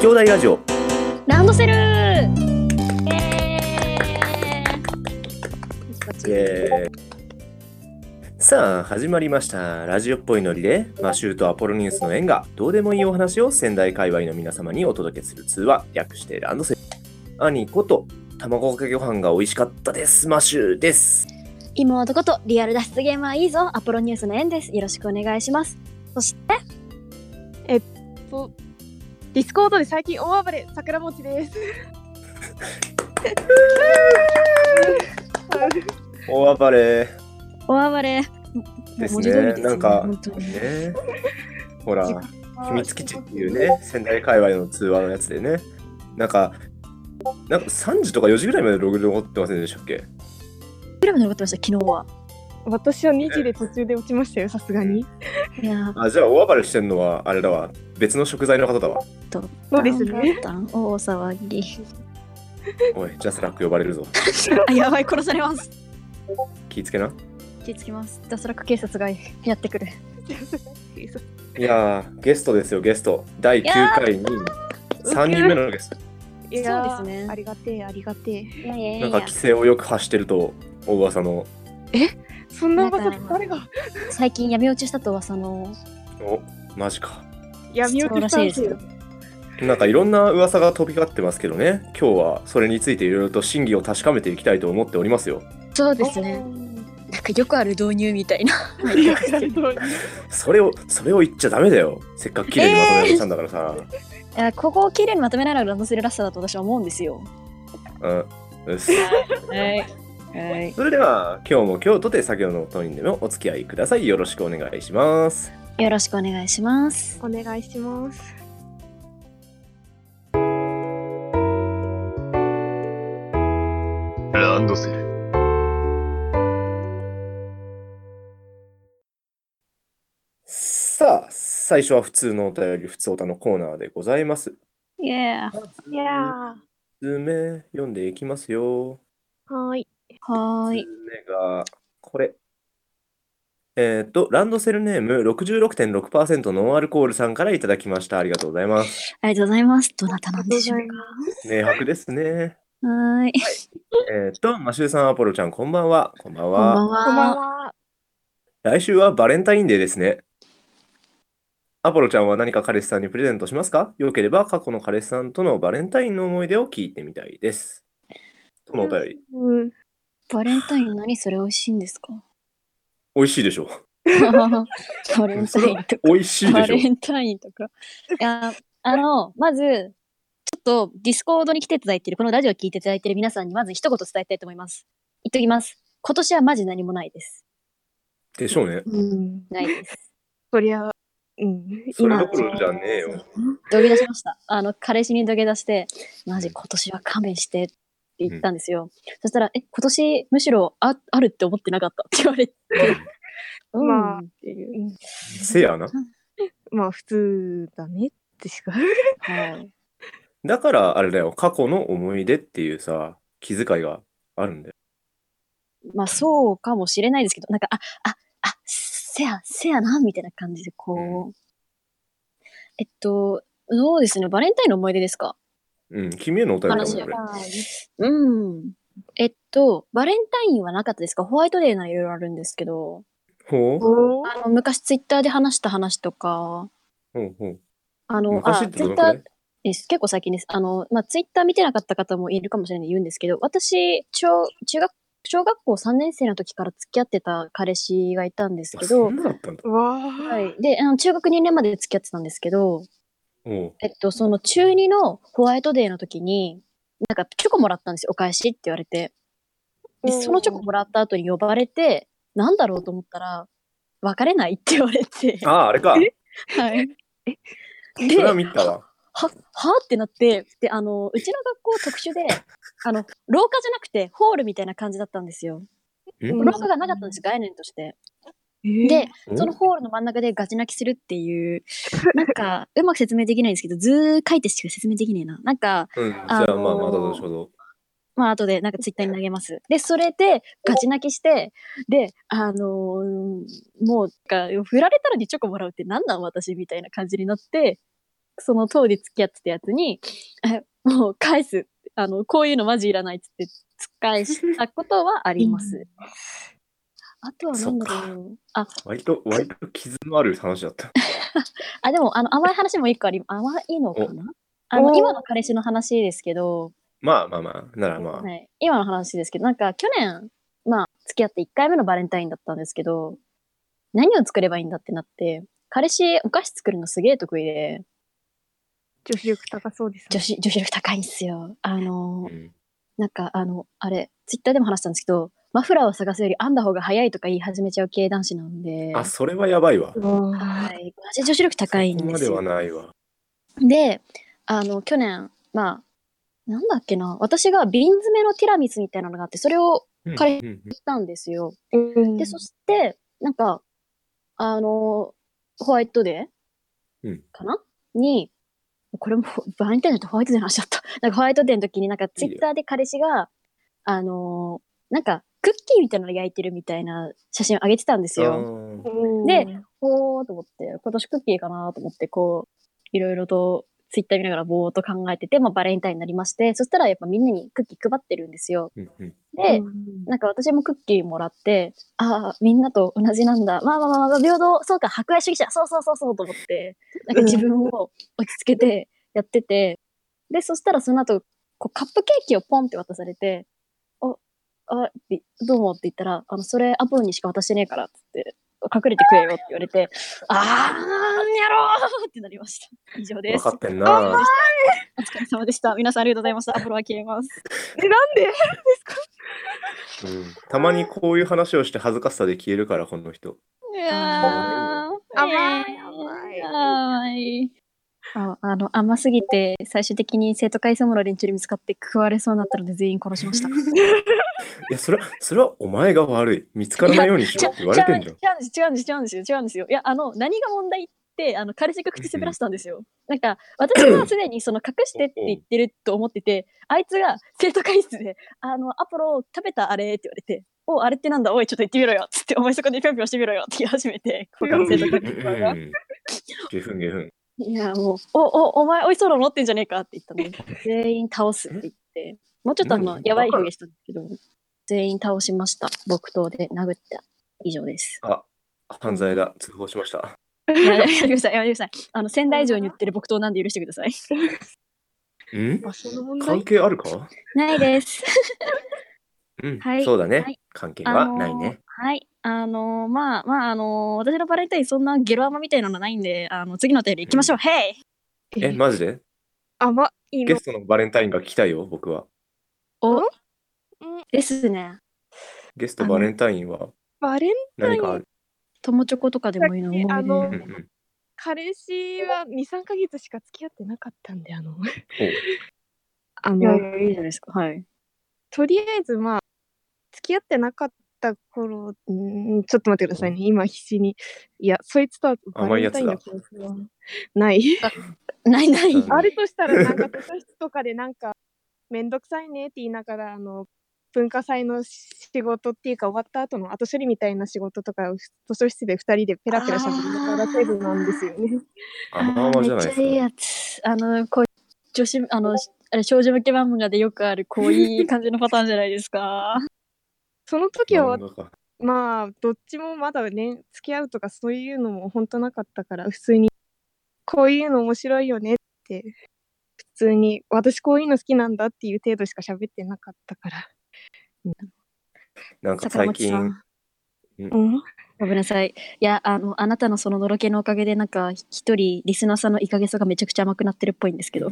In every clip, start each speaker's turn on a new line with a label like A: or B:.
A: 兄弟ラジオ
B: ランドセルイエーイ
A: えーさあ始まりましたラジオっぽいノリでマシューとアポロニウスの縁がどうでもいいお話を仙台界隈の皆様にお届けする通話略してランドセル兄こと卵かけご飯が美味しかったですマシューです
B: 妹ことリアル脱出ゲームはいいぞアポロニュースの縁ですよろしくお願いしますそして
C: そうディスコードで最近大暴れ桜餅です。。
A: 大暴れ
B: 大暴れ
A: です
B: 文字通り
A: ね
B: ですね
A: なんか
B: 本当に
A: ねほら秘密基地っていううね仙台界隈の通話のやつでねなんかなんか3時とか4時ぐらいまでログ残ってませんでしたっけ
B: クラブ残ってました昨日は
C: 私は2時で途中で落ちましたよ、さすがに。
B: いや
A: あじゃあ大暴れしてんのはあれだわ別の食材の方だわ
C: そうですね。
B: 大騒ぎ
A: おいジャスラック呼ばれるぞ
B: あやばい殺されます
A: 気ぃつけな
B: 気ぃつきます脱落警察がやってくる
A: いやーゲストですよゲスト第9回に3人目のゲスト
C: いやー
B: そうですね
C: ありがてえ、ありがてえ。
B: いやいやいや
A: なん
B: い
A: か
B: や
A: 規制をよく発してると大噂の
C: そんな噂で
B: なんか
C: 誰が
B: 最近闇落ちしたと噂の
A: おマジか
C: 闇落ちしたんです
B: そう
C: よ
B: ら。
A: なんかいろんな噂が飛び交ってますけどね今日はそれについていろいろと真偽を確かめていきたいと思っておりますよ
B: そうですねなんかよくある導入みたいな
C: おー。よくあ る通
A: それをそれを言っちゃダメだよせっかく綺麗にまとめようとしたんだからさ、
B: いやここを綺麗にまとめながらランドセルらしさだと私は思うんですよ。
A: うんうっす
B: はい。はい。
A: それでは今日も今日とて作業の音にでもお付き合いくださいよろしくお願いします
B: よろしくお願いします。
C: りお願いします。
D: ランドセル。
A: さあ最初は普通のお便り普通おたのコーナーでございます
B: いや
C: いやー。
A: 一通目読んでいきますよ
C: はーい。
B: はーい。
A: 一通目がこれえっ、とランドセルネーム66.6%ノンアルコールさんからいただきましたありがとうございます
B: ありがとうございます。どなたなん
C: ど
B: で
C: う
B: し
C: ぞ
B: ょう。
A: 明白ですね
B: はーい。
A: えっ、とマシューさんアポロちゃんこんばんはこんばん
B: こんば
A: は
B: ん
C: こんばん
B: は。
C: は。
A: 来週はバレンタインデーですねアポロちゃんは何か彼氏さんにプレゼントしますかよければ過去の彼氏さんとのバレンタインの思い出を聞いてみたいですとのお便り
C: うん。
B: バレンタイン何それ美味しいんです か
A: 美味しいでしょ
B: バレンタインとか。
A: 美味しい
B: バ
A: でしょ
B: レンタインとか。いや、あの、まず、ちょっとディスコードに来ていただいてる、このラジオを聞いていただいてる皆さんにまず一言伝えたいと思います。言っときます。今年はマジ何もないです。
A: でしょうね
C: うん。
B: ないです。
C: そりゃ、うん。
A: それどころじゃねえよ
B: 土下座しました。あの、彼氏に土下座して、マジ今年は勘弁してって言ったんですよ。そしたら、え、今年むしろああるって思ってなかったって言われて、うん、
C: まあ
B: っていう。
C: うん
A: せやな
C: まあ、普通だねってしか。
B: はい。
A: だからあれだよ過去の思い出っていうさ気遣いがあるんだよ
B: まあ、そうかもしれないですけど、なんか、あ、あ、あ、せや、せやな、みたいな感じで、こう。えっと、そうですね、バレンタインの思い出ですか
A: うん君へのお便りだもん
B: 話
A: これ
B: うん。えっと、バレンタインはなかったですかホワイトデーならいろいろあるんですけど、
A: ほう
C: おー
B: あの、昔ツイッターで話した話とか、
A: ほうほう
B: あの、
A: 昔
B: あ
A: って
B: ツ
A: ど
B: イッ
A: の
B: タ
A: く
B: ー
A: らい
B: です。結構最近です。あの、まあ、ツイッター見てなかった方もいるかもしれないんで言うんですけど、私、小、中学、小学校3年生の時から付き合ってた彼氏がいたんです
A: あ
B: け
A: そ
B: ど
A: ん、なだったんだ
C: わ
B: は
C: ー
B: い。で、あの、中学2年まで付き合ってたんですけど、
A: おう
B: えっと、その中2のホワイトデーの時に、なんかチョコもらったんですよ、お返しって言われて。で、そのチョコもらった後に呼ばれて、なんだろうと思ったら、別れないって言われて、
A: あああれか
B: はい。
A: それは見たわ
B: は、はってなって、で、あの、うちの学校は特 殊で、あの、廊下じゃなくて、ホールみたいな感じだったんですよ。
C: うん
B: 廊下がなかったんです、概念として。
C: で
B: で、そのホールの真ん中でガチ泣きするっていう、なんか、うまく説明できないんですけど、図書いてしか説明できねえな。なんか、
A: うん、じ
B: あ
A: ゃあ
B: のー
A: まあまた後ほど。
B: まあ、後で、なんかツイッターに投げます。で、それで、ガチ泣きして、で、あのーもう、なんか、振られたのにチョコもらうって何なん私みたいな感じになって、その当時付き合ってたやつに、えもう返す。あの、こういうのマジいらないっつって、突っ返したことはあり ます。あとはなんだろう。あ、
A: 割と、割と傷のある話だった。
B: あ、でも、あの、甘い話も一個あり、甘いのかなあ
C: お
B: の、
C: ー
B: 今の彼氏の話ですけど、
A: まあまあまあ、ならまあ。
B: はい、今の話ですけど、なんか去年、まあ、付き合って1回目のバレンタインだったんですけど、何を作ればいいんだってなって、彼氏、お菓子作るのすげえ得意で、
C: 女子力高そうです、
B: 女子、女子力高いんですよ。あの
A: う、ん
B: なんか、あの、あれ、ツイッターでも話したんですけど、マフラーを探すより編んだ方が早いとか言い始めちゃう系男子なんで、
A: あ、それはやばいわ。
B: はい、マジ女子力高いんです
A: そこ
B: よ
A: ま。ではないわ。
B: であの去年まあなんだっけな私が瓶詰めのティラミスみたいなのがあってそれを
A: うん
B: 彼
A: うんうん
B: 行ったんですよ。
C: うん
B: でそしてなんかあのホワイトデ
A: う
B: ー
A: ん
B: かな、にこれも バレンタインってホワイトデーの話だった。 なんかホワイトデーの時になんかツイッターで彼氏があのなんかクッキーみたいなの焼いてるみたいな写真を上げてたんですよ。
A: あー
B: でほーと思って、今年クッキーかなと思って、こう、いろいろとツイッター見ながらぼーっと考えてて、まあバレンタインになりまして、そしたらやっぱみんなにクッキー配ってるんですよ。
A: うんうん
B: で、なんか私もクッキーもらって、ああ、みんなと同じなんだ。まあまあまあまあ、平等、そうか、博愛主義者、そうそうそうそうと思って、なんか自分を落ち着けてやってて、で、そしたらその後、こうカップケーキをポンって渡されて、あ、あ、びどうもって言ったら、あの、それアポロにしか渡してねえからってって、隠れてくれよって言われて、あー、やろうってなりました。以上で
A: 分
B: す。
A: かってんな。
B: お疲れ様でした。皆さんありがとうございました。アポロは消えます。
C: えなんで
A: うんたまにこういう話をして恥ずかしさで消えるから、この 人。
B: い
A: や
C: 甘い
B: い甘いああの甘すぎて最終的に生徒会総務の連中に見つかって食われそうになったので全員殺しました。
A: いや、それは、それはお前が悪い。見つからないようにしろって言われてんじゃん。
B: 違うんです違うんです違うんですよ違うんですよ。いやあの何が問題ってあの彼氏が口滑らしたんですよ。なんか私はすでにその隠してって言ってると思っててあいつが生徒会室で「あのアポロ食べたあれ」って言われて「おあれってなんだおいちょっと言ってみろよ」っつって「お前そこでぴょんぴょんしてみろよ」って言い始めてこの生徒会室
A: うんう
B: が
A: んう。んゲフンゲフン。
B: いや、もう、お、お、お前、おいしそうなの持ってんじゃねえかって言ったの で、全員倒すって言って、もうちょっとあの
A: 何、
B: やばい表現したんですけど、全員倒しました。木刀で殴った。以上 です。
A: あ、犯罪だ。通報しました。
B: いややめてください、やめてください。あの、仙台城に売ってる木刀なんで許してください。
A: ん
C: 場所の問題
A: 関係あるか
B: ないです。
A: うん、
B: はい
A: そうだね、
B: はい
A: 関係
B: あ
A: は
B: のー
A: ないね。
B: はい。あのーまあ、まあ、あのー私のバレンタインそんなゲロアマみたいなのないんで、あの、次のお便り行きましょう。ヘイ
A: え、マジで
C: 甘い
A: ゲ
C: の
A: ストのバレンタインが来たいよ、僕は。
B: お
C: ん、
B: ですね。
A: ゲストバレンタインは
C: バレン
A: 何かある。
B: 友チョコとかでもいいの思い出
C: あの
A: うん
C: ー
A: うん
C: 彼氏は23か月しか付き合ってなかったんであの
A: お
C: あ
B: いやい
C: の
B: やいいじゃないですか。はい。
C: とりあえずまあ付き合ってなかった頃んーちょっと待ってくださいね今必死にいやそいつとはバレンタインの記憶はない
B: ないない。
A: うん
C: あるとしたらなん か図書室とかでなんかめんどくさいねって言いながらあの文化祭の仕事っていうか終わった後の後処理みたいな仕事とかを図書室で2人でペラペラしゃべりながら程度なんですよ ね。
A: 甘々じゃないで
B: めっ
A: す
B: ちゃいい
A: か。
B: やつ。あの、こう、女子、あの、あれ少女向け漫画でよくある、こう、いい感じのパターンじゃないで すか。
C: その時は
A: 漫画か
C: まあどっちもまだね付き合うとかそういうのも本当なかったから普通にこういうの面白いよねって普通に私こういうの好きなんだっていう程度しか喋ってなかったから。
A: なんか
B: 坂
A: 最
B: 巻
A: 近
B: さ、ん。
C: うん、
B: ごめんなさい。いや、あの、あなたのそののろけのおかげで、なんか、一人、リスナーさんのいかげさがめちゃくちゃ甘くなってるっぽい んですけど。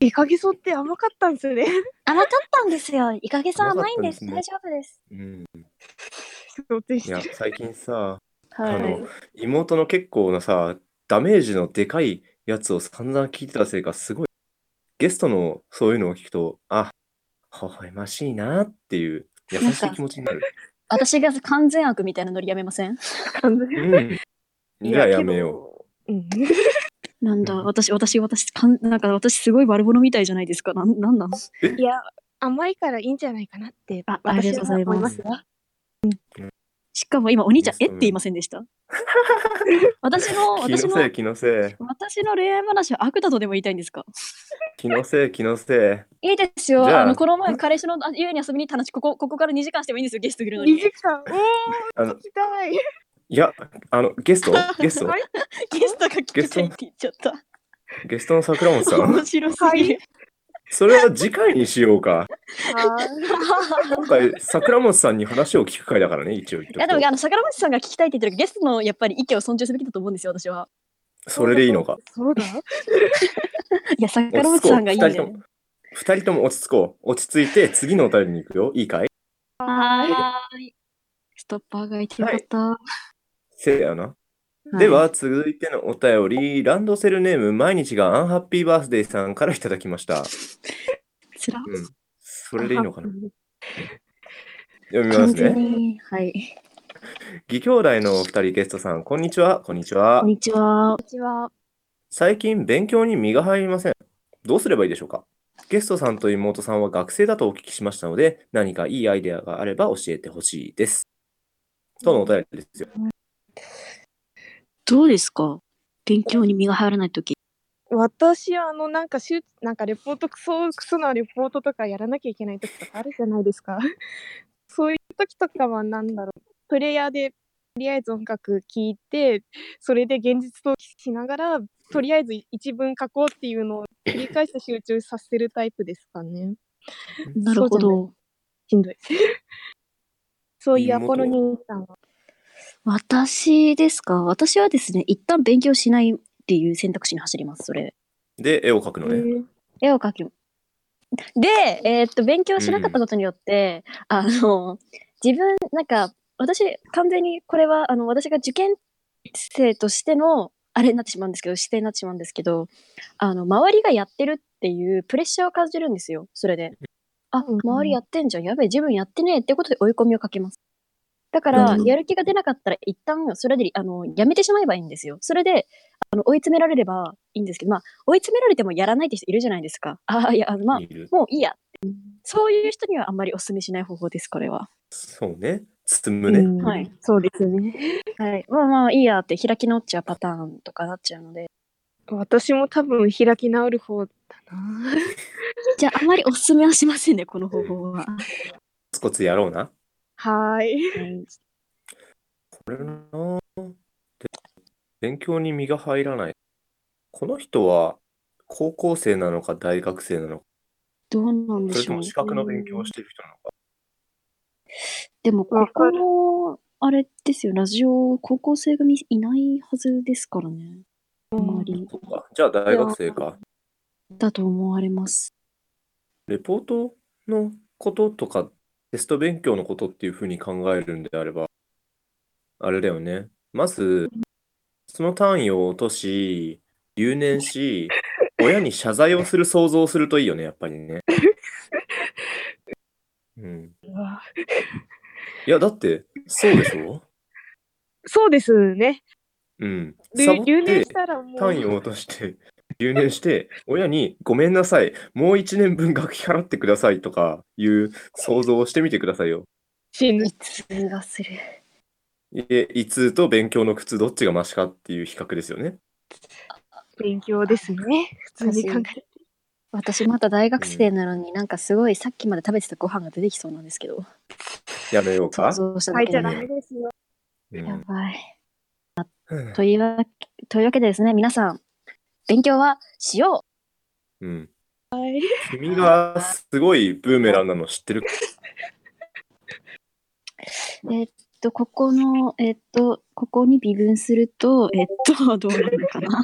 C: イカゲソって甘かったんですね。
B: 甘かったんですよ。いかげ
A: さ甘いんです甘かったんです
B: 丈夫です。
A: うん、
C: 想定し
A: い
C: て
A: や
C: る
A: 最近さ、
B: は
A: あ
B: い
A: の。妹の結構なさダメージのでかいやつを散々聞いてたせいかすごいゲストのそういうのを聞くとあ微笑ましいなっていう優しい気持ちになる。
B: 私が完全悪みたいなノリやめません
C: 感じ。
A: うん。いややめよ
C: よう。うん、
B: なん
A: う
B: だ、
A: ん
B: 私、私、私、かんなんか私すごい悪者みたいじゃないですか。なん、なんなん
C: いや甘いからいいんじゃないかなって
B: ああり
C: 私
B: がとうご
C: は
B: ざい
C: 思い
B: ま
C: ますすが。
B: しかも今、お兄ちゃん、えって言いませんで した私の、
A: 気の
B: 私
A: せ
B: の
A: い、、気のせい。
B: 私の恋愛話は悪だとでも言いたいんですか
A: 気のせい、気のせい。
B: いいです
A: じゃ
B: よ。
A: あ
B: あの、この前、彼氏のあ家に遊びに行った話、ここ、ここから2時間してもいいんですよ、ゲスト来るの
C: 2
B: に。
C: 時間。
A: あ
C: おー、
A: の
C: 聞きたい。
A: いや、あの、ゲス トゲスト
C: あれ
B: ゲストが来てたいって言っちゃった。
A: ゲストの桜本さん
B: 面白す ぎる。
A: それは次回にしようか。
C: あー
A: 今回、桜本さんに話を聞く回だからね、一応言っ
B: い
A: と
B: や、
A: く
B: で
A: と
B: も、あの、桜町さんが聞きたいって言ってるけどゲストのやっぱり意見を尊重すべきだと思うんですよ、私は。
A: それでいいのか。
C: そうだ。
B: いや、桜町さんがいい
A: 落ち着こ
B: ね
A: う。二人とも落ち着こう。落ち着いて、次のお便りに行くよ。いいかい
B: はーい。ストッパーがいてよかった。
A: せやな。
B: い
A: では、続いてのお便り、ランドセルネーム、毎日がアンハッピーバースデーさんからいただきました。
B: つら
A: うん。それでいいのかな。読みます
B: 完全
A: ね。
B: にはい。
A: 義兄弟のお二人ゲストさん、こんにちは。こんにちは
B: こん。にちは。
C: こんにちは。
A: 最近、勉強に身が入りません。どうすればいいでしょうかゲストさんと妹さんは学生だとお聞きしましたので、何かいいアイデアがあれば教えてほしいです。とのお便りですよ。
B: どうですか勉強に身が入らないとき。
C: 私はあのなんかしゅなんかレポートクソクソなレポートとかやらなきゃいけない時とかあるじゃないですかそういう時とかはなんだろうプレイヤーでとりあえず音楽聴いてそれで現実としながらとりあえず一文書こうっていうのを繰り返して集中させるタイプですかね
B: なるほど。
C: しんどい そういうア
A: 妹は
C: ポロニーさんは
B: 私ですか私はですね、一旦勉強しないっていう選択肢に走ります、それ。
A: で、絵を描くのね。
B: 絵を描き。で、えーっと、勉強しなかったことによって、あの、自分、なんか、私、完全にこれは、あの、私が受験生としての、あれになってしまうんですけど、姿勢になってしまうんですけど、あの、周りがやってるっていうプレッシャーを感じるんですよ、それで。あ、
C: うん
B: 周りやってんじゃん、やべえ、自分やってねえってことで追い込みをかけます。だから、
A: うん
B: やる気が出なかったら、一旦、それで、あの、やめてしまえばいいんですよ。それで、あの、追い詰められればいいんですけど、まあ、追い詰められてもやらないって人いるじゃないですか。ああ、いや、あのまあ
A: い、る
B: もういいや。そういう人にはあんまりお勧めしない方法です、これは。
A: そうね。包むね。
C: うん
B: はい
C: そうですね
B: はい。まあまあ、いいやって開き直っちゃうパターンとかなっちゃうので。
C: 私も多分開き直る方だな
B: じゃあ、あまりお勧めはしませんね、この方法は。
A: コツコツやろうな。
C: はーい
A: これなぁで勉強に身が入らない。この人は高校生なのか大学生なのか、
B: どうなんで
A: それ
B: し
A: と
B: ょう
A: も
B: ね。
A: 資格の勉強をしている人なのか。
B: でも、こ
C: わかる
B: この、あれですよ、ラジオ、高校生組いないはずですからね。あまり
A: そうか。じゃあ大学生か。
B: だと思われます。
A: レポートのこととか、テスト勉強のことっていうふうに考えるんであれば、あれだよね。まず、その単位を落とし、留年し、親に謝罪をする想像をするといいよね、やっぱりね。うん。いや、だって、そうでしょ
C: そうですね。
A: うん。
C: で
A: サボっ
C: 留年
A: て
C: したらもう。
A: 単位を落として、留年して、親にごめんなさい、もう1年分学費払ってくださいとかいう想像をしてみてくださいよ。
C: 死ぬ。
B: 痛がする。
A: え、胃痛と勉強の苦痛どっちがマシかっていう比較ですよね。
C: 勉強ですね。普通に考えて。
B: 私まだ大学生なのになんかすごいさっきまで食べてたご飯が出てきそうなんですけど
A: やめようか
B: 想。像した
C: 書
B: だ
C: い
B: け
C: ち
B: で
C: ゃダメですよ。
A: うん
B: やばい
A: うん
B: というわけというわけでですね皆さん勉強はしよ
A: うん。
C: はい。
A: 君がすごいブーメランなの知ってる
B: うえっとここのえっとここに微分するとえっと どうなるのかな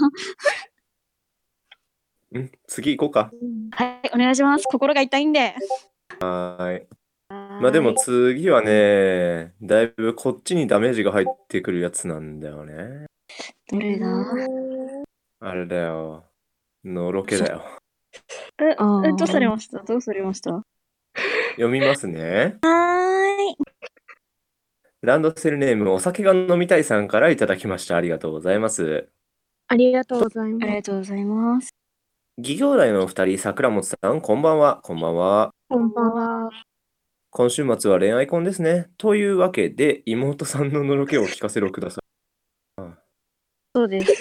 A: うん。次行こうか。
B: はいお願いします心が痛いんで
A: はい。まあでも次はね、だいぶこっちにダメージが入ってくるやつなんだよね。
B: どれだ
A: あれだよ。のろけだよ。
B: え
C: あー
B: えどうされましたどうされましたは
A: 読みますね。
B: ーい
A: ランドセルネーム、お酒が飲みたいさんからいただきました。ありがとうございます。
C: ありがとうござい
B: あ
C: ま
B: り
C: す。
B: がとうございます
A: 義兄弟のお二人、桜本さん、こんばんは。こんばんは。
C: こんばんは。
A: 今週末は恋愛婚ですね。というわけで、妹さんののろけを聞かせろくだ さい。
B: そうです。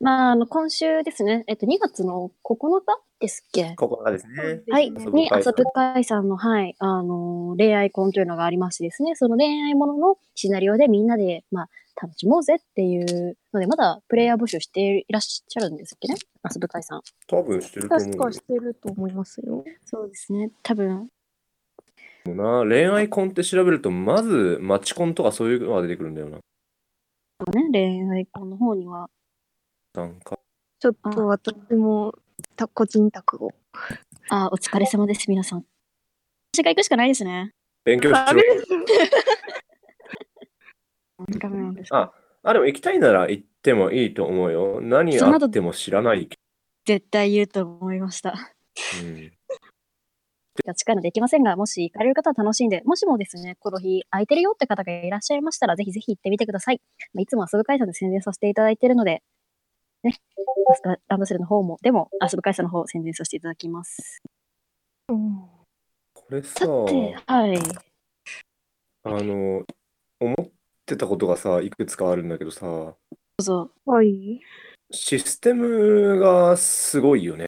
B: まあ、あの、今週ですね、えっと、2月の9日ですっけ
A: ここがですね。
B: はい。
A: 遊ぶ
B: に、
A: 会
B: 遊ぶ会さんの、はい、あのー恋愛婚というのがありましてですね、その恋愛もののシナリオでみんなで、まあ、楽しもうぜっていうので、まだプレイヤー募集していらっしゃるんですっけね、遊ぶ会さん。
A: 多分してると思
C: 確
A: う
C: か
A: よ
C: してると思いますよ。
B: そうですね、多分。
A: もうな。恋愛婚って調べると、まず、マチコンとかそういうのが出てくるんだよな。
B: ね、恋愛婚の方には。
A: なんか
C: ちょっと私もた個人宅を。
B: あー、お疲れ様です、皆さん。私が行くしかないですね。
A: 勉強し
C: あ
A: ろ
C: れ。ですよ
B: ダメなんです。
A: あ、あ、でも行きたいなら行ってもいいと思うよ。何
B: そん
A: あ
B: なの
A: っても知らないけ
B: 絶対言うと思いました。
A: ど。うん
B: が近いのできませんが、もし行かれる方は楽しんで、もしもですね、この日空いてるよって方がいらっしゃいましたら、ぜひぜひ行ってみてください。まあいつも遊ぶ会社で宣伝させていただいているので、ね、ラランドセルの方も、でも遊ぶ会社の方宣伝させていただきます。
C: うん
A: これさ
B: さ、て、はい。
A: あの、思ってたことがさ、いくつかあるんだけどさ、
B: どうぞ。
C: はい。
A: システムがすごいよね。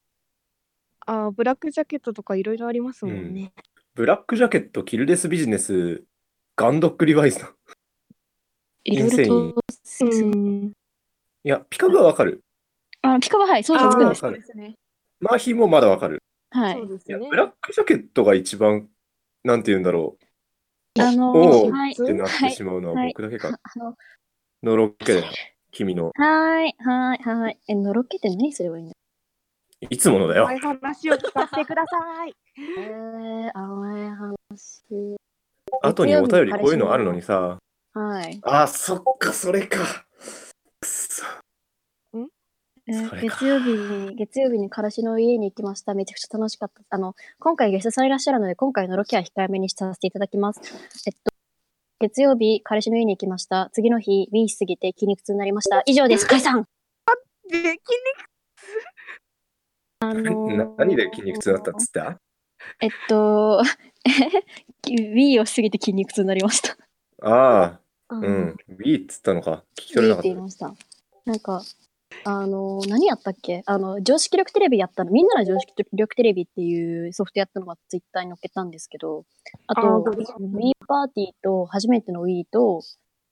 C: あーブラックジャケットとかいろいろありますもんね。
A: ブラックジャケット、キルレスビジネス、ガンドックリバイスだ。
B: いろ
A: イ
B: い
A: ンセイ
B: ろ
A: ン
B: と、
C: うん。
A: いや、ピカブはわかる。
B: あピカバはい、そうそうつくん
C: あ
B: で
C: ー
B: す。
C: そうですね。
A: マーヒーもまだわかる。
B: はい
C: そう。です
A: いや、
C: ね
A: ブ。ラックジャケットが一番、なんて言うんだろ
B: あの
A: おう
B: はい。
A: う、ってなっ
B: は
A: て
B: い
A: しまうのは
B: はい
A: 僕だけか。
B: あの
A: のろけだよ、君の。
B: はい、はい、はい。え、のろけって何すればいいんだ
A: いつものだよ
C: お。話を聞かせてください。
B: えー、甘い話。
A: 後にお便りこういうのあるのにさ。
B: はい。
A: あ、そっか、それか。くそ
B: えー
A: それか
B: 月曜日に、月曜日に彼氏の家に行きました。めちゃくちゃ楽しかった。あの、今回ゲストさんいらっしゃるので、今回のロケは控えめにさせていただきます。えっと、月曜日、彼氏の家に行きました。次の日、ウィンしすぎて筋肉痛になりました。以上です。解散
C: で、筋肉
B: あの
A: な
B: ー
A: 何で筋肉痛だったっつった
B: えっと、えウィーをしすぎて筋肉痛になりました。
A: ああ、
C: う
A: うん。B っつったのか。聞き
B: ウ
A: 取
B: ィ
A: れな
B: ーっ
A: か
B: て言い
A: っ
B: ました。なんか、あのー何やったっけあの、常識力テレビやったの、みんなの常識力テレビっていうソフトやったのがツイッターに載っけたんですけど、あ
C: あー
B: と、
C: そうですね
B: Wii パーティーと、初めての Wii と、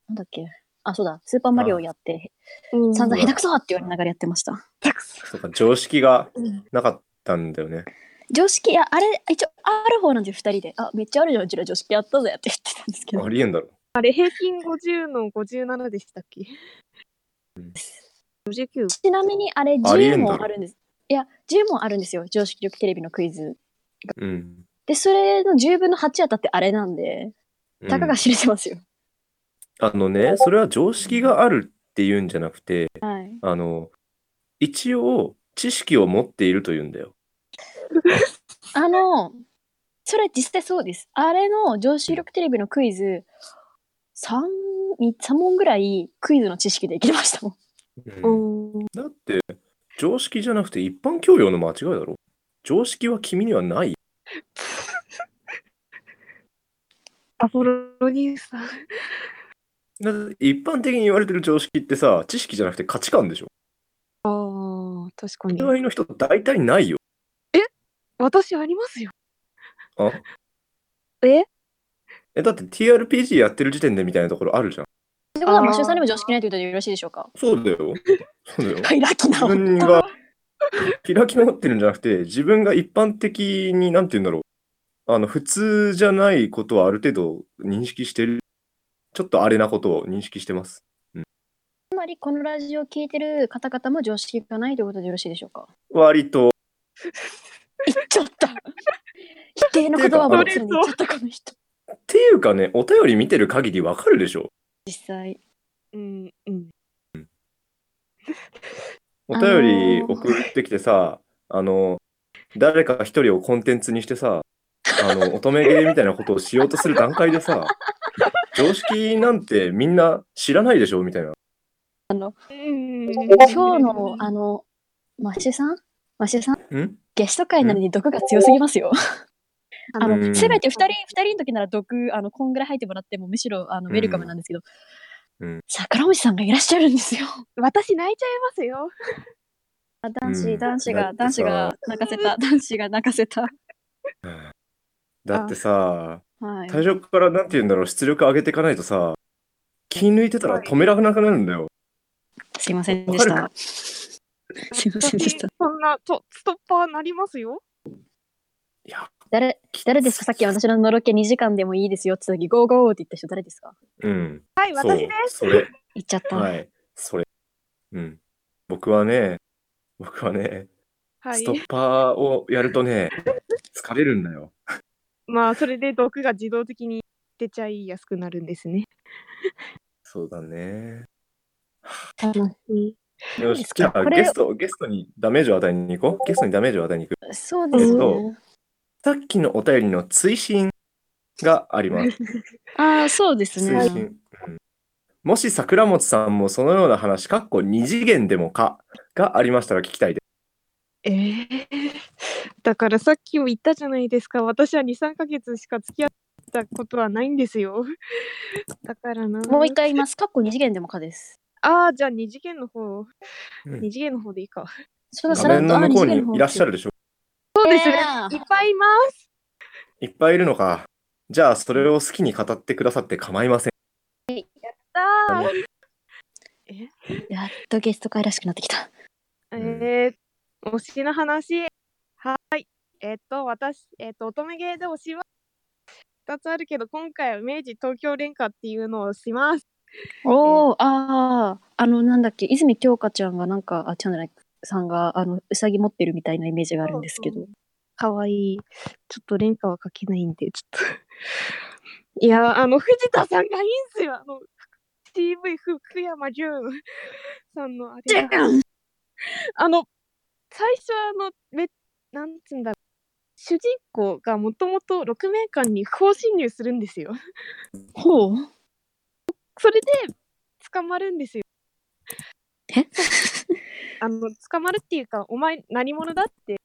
B: なんだっけあ、そうだ、スーパーマリオやって、
C: うん
B: 散々
A: うん
B: 下手くそって言われながらやってました。
A: た。そうか、常識が
C: うん
A: なかったんだよね。
B: 常識、ああれ、一応ある方なんで、二人で。あ、めっちゃあるじゃん、うちら常識やったぜって言ってたんですけど
A: あ。りえんだろ。
C: あれ、平均50の57でしたっけ
A: うん
C: 59
B: ちなみにあれ
A: ありえ
B: 10
A: んだろ
B: 問あるんです。いや、10問あるんですよ、常識力テレビのクイズ。
A: うん。
B: で、それの10分の8やったってあれなんで、
A: うん
B: たかが知れてますよ。
A: あのね、それは常識があるっていうんじゃなくて、
B: はい。
A: あの、一応、知識を持っているというんだよ。
B: あの、それ実際そうです。あれの上州力テレビのクイズ、3、3問ぐらいクイズの知識でいけましたもん。
A: うんだって、常識じゃなくて一般教養の間違いだろ。常識は君にはない。
C: アポロニウスさん。
A: だって一般的に言われてる常識ってさ、知識じゃなくて価値観でしょ。
C: ああ、確かに。
A: 恋愛の人大体ないよ。
C: 私ありますよ。
A: あ
C: え
A: え、だって TRPG やってる時点でみたいなところあるじゃん。
B: ということは、マシューさんにも常識ないということでよろしいでしょうか
A: そうだよ。そうだよ。
B: はい、ラッキーな
A: 自分が開き直ってるんじゃなくて、自分が一般的に、なんて言うんだろう。あの、普通じゃないことはある程度認識してる。ちょっとあれなことを認識してます。
B: つまり、このラジオを聞いてる方々も常識がないということでよろしいでしょ うか
A: 割と、
B: 言っちゃった否定の言葉も言っちゃった、この人。
A: っていうかね、お便り見てる限りわかるでしょ。
B: 実際。
C: うん、うん。
A: お便り
B: あのー
A: 送ってきてさ、あの、誰か一人をコンテンツにしてさ、あの、乙女芸みたいなことをしようとする段階でさ、常識なんてみんな知らないでしょみたいな。
B: 今日の、あの、マシューさんマシューさん
A: ん
B: ゲスト会なのに毒が強すぎますよ。あの、
A: うん
B: せめて2人、二人の時なら毒、あの、こんぐらい入ってもらっても、むしろ、あの、ウェルカムなんですけど、
A: うんうん
B: 桜餅さんがいらっしゃるんですよ。
C: 私泣いちゃいますよ。
B: 男子、
A: うん
B: 男子
A: だっ
B: が、
A: てさ
B: 男子が泣かせた、 男子が泣かせた。
A: だってさ、
B: はい。
A: 最初からなんて言うんだろう、出力上げていかないとさ、気抜いてたら止められなくなるんだよ。
B: すいませんでし
A: わ
B: た。すいませんでし
C: 私
B: た。
C: そんなとストッパーなりますよ。
A: いや、
B: 誰、誰ですかさっき私ののろけ2時間でもいいですよって言った時、ゴーゴーって言った人誰ですか
A: うん。
C: は
A: そ
C: い、
A: う
C: 私です。、
A: そ れ。
B: 言っちゃった。
A: はい、それ。うん。僕はね、僕はね、
C: は
A: ス
C: い
A: ト。ッパーをやるとね、疲れるんだよ。
C: まあそれで毒が自動的に出ちゃいやすくなるんですね。
A: そうだね。
B: 楽し
A: よ
B: いい
A: し
B: です、
A: じ
B: か
A: ゃあ
B: これ
A: ゲスト、ゲストにダメージを与えに行こう。ゲストにダメージを与えに行く。
B: いそうです
A: えっ
B: ね
A: と。さっきのお便りの追伸があります。
B: ああ、そうです
A: 追伸。う
B: ね。
A: んもし桜本さんもそのような話、かっこ2次元でもかがありましたら聞きたいで
C: えー、だからさっきも言ったじゃないですか。私は2、3ヶ月しか付き合ったことはないんですよ。だからな。
B: もう一。回言います。かっこ2次元でもかです。
C: ああ、じゃあ二次元の方、
A: うん
C: 二次元の方でいいか。
B: そ
A: す。画面の向こうにいらっしゃ
B: る。
A: るでしょ。
C: そうですね。
B: ね
C: いっぱいいま
A: いっぱいいるのか。じゃあ、それを好きに語ってくださって構いません。
B: やっとゲスト会らしくなってきた。
C: す。
A: ん
C: えー、推しの話。はい。えっと、私、えっと、乙女芸で推しは2つあるけど、今回は明治東京連歌っていうのをします。
B: おお、ああ、あの、なんだっけ、泉京香ちゃんがなんか、あ、ちゃんじゃない、さんが、あの、うさぎ持ってるみたいなイメージがあるんですけど。
C: かわいい。ちょっと連歌は書けないんで、ちょっと。い や、あの、藤田さんがいいんすよ。あの、CV 福山潤さんのあれが。
B: ん
C: あの、最初はあの、め、なんつうんだろう。主人公がもともと6名間に不法侵入するんですよ。
B: ほう。
C: それで捕まるんですよ。
B: え
C: あの、捕まるっていうか、お前何者だって、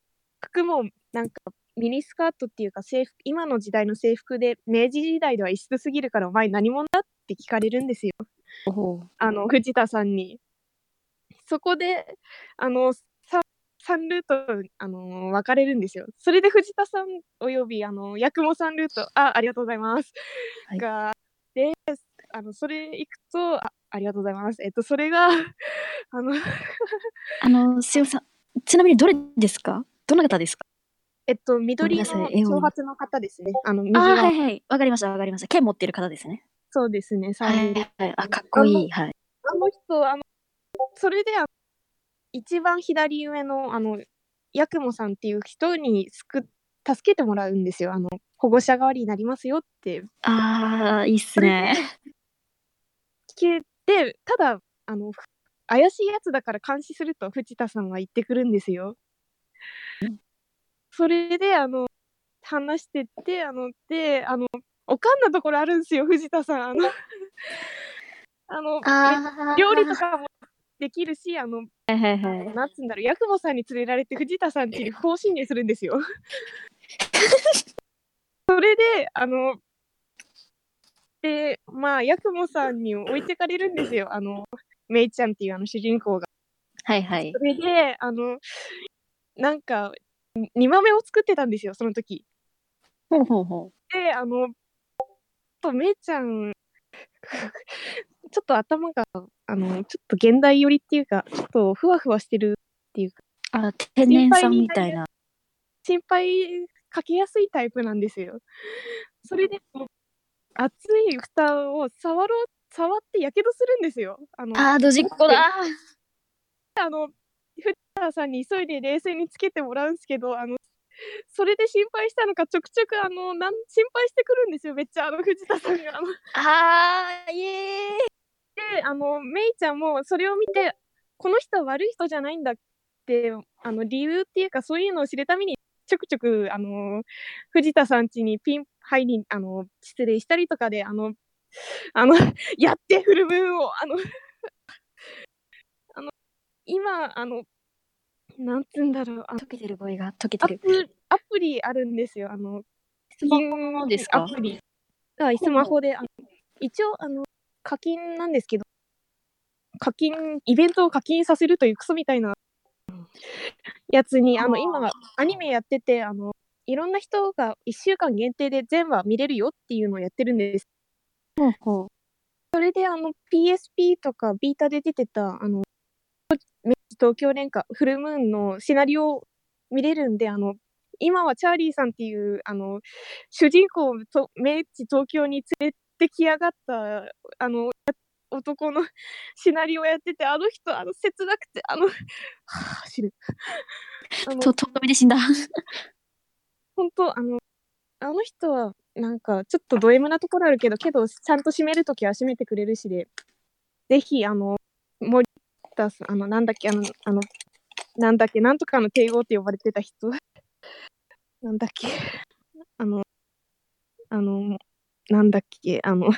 C: 服もなんかミニスカートっていうか制服、今の時代の制服で、明治時代では異質すぎるからお前何者だって聞かれるんですよ。
B: ほう。
C: あの、藤田さんに。そこで、あの、さ三ルート、あの、分かれるんですよ。それで藤田さんおよび、あの、八雲さんルート、あ、ありがとうございます。
B: はい
C: が、で、あの、それ行くと、あありがとうございます。えっと、それが、あの、
B: あの、すいません。ちなみに、どれですかどなたですか
C: えっと、緑の
B: ごめんなさい絵を
C: 長髪の方ですね。あの、右
B: ああー、
C: 側
B: はいはい。わかりました、わかりました。剣持ってる方ですね。
C: そうですね、三人で。
B: はい。あ、かっこいい。はい。
C: あの人、あの、それで、あの一番左上の、あの、ヤクモさんっていう人に救っ助けてもらうんですよ。あの、保護者代わりになりますよって
B: ああ、いいっすね。
C: 聞いて、ただ、あの、怪しいやつだから監視すると藤田さんは言ってくるんですよ。それで、あの、話してって、あの、で、あの、おかんなところあるんですよ、藤田さん。あの、あの、
B: あ
C: 料理とかもできるし、あの、
B: はいはいはい。
C: なんつうんだろう、八雲さんに連れられて藤田さん家に不法侵入するんですよ。それで、あの、で、まあ、八雲さんに置いてかれるんですよ、あの、めいちゃんっていうあの主人公が。
B: はいはい
C: そ。れで、あの、なんか、煮豆を作ってたんですよ、その時。
B: ほうほうほ
C: で、あの、ちょっとめいちゃん、 ちょっと頭が、あの、ちょっと現代寄りっていうか、ちょっとふわふわしてる
B: う。あ、天然さんみたいな。
C: 心配かけやすいタイプなんですよ。それでもう熱い蓋を触ろう触ってやけどするんですよ。あの
B: ああ、ドジっ子だ。
C: お母さんに急いで冷静につけてもらうんですけどあのそれで心配したのかちょくちょくあのなん心配してくるんですよめっちゃあの藤田さんが。あの
B: ああ、イエーイ。
C: であのめいちゃんもそれを見てこの人は悪い人じゃないんだってあの理由っていうかそういうのを知るためにちょくちょくあの藤田さん家にピン入りあの失礼したりとかであのあの やってフルムーンをあの あの今あのなんつうんだろうあの
B: 溶けてる声が溶け
C: ア
B: てる。
C: プアプリあるんですよあの
B: スマホのですか
C: アプリあスマホであの一応あの課金なんですけど課金イベントを課金させるというクソみたいなやつにあの
B: あー
C: 今アニメやっててあのいろんな人が1週間限定で全話見れるよっていうのをやってるんです
B: ほう
C: それであの PSP とかビータで出てたあの東京連歌フルムーンのシナリオを見れるんであの今はチャーリーさんっていうあの主人公をと明治東京に連れてきやがったあの男のシナリオやっててあの人あの切なくてあのはぁ死ぬあの
B: と、とどめで死ん だ。
C: 本当あのあの人はなんかちょっとド M なところあるけどけどちゃんと締めるときは締めてくれるしでぜひあの森田さんあのなんだっけあのあのなんだっけなんとかの帝王って呼ばれてた人なんだっけあのあのなんだっけあの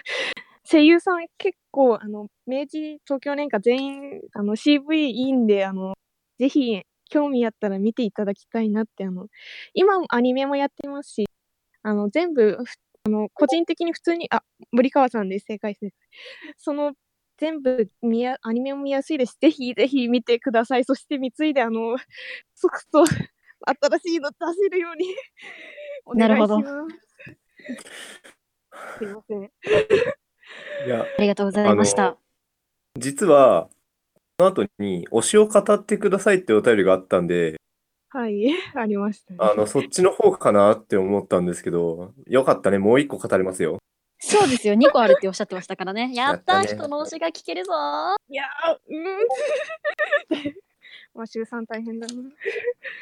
C: 声優さん結構あの明治東京年間全員あの CV いいんであのぜひ興味あったら見ていただきたいなってあの今もアニメもやってますし、あの全部ふあの個人的に普通にあ森川さんです正解です。その全部見やアニメも見やすいです。ぜひぜひ見てください。そして貢いであの即と新しいの出せるようにお願いします。
B: なる
C: すいません。
A: いや、
B: ありがとうございました。
A: 実は、その後に推しを語ってくださいってお便りがあったんで、
C: はい、 ありました、ね。
A: あの、そっちの方かなって思ったんですけど、よかったね、もう一個語れますよ。
B: そうですよ、2個あるっておっしゃってましたから ね。やった
A: やったね
B: 人の推しが聞けるぞ
C: いやー、うん。 まあ、週3大変だな。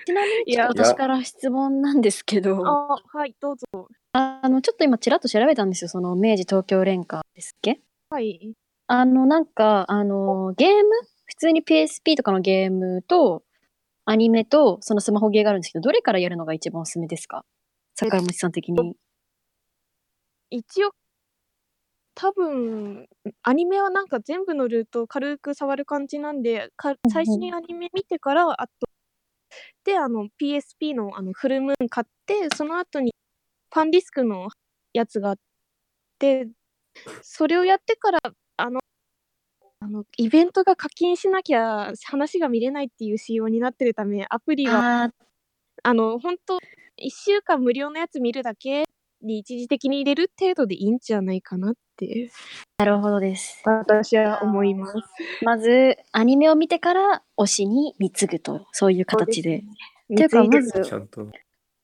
B: ちなみに、ちょっと
A: いや
B: 私から質問なんですけど、
C: あ、はい、どうぞ。
B: あの、ちょっと今、ちらっと調べたんですよ、その、明治東京連歌ですっけ
C: はい。
B: あの、なんか、あの、ゲーム普通に PSP とかのゲームと、アニメと、そのスマホゲーがあるんですけど、どれからやるのが一番おすすめですか坂本さん的に。
C: 一応多分アニメはなんか全部のルートを軽く触る感じなんでか最初にアニメ見てからあとであの PSP のあのフルムーン買ってその後にファンディスクのやつがあってそれをやってからあのあのイベントが課金しなきゃ話が見れないっていう仕様になってるためアプリは
B: あー
C: あの本当1週間無料のやつ見るだけに一時的に入れる程度でいいんじゃないかなって
B: なるほどです。
C: 私は思います。
B: まず、アニメを見てから推しに貢ぐと、そういう形で。ていうか
C: 貢いで
B: まず
A: ちゃんと。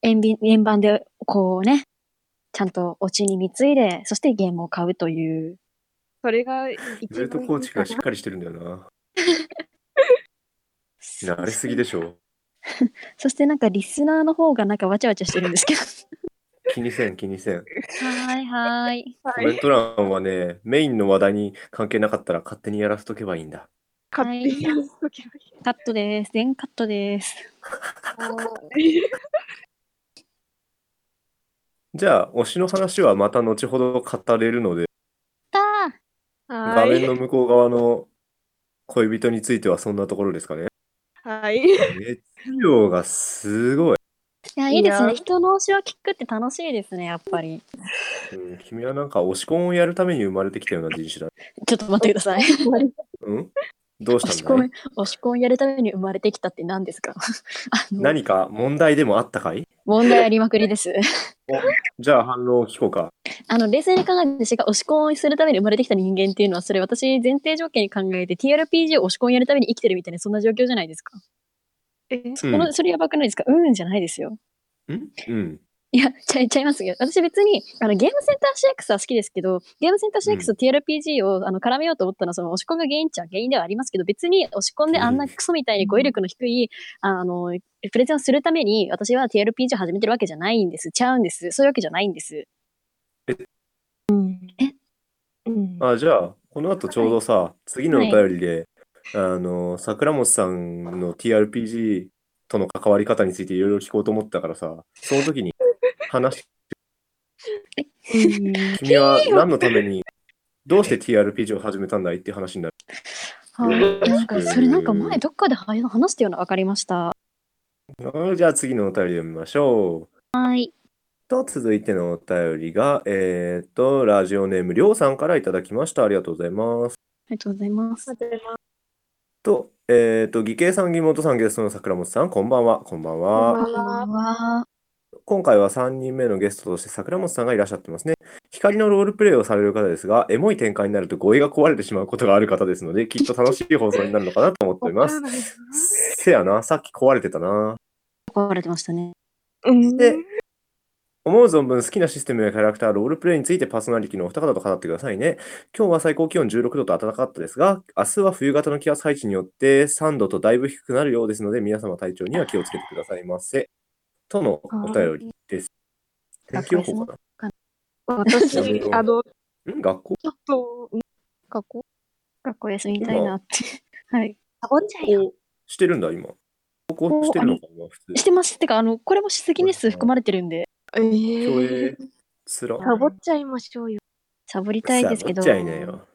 B: 円び円盤でこうねちゃんとお家に貢いでそしてゲームを買うという
C: それが一
A: ルート
C: 番
A: 構築がしっ
C: いいか
A: かりしてるんだよな。慣れすぎでしょ。
B: そしてなんかリスナーの方がなんかわちゃわちゃしてるんですけど
A: 気にせん、気にせん。
B: はいはい
C: な
A: コ
C: は
A: メ
C: い
A: ント欄はね、メインの話題に関係なかったら勝手にやらせとけばいいんだ。
C: 勝手にやるときは
B: カットです全カットです
A: じゃあ、推しの話はまた後ほど語れるので、
B: た
A: 画面
C: は
A: の向こう側の恋人についてはそんなところですかね。
C: い。はい。
A: 熱量がすごい。
B: いやいいです
C: い
B: ね
C: や
B: 人の推しを聞くって楽しいですねやっぱり
A: うん君はなんか推し婚をやるために生まれてきたような人種だ。
B: ちょっと待ってください
A: うんどう
B: 推
A: し
B: した
A: ん
B: コ
A: だ
B: ン
A: い
B: 推しコンやるために生まれてきたって何ですか あの
A: 何か問題でもあったかい
B: 問題ありまくりです
A: じゃあ反論を聞こうか。
B: あの冷静に考えて私が推し婚をするために生まれてきた人間っていうのはそれ私前提条件に考えて TRPG を推し婚やるために生きてるみたいなそんな状況じゃないですか、
C: え
A: うん
B: このそれやばくないですかうんじゃないですよ
A: うん。
B: いやちゃいちゃいますよ私別にあのゲームセンター CX は好きですけどゲームセンター CX と TRPG を、あの絡めようと思ったのはその推し婚が原因っちゃ原因ではありますけど別に推し婚であんなクソみたいに語彙力の低い、あのプレゼンをするために私は TRPG を始めてるわけじゃないんですちゃうんですそういうわけじゃないんです
C: うん。
A: あじゃあこの後ちょうどさ、次のお便りで、あの桜本さんの TRPG との関わり方についていろいろ聞こうと思ったからさその時に話し
C: うん
A: 君は何のためにどうして TRPG を始めたんだいっていう話になる。
B: はいなんかそれなんか前どっかでは話したような分かりました
A: あじゃあ次のお便り読みましょう。
B: はい
A: と、続いてのお便りが、えー、っと、ラジオネームりょうさんからいただきました。ありがとうございます。
B: りがとうございます。
A: と、えー、っと、義兄さん、義妹さん、ゲストの桜本さん、こんばんは。こんばんは。
C: こ
B: こ
C: んばん
B: んばんは
A: 今回は3人目のゲストとして桜本さんがいらっしゃってますね。光のロールプレイをされる方ですが、エモい展開になると語彙が壊れてしまうことがある方ですので、きっと楽しい放送になるのかなと思っております。せやな、さっき壊れてたな。
B: 壊れてましたね。
C: うん。
A: で思う存分好きなシステムやキャラクター、ロールプレイについてパーソナリティのお二方と語ってくださいね。今日は最高気温16度と暖かかったですが、明日は冬型の気圧配置によって3度とだいぶ低くなるようですので、皆様体調には気をつけてくださいませ。とのお便りです。天気予報か
C: 私、あの、ち
A: なうん学校
C: ょっと、
B: 学校学校休みたいなって。はい。サボっちゃ
A: してるんだ、今。投稿してるのかな、普通に
B: し。てます。てか、あの、これも出席日数含まれてるんで、
C: え
A: 競
C: ー
A: 泳、つら。
C: サボっちゃいましょうよ。
B: サボりたいですけど。
A: さあぶっちゃいなよ。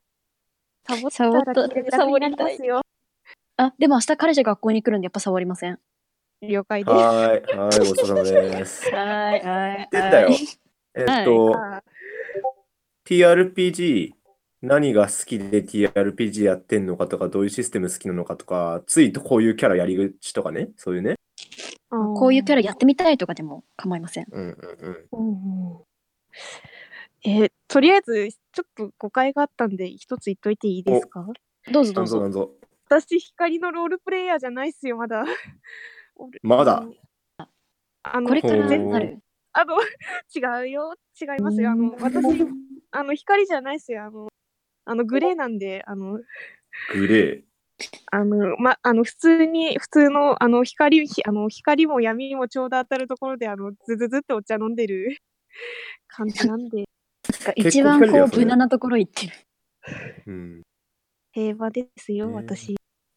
C: サボったら気が楽になりますよ。
B: あ、でも明日彼氏学校に来るんで、やっぱサボりません。
C: 了解です。
A: はーい、はーい、ごちそうさまです。
B: はい、はい。
A: 言ってんだよ。えっと、
C: あ
A: TRPG 何が好きで TRPG やってんのかとかどういうシステム好きなのかとかついこういうキャラやり口とかねそういうね
B: こういうキャ
C: ラ。
B: ラやってみたいとかでも構いません。
A: うんうん
C: うんうんえーとりあえず、ちょっと誤解があったんで、一つ言っといていいですか
B: どうぞ
A: な
B: ど
A: ん
B: う
A: ぞな
B: ぞ。
A: んぞ
C: 私、光のロールプレイヤーじゃないっすよ、まだ。俺
A: まだ。
C: あの、
B: これから
A: 全
B: なる。
C: あの、 違うよ、違いますよ。あの、私、あの、光じゃないっすよ。あの、あのグレーなんで、あの、
A: グレ
C: あの、ま、あの、普通に、普通の、あの、光、ひあの光も闇もちょうど当たるところで、あの、ずずずっとお茶飲んでる 感じなんで、
B: 一番
A: 結構光だ
B: こ
A: よ
B: う、
A: それ
B: 無難なところ行ってる。
A: ー、うん、
C: 平和ですよ、
A: ね
C: 私。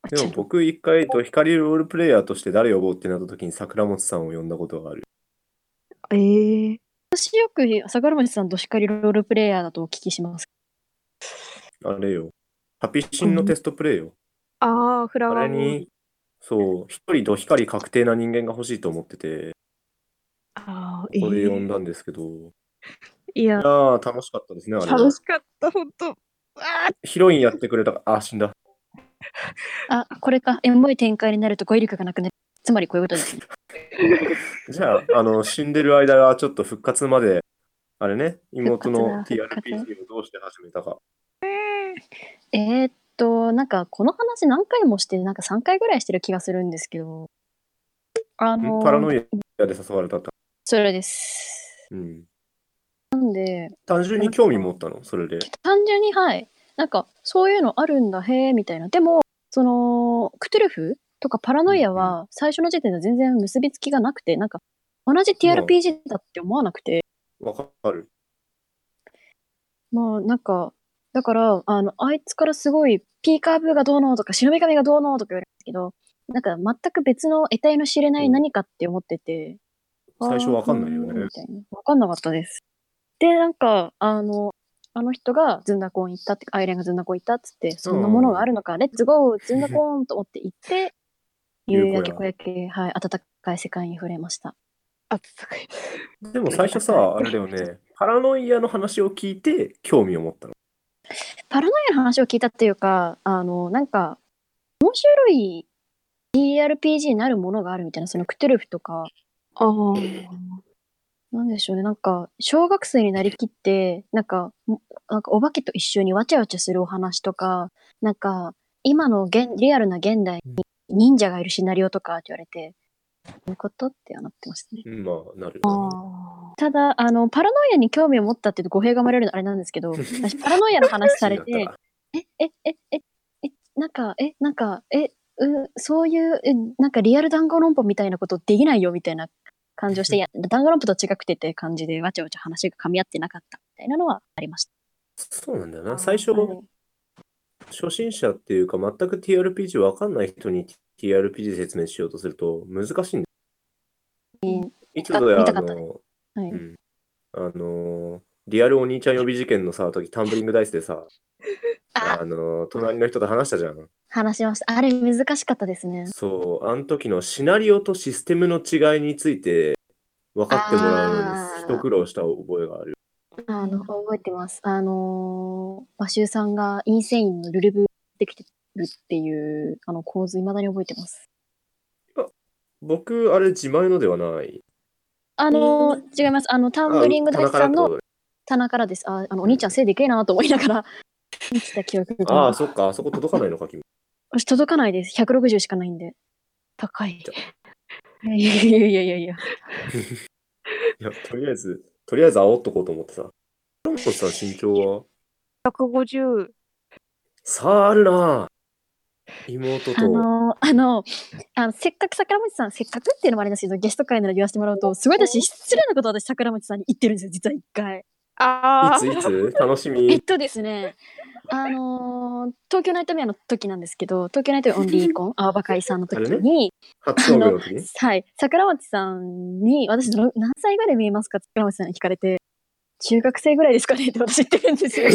A: でも僕一回と光ロールプレイヤーとして誰呼ぼうってなった時に桜本さんを呼んだことがある
C: えー、
B: 私よく、桜餅さんとしっかりロールプレイヤーだとお聞きします。
A: あれよハピシンのテストプレイよ、
C: ああ、フラワ
A: あれ
C: ーボーイ
A: にそう一人と光確定な人間が欲しいと思ってて
C: ああ、え
A: ここで呼ん
C: ー、
A: だんですけど、
C: い
A: い、
C: や
A: やー楽しかったですねあれは
C: 楽しかった、ほんと。あ
A: ヒロインやってくれたあ死んだ
B: あ、これか。エモい展開になると語彙力がなくなる。つまりこういうこ とですね。
A: じゃあ、あの、死んでる間はちょっと復活まで、あれね、妹の
B: 復活だ
A: TRPG をどうして始めたか。
B: えーっと、なんかこの話何回もして、なんか3回ぐらいしてる気がするんですけど。あの
A: んパラノイアで誘われたって。
B: それです。
A: うん。
B: なんで、
A: 単純に興味持ったの、それで。
B: 単純にはいなんかそういうのあるんだへえみたいなでもそのクトゥルフとかパラノイアは最初の時点では全然結びつきがなくてなんか同じ TRPG だって思わなくて、
A: わかる。
B: まあなんかだからあのあいつからすごいピーカーブーがどうのとか白女神がどうのとか言われるんですけどなんか全く別の得体の知れない何かって思ってて、
A: 最初わかんないよね
B: み。たいな。わかんなかったです。で、なんか、あの、あの人がズンダコーン行ったって、アイレンがズンダコーン行ったっつって、そんなものがあるのか、レッツゴーズンダコーンと思って 行って、
A: 夕
B: 夕
A: 焼
B: 焼
A: け
B: け小焼け、はい、暖かい世界に触れました。
C: あ、暖かい。
A: でも最初さ、あれだよね、パラノイアの話を聞いて、興味を持ったの。
B: パラノイアの話を聞いたっていうか、あの、なんか、面白い DRPG になるものがあるみたいな、そのクトゥルフとか、
C: ああ、
B: なんでしょうね、なんか、小学生になりきって、なんか、もなんかお化けと一緒にわちゃわちゃするお話とか、なんか、今の現リアルな現代に忍者がいるシナリオとかって言われて、そういうことってはなってましたね。
A: うんまあ、なる。
C: あ
B: ただ、あの、パラノイアに興味を持ったっていうと語弊が生まれるのあれなんですけど、私パラノイアの話され
A: 気に
B: て
A: なっ、
B: え、え、え、え、え、なんか、え、なんか、え、うそういう、えなんかリアル団子論法みたいなことできないよみたいな感じをして、いや、団子論法と違くてって感じで、わちゃわちゃ話が噛み合ってなかったみたいなのはありました。
A: たそうなんだよな。最初、
B: はい
A: 初心者っていうか、全く TRPG わかんない人に TRPG 説明しようとすると難しいんだよ。いつぞや、
B: 見
A: あ
B: たかった
A: の、
B: はい
A: うんあのーリアルお兄ちゃん予備事件のさ、時タンブリングダイスでさ、
B: あ
A: あのー隣の人と話したじゃん。
B: 話しました。あれ難しかったですね。
A: そう、あの時のシナリオとシステムの違いについて分かってもらうの
B: あ
A: に
B: ー
A: 一苦労した覚えがある。
B: あの、覚えてます。あのー、マシューさんがインセインのルルブできてるっていう、あの構図、未だに覚えてます。
A: 僕、あれ自前のではない。
B: あのー、違います。あの、タンブリング大
A: あ
B: 地さん
A: 田中だ
B: の
A: ってこ
B: 棚からです。あ、あの、お兄ちゃん背でけえなと思いな がら見てた記憶
A: とだああ、
B: が。
A: そっか、あそこ届かないのか、君。
B: 私届かないです。160しかないんで。高い。い
A: じ
B: やいやいやいやい
A: い
B: や。
A: や、とりあえず、とりあえず煽っとこうと思ってさ。ロンコさん、身長は
C: 150。
A: さあ、あるな妹と。
B: あのー、あの、あのせっかく桜餅さん、せっかくっていうのもあれなんですけど、ゲスト会なら言わせてもらうと、すごい私、失礼なことを私、桜餅さんに言ってるんですよ、実は一回。
C: あ
A: いついつ楽し
B: えっ
A: み。
B: とですね、あのー東京ナイトメアの時なんですけど、東京ナイトメアオンリーコ ン、青葉会さんの時
A: あれ
B: に、
A: 初勝負の時に。
B: はい、桜餅さんに、私どの、何歳ぐらい見えますかって桜餅さんに聞かれて、中学生ぐらいですかねって私言ってるんですよ。
C: い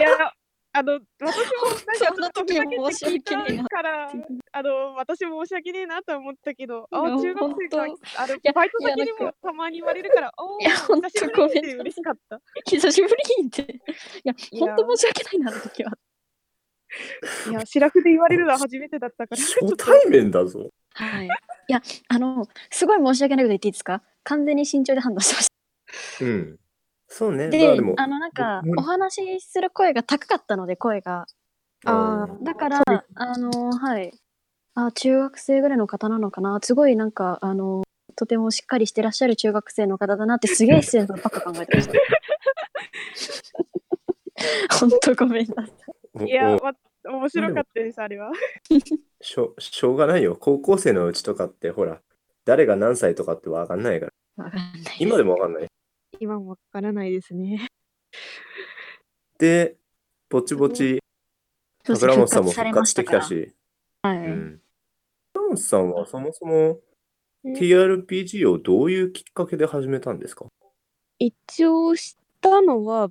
C: や、あの、私も、
B: その時も申し訳ねえな
C: から、あの、私も申し訳ねえなと思ったけど、あ、
B: いや
C: 中学生か、
B: 本
C: あの
B: や、
C: バイト先に
B: いやな
C: もたまに言われるから、おお、
B: いや本当
C: 久しぶり
B: ご
C: っ
B: め
C: て
B: んなさい
C: 嬉しかった。
B: 久しぶりって。いや、
C: いや
B: 本当申し訳ないな、あの時は。
C: いや、シラフで言われるのは初めてだったから、
A: 初対面だぞ。
B: はい。いや、あの、すごい申し訳ないこと言っていいですか完全に慎重で判断してました。
A: うん。そうね。
B: で、
A: まあでも、
B: あの、なんか
A: 僕、も
B: お話しする声が高かったので、声が。
C: あー
A: うん
B: だから、あの、はい。あ、中学生ぐらいの方なのかな。すごい、なんか、あの、とてもしっかりしてらっしゃる中学生の方だなって、す げえ失礼なことばっか考えてました。 本当ごめんなさい。
A: お
C: いや、
A: お
C: わ面白かったです、あれは。
A: しょしょうがないよ。高校生のうちとかって、ほら、誰が何歳とかってわかんないから。
B: わかんない。
A: 今でもわかんない。
C: 今もわからないですね。
A: で、ぼちぼち、
B: そう
A: 桜本さんも
B: され
A: 復
B: ま
A: 活し
B: してた
A: き
B: か
A: た
B: ら。
A: し。
B: は
A: う
B: い。
A: ん。桜本さんはそもそも
C: うん
A: TRPG をどういうきっかけで始めたんですか
C: 一応したのは、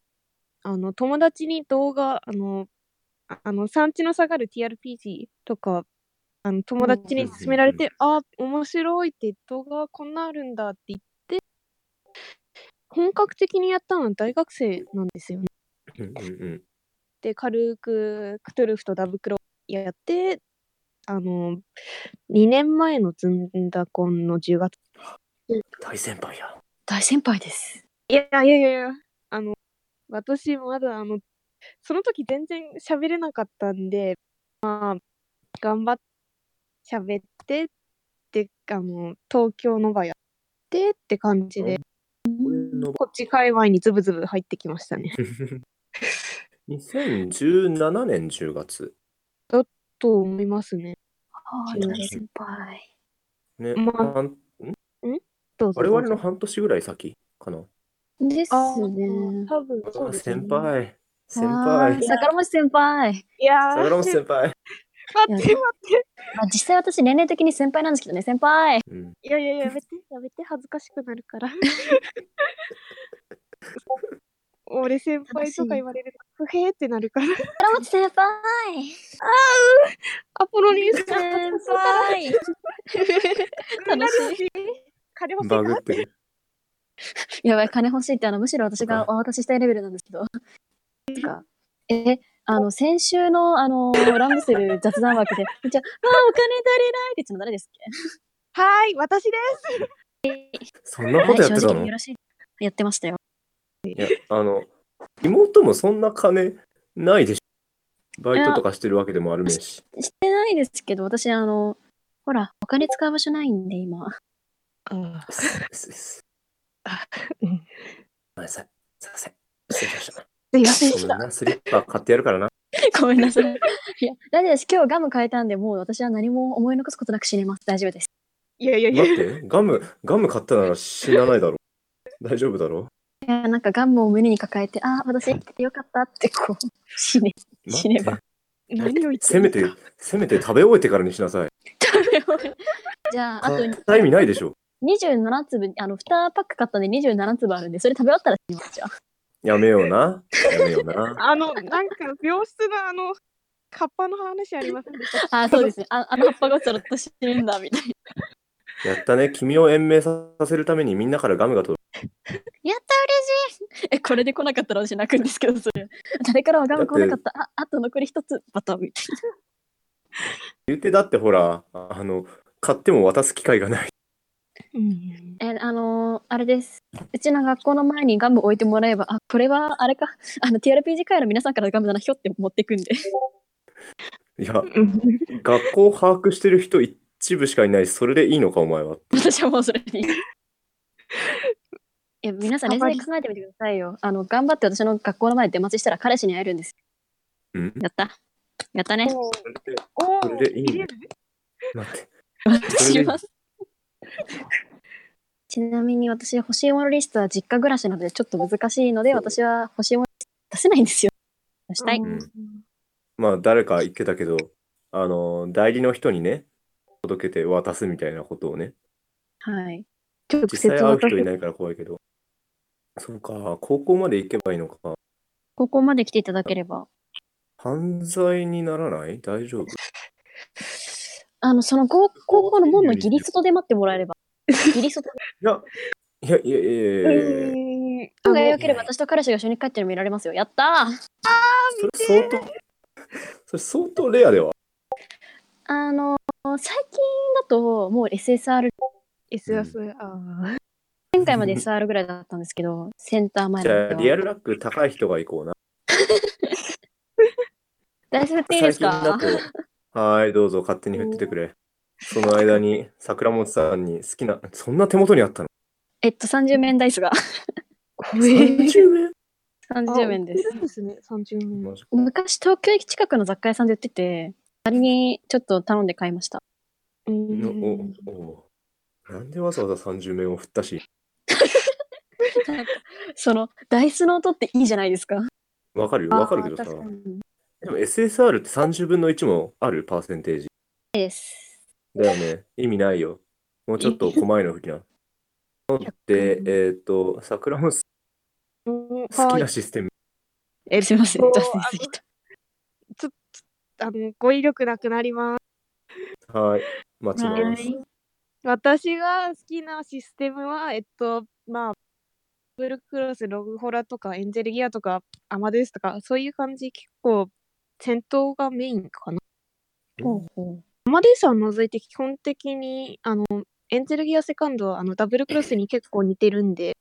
C: あの、友達に動画、あの、ああの、産地の下がる TRPG とか、あの友達に勧められて、あ、面白いって動画こんなあるんだって言って、本格的にやったのは大学生なんですよね。
A: うんうん
C: で、軽くクトゥルフとダブクロやって、あの、2年前のズンダコンの10月。
A: 大先輩や。
B: 大先輩です。
C: いやいやいやいや、あの、私まだあの、その時全然喋れなかったんで、まあ、頑張って喋ってって、あの、東京の場やってって感じで、
A: これ の
C: こっち界隈にズブズブ入ってきましたね。
A: 2017年10月。
C: と思いますね。
B: あ
C: ー
B: ー
C: 大
B: 大先輩。
A: ね、
C: まあ
A: 半
C: どうぞ
A: 我
C: どうぞ。
A: 々の半年ぐらい先かな。
B: です
C: あ
B: ね。
C: 多分そうですね
A: 先。輩。先
B: あー
A: 輩。
B: 桜餅先輩。
C: いやー、
A: 桜本
C: 待って
A: 先輩。
C: 待って。
B: まあ、実際私年齢的に先輩なんですけどね、先輩。
A: うん。
C: いやいやいや、やめて、やめて、恥ずかしくなる から。俺先輩とか言われると、不平ってなるから。
B: 桜餅先輩。
C: アポロニウ ス
B: 先輩。楽しい。
C: 金欲しい
A: バ
C: か
A: グってる。
B: やばい、金欲しいって、あの、むしろ私が
A: あ
B: お渡ししたいレベルなんですけど。なんかえ、あの、先週の、あの、ランドセル雑談枠で、めっちゃ、あー、お金足りないって言ったの誰ですっ
C: はーい、私で
A: そんなこ
B: け
A: とやっ
B: はい
A: て
B: 正
A: た
B: 直に
A: の
B: よ
A: い
B: ろしい。やってましたよ。
A: や、あの、妹もそんな金ないでしょ。バイトとかしてるわけでもあるめえし。
B: してないですけど、私、あの、ほら、お金使う場所ないんで、今。
C: す。
A: すす
C: あ
A: ご
C: う
A: めん
C: ん
A: なさい。すいません。失礼しました。
C: すい
A: ご
C: ませんで
A: め
C: し
A: ん
C: た。
A: な、スリッパ買ってやるからな。
B: ごめんなさい。いや、大丈夫です。今日ガム変えたんで、もう私は何も思い残すことなく死ねます。大丈夫です。
C: いやいやいや
A: 待、って、ガム、ガム買ったなら死なないだろ。大丈夫だろ。
B: いや、なんかガムを胸に抱えて、ああ、私生きててよかったって、こう、死ね、
A: 待
B: 死ね
A: って
B: ば。
C: 何を言って
A: せめて、せめて食べ終えてからにしなさい。
B: じゃあ、あと
A: 買った意味ないでしょ。
B: 27粒、あの、2パック買ったんで27粒あるんで、それ食べ終わったら死ねます。じゃあ。
A: やめような。やめような。
C: あの、なんか、病室のあの、カッパの話ありませんでした。
B: あー、そうですね。ああの葉っぱがそろっと死ぬんだ、みたい
A: やったね。君を延命させるためにみんなからガムが届
B: やった嬉しい え、これで来なかったら私泣くんですけど、それ。 誰からはガム来なかった。あ、あと残り一つ、バターみたいな。
A: いて、だってほら、あの、買っても渡す機会がない。
C: うん
B: え、あのーあれです。うちの学校の前にガム置いてもらえば、あ、これはあれか、あの TRPG 会の皆さんからガムだな、ひょって持ってくんで。
A: いや、学校を把握してる人一部しかいないし、それでいいのか、お前は。
B: 私はもうそれに。いや、皆さん、冷静に考えてみてくださいよ。あの、頑張って私の学校の前で出待ちしたら彼氏に会えるんです。
A: うん
B: やった。やったね。
C: おー
A: それで
C: お
A: それでいいね
C: ー、入れる
A: 待って。そ
B: し
A: れで
B: ます。ちなみに私、欲しいものリストは実家暮らしなのでちょっと難しいので、私は欲しいものリスト出せないんですよ。出したい。
A: んまあ、誰か言ってたけど、あの、代理の人にね、届けて渡すみたいなことをね、
B: はい。直
A: 実
B: 接
A: 際会う
B: 渡
A: 人い
B: す。
A: ないから怖いけど。そうか、高校まで行けばいいのか。
B: ここまで来ていただければ。
A: 犯罪にならない大丈夫
B: あの、その高高校の門のギリ外で待ってもら えれば。ギリ外で。
A: いや、いやいやいやいやいやいや、
C: え
B: 運が良ければ私と彼氏が一緒に帰ってるの見られますよ。やったー
A: それ相当、それ相当レアでは。
B: あの最近だともう SSR
C: ー、SS、ああ。
B: 前回まで SR ぐらいだったんですけどセンター前
A: じゃあ、リア
B: ル
A: ルラック高い人が行こうな。
B: 大丈夫っていいですか
A: 最近だと、はーい、どうぞ勝手に振っててくれ。その間に、桜本さんに好きな、そんな手元にあったの
B: えっと30面ダイ スが
C: こえ。
A: ?30 円
B: 30面です
C: あ売ってるんですね、30面。
A: マジか
B: 昔東京駅近くの雑貨屋さんで売ってて仮にちょっと頼んで買い ました
C: う
A: の
C: ん
A: おおなんでわざわざ30面を振ったし、
B: そのダイスの音っていいじゃないですか
A: わかるよ、わかるけどさ
C: あー。確かに
A: でも SSR って30分の1もあるパーセンテージ。
B: です
A: だよね。意味ないよ。もうちょっと細いの吹きな。ので、えっ、と、桜も好
C: うんはい
A: きなシステム。
B: えすいません
C: そう
B: 雑誌すぎた
C: あの語彙力なくなります。
A: はい。待ちま
B: は
A: す。
B: い
C: 私が好きなシステムは、えっと、まあ、ブルクロス、ログホラとか、エンジェルギアとか、アマデウスとか、そういう感じ、結構、戦闘がメインかな。
B: ほう ほう
C: アマデウスは除いて、基本的に、あの、エンジェルギアセカンドは、あの、ダブルクロスに結構似てるんで、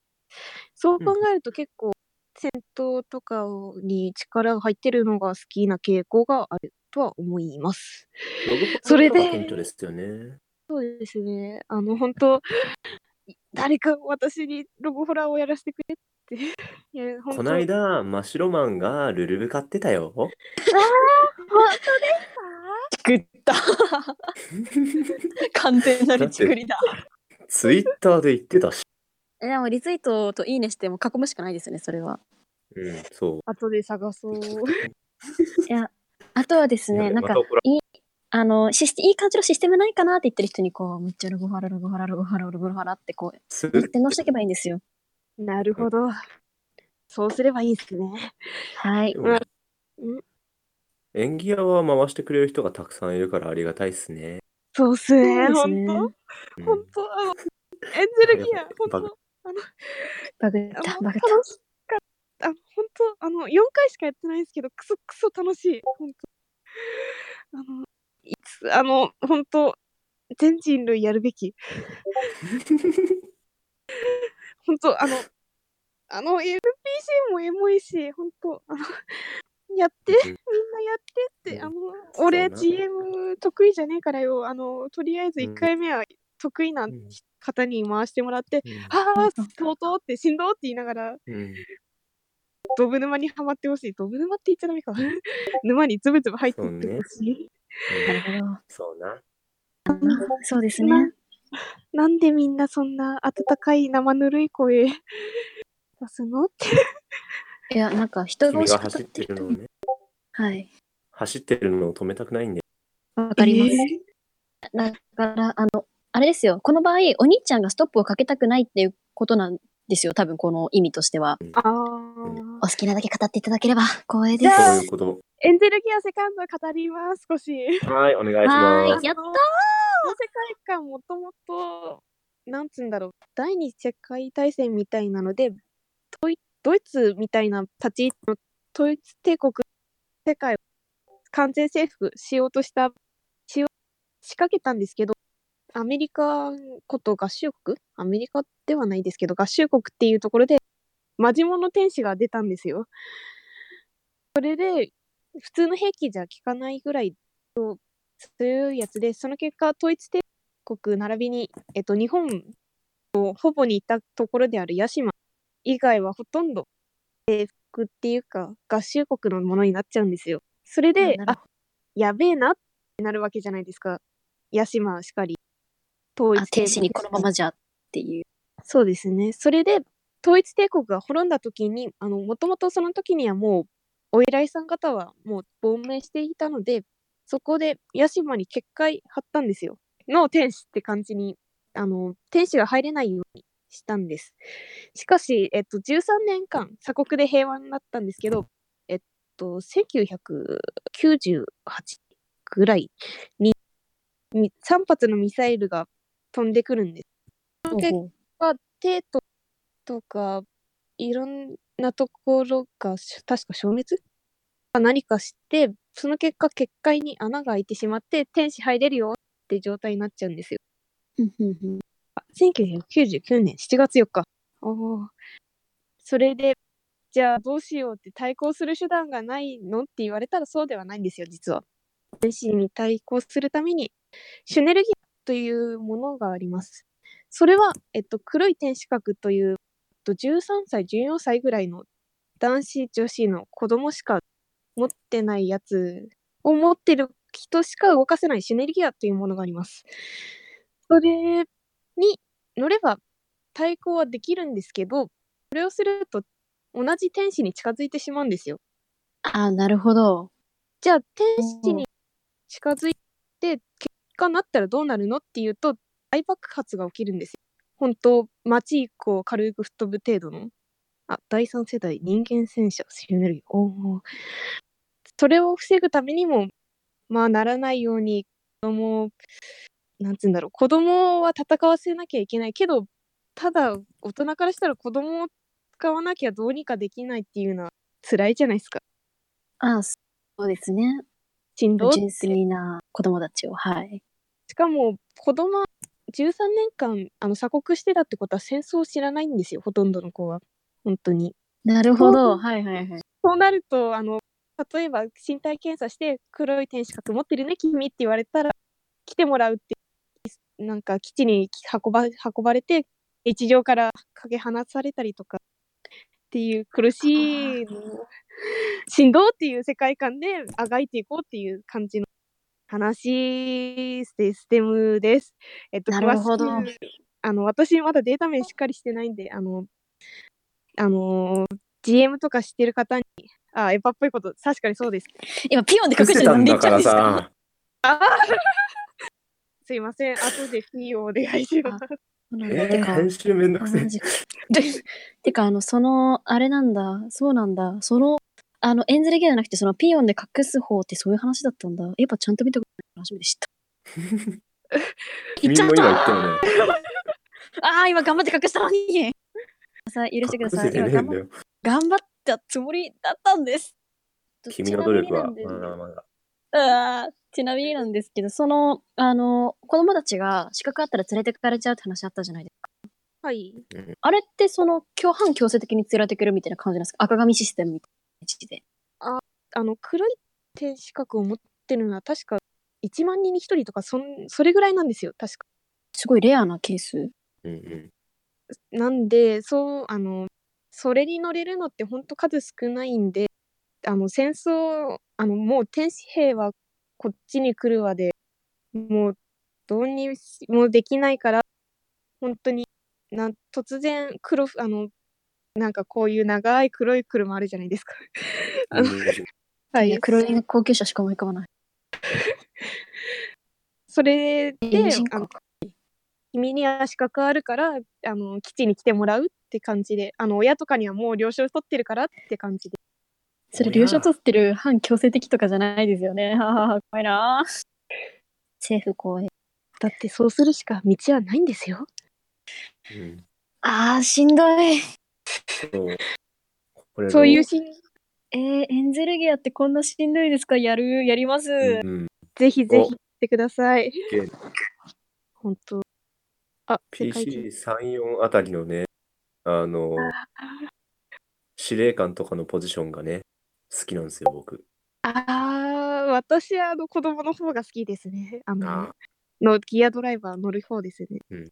C: そう考えると結構、戦闘とかに力が入ってるのが好きな傾向があるとは思います。
A: ログポット
C: それで
A: がヒントですよね。
C: そうですね。あの、本当誰か私にロゴホラーをやらせてくれって。い や、本当
A: こないだ、マシロマンがルルブ買ってたよ。
B: チクった完全なるチクりだ
A: ツイッターで言ってたし。
B: えでもリツイートといいねしても囲むしかないですよねそれは
A: うん、そう。
C: 後で探そう。
B: いや、あとはです
A: や
B: ね、
A: べ
B: なん
A: ま
B: か
A: た、怒ら
B: あの、システいい感じのシステムないかなって言ってる人に、こう、めっちゃロゴハラ、ロゴハラ、ロゴハラ、ロゴハラって、こう、
A: す
B: 点直していけばいいんですよ。
C: なるほど。そうすればいいですね。
B: はい。
C: うん
A: 演技屋は回してくれる人がたくさんいるからありがたいっすね。
C: そうっすね。
B: そうです
C: 本
B: ね
C: 当
A: うん
C: 本当あの、エンジェルギア、本当あの、
B: バグった、
C: あの
B: バグっ
C: 楽しかった。あの、本当あの、4回しかやってないんですけど、クソクソ楽しい。本当あの、いつ、あの、本当全人類やるべき。本当あの、あの LPC もエモいし、本当あの、 やって、みんなやってって、あの、俺
A: そうな
C: GM 得意じゃねえからよ、あの、とりあえず
A: う
C: 1
A: ん
C: 回目は得意な
A: うん
C: 方に回してもらって、ああ、とうとうって、しんどうって言いながら、
A: うん
C: ドブ沼にはまってほしい。ドブ沼って言っちゃダメか。 沼にズブズブ入ってってほしい。
B: た。なるほど。
A: そうな。
B: そうです
C: な
B: ね。
C: なんでみんなそんな温かい生ぬるい声出すのって。
B: いや、なんか、人が
A: 君
B: 欲
A: が
B: しく
A: 走
B: っ
A: ってる
B: て
A: の
B: る
A: をね、
B: はい。
A: 走ってるのを止めたくないんで。
B: わかります。だから、あの、あれですよ。この場合、お兄ちゃんがストップをかけたくないっていうことなんですよ。多分、この意味としては。
C: ああ。
B: お好きなだけ語っていただければ光栄で
C: じ
B: す。
C: ゃあ
A: そういうこと。
C: エンゼルギアセカンド語ります、少し。
A: はい、お願いし
B: は
A: ま
B: ーい。
A: す。
B: やった
C: の世界観もともと、なんつうんだろう、第二次世界大戦みたいなので、ドイドイツみたいな立ち位置のドイツ帝国、世界を完全征服しようとした、しよう仕掛けたんですけど、アメリカこと合衆国アメリカではないですけど、合衆国っていうところで、マジモの天使が出たんですよ。それで、普通の兵器じゃ効かないぐらい強いやつで、その結果、統一帝国並びに、えっと、日本のほぼにいたところである屋島以外はほとんど征服っていうか、合衆国のものになっちゃうんですよ。それで、
B: うんなる
C: あやべえなってなるわけじゃないですか。屋島しかり、統
B: あ
C: 一
B: 天使にこのままじゃっていう。
C: そうですね。それで、統一帝国が滅んだ時に、あの、もともとその時にはもう、お偉いさん方はもう亡命していたので、そこで屋島に結界張ったんですよ。の天使って感じに、あの、天使が入れないようにしたんです。しかし、えっと、13年間、鎖国で平和になったんですけど、えっと、1998ぐらいに、に3発のミサイルが飛んでくるんです。結
B: ほうほう
C: 帝都とかいろんなところがし確か消滅か何かしてその結果結界に穴が開いてしまって天使入れるよって状態になっちゃうんですよ。
B: うんうんうん
C: あ1999年7月4日。おーそれでじゃあどうしようって対抗する手段がないのって言われたらそうではないんですよ実は。天使に対抗するためにシュネルギアというものがあります。それは、えっと、黒い天使閣という、えっと、13歳14歳ぐらいの男子女子の子供しか持ってないやつを持ってる人しか動かせないシュネルギアというものがあります。それに乗れば対抗はできるんですけど、それをすると同じ天使に近づいてしまうんですよ。
B: あーなるほど。
C: じゃあ天使に近づいて結果になったらどうなるのっていうと大爆発が起きるんですよ。本当街一個を軽く吹っ飛ぶ程度の。あ第三世代人間戦車シュネルギーおーそれを防ぐためにもまあならないように子供をなんつうんだろう子供は戦わせなきゃいけないけどただ大人からしたら子供を使わなきゃどうにかできないっていうのは辛いじゃないですか。
B: あーそうですね。
C: しんどって
B: 純粋な子供たちを。はい。
C: しかも子供は13年間あの鎖国してたってことは戦争を知らないんですよほとんどの子は本当に。
B: なるほど。はいはいはい。
C: そうなるとあの例えば身体検査して黒い天使閣持ってるね君って言われたら来てもらうってなんか基地に運ば運ばれて日常からかけ離されたりとかっていう苦しいのをしんどーっていう世界観であがいていこうっていう感じの話システムです。えっと、
B: なるほど
C: 詳しくあの私まだデータ面しっかりしてないんであのあのー GM とかしてる方にあエヴァっぽいこと確かにそうです
B: 今ピヨンで隠
A: 伏せ
B: して
A: た
B: たの
A: ん
B: り
A: だ
B: っち
A: か
B: ゃん
A: ら
B: でした。
A: さ。
C: すいません後で P をお願いします
B: そうなん
A: え
B: だ
A: ー
B: てか
A: 編集めんどく
B: あ
A: せ
B: マ
A: え。
B: ジかてか、あの、その、あれなんだ、そうなんだ、その、あの、エンゼルギアじゃなくて、そのピヨンで隠す方ってそういう話だったんだ。やっぱちゃんと見たことない初めて知った。言っ
A: 君
B: ちゃっ
A: も今言ったたよね。
B: ああ、今頑張って隠したのにさあ、許してくだ
A: 伏
B: さ
A: せ
B: い。
A: て
B: 今
A: ねえんだ
B: 頑張っ
A: よ。
B: 頑張ったつもりだったんです。
A: 君の努力は
B: ちなみに
A: ま
B: なん
A: だ
B: で
A: まだ。
B: あーちなみになんですけど、その、あの、子供たちが資格あったら連れてかれちゃうって話あったじゃないですか。
C: はい
B: あれって、その、強反強制的に連れてくるみたいな感じなんですか赤髪システムみたいな感じで。
C: あの黒い天使閣を持ってるのは確か1万人に1人とかそんそれぐらいなんですよ確か
B: すごいレアなケース。
A: うんうん。
C: なんでそうあのそれに乗れるのってほんと数少ないんであの戦争あのもう天使兵はこっちに来るわでもうどうにもできないから本当になん突然黒あのなんかこういう長い黒い車あるじゃないですか。 あのはい
B: や黒い高級車しか思い浮かばない。
C: それで
B: 人参
C: あの
B: か
C: 君には資格あるからあの基地に来てもらうって感じであの親とかにはもう了承取ってるからって感じで
B: それ、了承取ってる反強制的とかじゃないですよね。はははは怖いな。政府公演。
C: だってそうするしか道はないんですよ。
A: うん
B: あー、しんどい。
A: そうこれの
C: そういうシーン、
B: えー、エンゼルギアってこんなしんどいですかやる、やります。
A: うん、
C: ぜひぜひ行ってください
A: オッケ。
C: 本当。あ、世界中
A: PC34 あたりのね、あの、司令官とかのポジションがね、好きなんですよ、僕。
C: ああ、私はあの子供の方が好きですね。あの
A: あ
C: のギアドライバー乗る方ですね。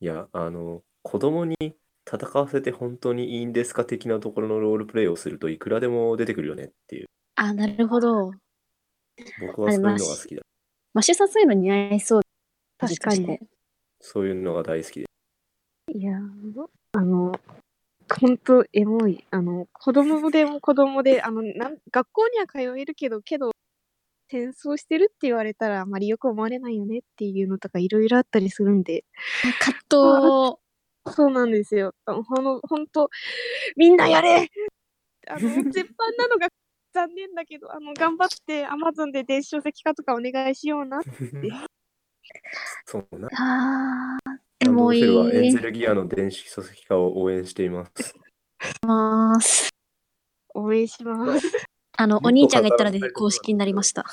A: いや、あの、子供に戦わせて本当にいいんですか的なところのロールプレイをするといくらでも出てくるよねっていう。
B: あ、なるほど。
A: 僕はそういうのが好きだ。
B: マシュさんそういうの似合いそう。
C: 確かに。
B: ね。
A: そういうのが大好きで。
C: いやー、あの、本当エモい。あの、子供でも子供で、あの、なん学校には通えるけど、けど、戦争してるって言われたらあまりよく思われないよねっていうのとかいろいろあったりするんで、
B: 葛藤。
C: そうなんですよ。あのほの本当みんなやれ あの、絶版なのが残念だけど、あの、頑張って、アマゾンで電子書籍化とかお願いしような。
A: そうな。
B: あー、エ
A: ランド
B: モ
A: セルはエン
B: い
A: ゼ。ルギアの電子書籍化を応援しています。
B: ます。
C: 応援します。
B: あの、
A: もっと
B: お兄ちゃんが言った
A: 語ら
B: らね
A: れたい、ところ
B: 公式になりました。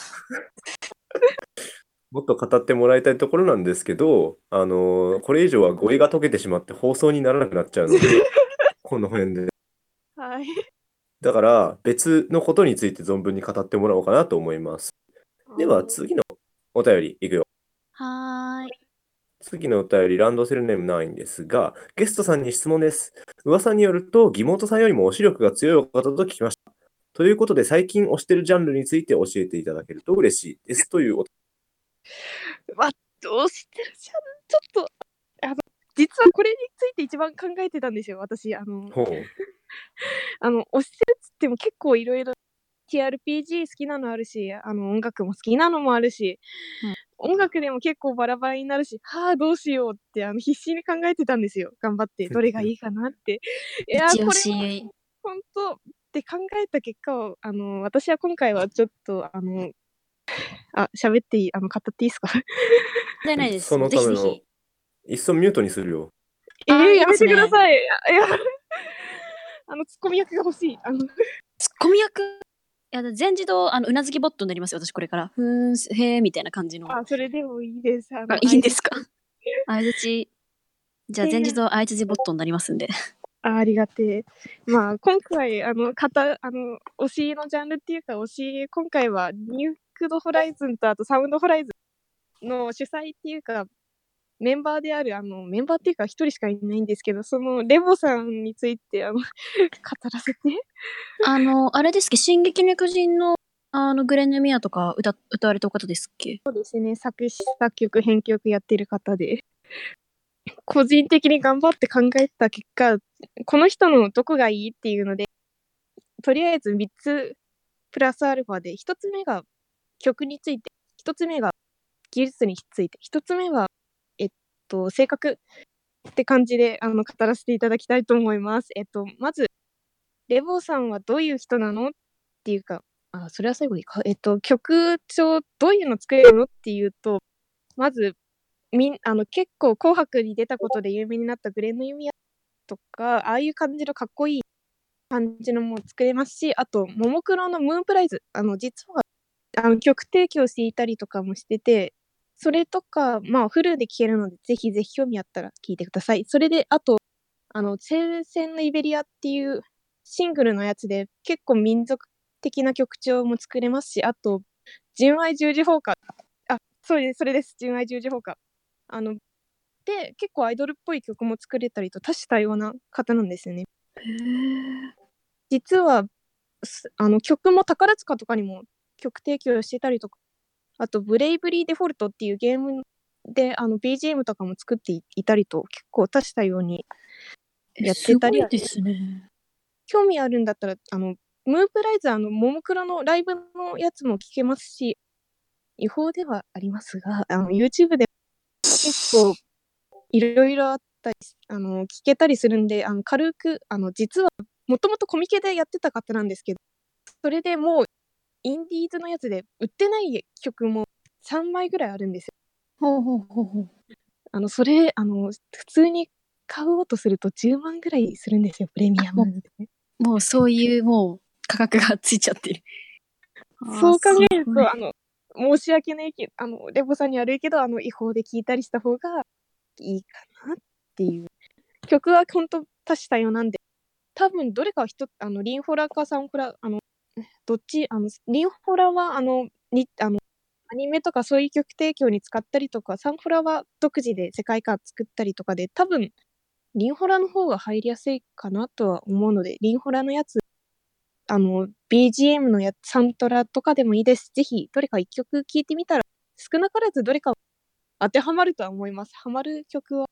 A: もっと語ってもらいたいところなんですけど、あのこれ以上は語彙が解けてしまって放送にならなくなっちゃうので、この辺で。
C: はい。
A: だから、別のことについて存分に語ってもらおうかなと思います。では、次のお便りいくよ。
B: はーい。
A: 次のお便り、ランドセルネームないんですが、ゲストさんに質問です。噂によると、義妹さんよりも推し力が強い方と聞きました。ということで、最近推してるジャンルについて教えていただけると嬉しいです。というお
C: どうしてるじゃんちょっと、あの、実はこれについて一番考えてたんですよ、私。あの、
A: ほう。
C: あの、推してるっつっても結構いろいろ TRPG 好きなのあるし、あの、音楽も好きなのもあるし、音楽でも結構バラバラになるし、はあ、どうしようって、あの、必死に考えてたんですよ。頑張って、どれがいいかなって。いやー、
B: 一押
C: これも
B: し。
C: 本当って考えた結果をあの私は今回はちょっとあのあ喋っていいあの語っていいですか
B: 問題ないです。
A: そのための
B: ぜひぜひ
A: いっそミュートにするよ。
C: えー、
B: いい
C: や
B: で
C: め
B: す
C: て
B: ね
C: くださいいやいやあのツッコミ役が欲しいあの
B: ツッコミ役。いや、全自動、あの、うなずきボットになりますよ、私これから。ふーん、へー、みたいな感じの。あ
C: あそれでもいいですあの
B: いいんですか相づち。じゃあ、
C: いや
B: 全
C: いや
B: 自動相づちボットになりますんで。
C: あありがてえまあ今回あの型あの推しのジャンルっていうか推し今回はニュークドホライズンとあとサウンドホライズンの主催っていうかメンバーであるあのメンバーっていうか一人しかいないんですけどそのレボさんについてあの語らせて
B: あの、あれですっけど、進撃の巨人の、あの、グレヌミアとか歌、歌われた方ですっけ
C: そうですね作詞作曲編曲やってる方で 個人的に頑張って考えた結果この人のどこがいいっていうのでとりあえず3つプラスアルファで1つ目が曲について1つ目が技術について1つ目はえっと性格って感じであの語らせていただきたいと思います。えっとまずレボーさんはどういう人なのっていうかあ、それは最後にか。えっと、曲調、どういうの作れるのっていうと、まず、みんあの結構、紅白に出たことで有名になったグレンの弓矢とか、ああいう感じのかっこいい感じのも作れますし、あと、ももクロのムーンプライズ、あの実はあの曲提供していたりとかもしてて、それとか、まあ、フルで聴けるので、ぜひぜひ興味あったら聴いてください。それで、あと、あの、青戦のイベリアっていうシングルのやつで、結構民族的な曲調も作れますし、あと、純愛十字砲火。あ、そうです、それです、純愛十字砲火。あの、で、結構アイドルっぽい曲も作れたりと、多種多様な方なんですよね。実は、すあの、曲も宝塚とかにも曲提供してたりとか、あと、ブレイブリーデフォルトっていうゲームで、あの、BGM とかも作っていいたりと、結構多種多様にやってたり
B: すごいですね。
C: 興味あるんだったら、あの、ムープライズ、あの、ももクロのライブのやつも聞けますし、違法ではありますが、あの、YouTube で結構、いろいろあったり、あの、聞けたりするんで、あの、軽く、あの、実は、もともとコミケでやってた方なんですけど、それでもう、インディーズのやつで、売ってない曲も3枚ぐらいあるんですよ。
B: ほうほうほうほう。
C: あの、それ、あの、普通に買おうとすると10万ぐらいするんですよ、プレミアムなんて。
B: もうそういうもう価格がついちゃってる。
C: そう考
B: え
C: えると、あの、申し訳ないけど、あの、レボさんに悪いけど、あの、違法で聞いたりした方がいいかなっていう。曲は本当多種多様なんで、多分どれかは一つ、あの、リンフォラかサンフラ、あの、どっち、あの、リンフォラは、あの、に、あの、アニメとかそういう曲提供に使ったりとか、サンフラは独自で世界観作ったりとかで、多分、リンフォラの方が入りやすいかなとは思うので、リンフォラのやつ、あの、BGM のやサントラとかでもいいです。ぜひ、どれか一曲聴いてみたら、少なからずどれか当てはまるとは思います。ハマる曲は、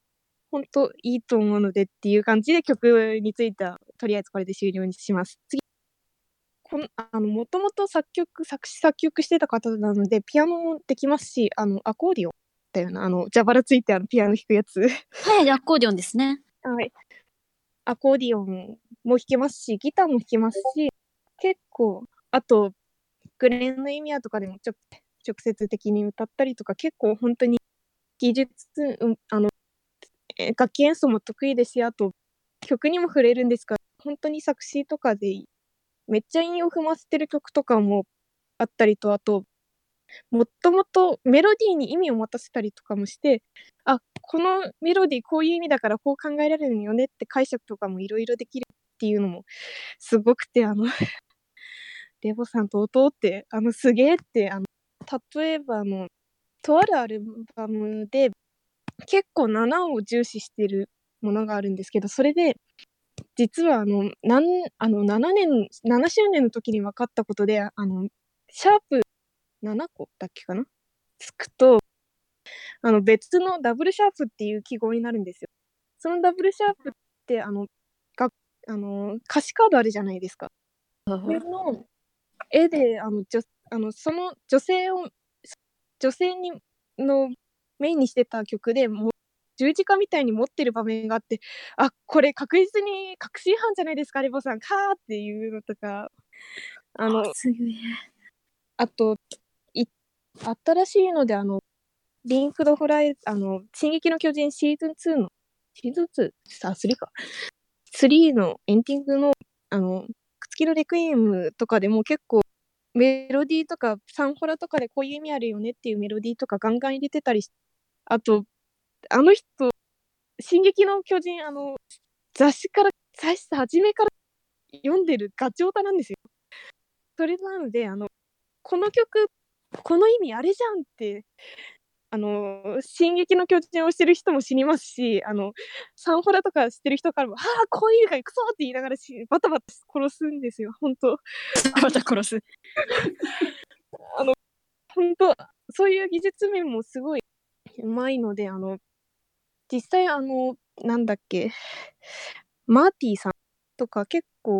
C: 本当いいと思うのでっていう感じで曲については、とりあえずこれで終了にします。次。このあのもともと作曲、作詞作曲してた方なので、ピアノもできますし、あの、アコーディオンだよな、あの、蛇腹ついてあのピアノ弾くやつ。
B: はい、アコーディオンですね。
C: はい。アコーディオンも弾けますし、ギターも弾けますし、結構、あと、グレンの意味アとかでもちょ直接的に歌ったりとか、結構本当に技術、うん、あの、えー楽器演奏も得意ですし、あと、曲にも触れるんですが、本当に作詞とかで、めっちゃ韻を踏ませてる曲とかもあったりと、あと、もっともっとメロディーに意味を持たせたりとかもして、あこのメロディーこういう意味だからこう考えられるよねって解釈とかもいろいろできるっていうのもすごくてあのレボさんと弟ってあのすげえってあの例えばあのとあるアルバムで結構7を重視してるものがあるんですけどそれで実はあのなんあの7年7周年の時に分かったことであのシャープ7個だっけかなつくとあの別のダブルシャープっていう記号になるんですよ。そのダブルシャープってあのがあの歌詞カードあるじゃないですか。これの絵であの女あのその女性を女性にのメインにしてた曲でもう十字架みたいに持ってる場面があってあこれ確実に確信犯じゃないですかレボさんかーっていうのとかあの
B: すげえ。
C: あと、い新しいので、あの、リンクドホライ、あの、進撃の巨人シーズン2の、シーズン 2? あ、3か。3のエンディングの、あの、月のレクイエムとかでも結構、メロディーとか、サンホラとかでこういう意味あるよねっていうメロディーとかガンガン入れてたりしあと、あの人、進撃の巨人、あの、雑誌から、雑誌初めから読んでるガチオタなんですよ。それなので、あの、この曲この意味あれじゃんってあの「進撃の巨人」をしてる人も死にますしあのサンホラとかしてる人からも「ああこういうがクソ!」って言いながらしバタバタ殺すんですよ本当
B: また殺す。
C: 本当そういう技術面もすごいうまいのであの実際あのなんだっけマーティーさんとか結構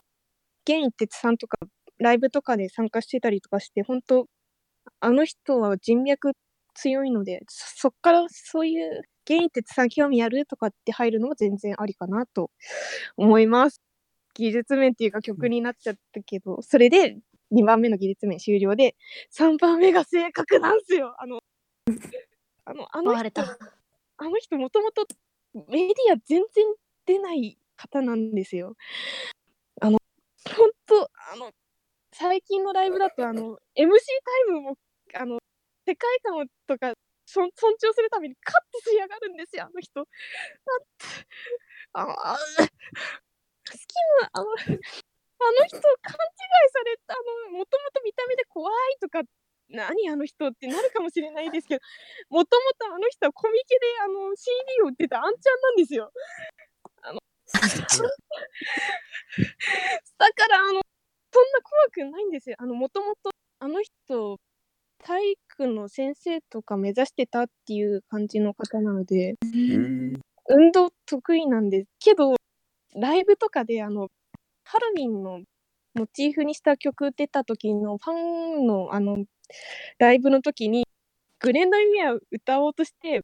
C: 源一哲さんとかライブとかで参加してたりとかして本当あの人は人脈強いのでそそっからそういう源一哲さん興味あるとかって入るのも全然ありかなと思います技術面っていうか曲になっちゃったけどそれで2番目の技術面終了で3番目が正確なんすよあの あのあの
B: バ
C: 人
B: レた。
C: あの人もともとメディア全然出ない方なんですよ。あの、ほんと、あの、最近のライブだと、あの、MC タイムも、あの、世界観をとか、そん尊重するためにカットしやがるんですよ、あの人。なんて、ああ、好きな、あの、あの人、勘違いされた、あの、もともと見た目で怖いとか、何あの人ってなるかもしれないですけど、もともとあの人はコミケであの CD を売ってたあんちゃんなんですよ。だからあのそんな怖くないんですよ。あのもともとあの人体育の先生とか目指してたっていう感じの方なので運動得意なんですけどライブとかであのハロウィンのモチーフにした曲出た時のファンのあのライブの時にグレンド・イミアを歌おうとして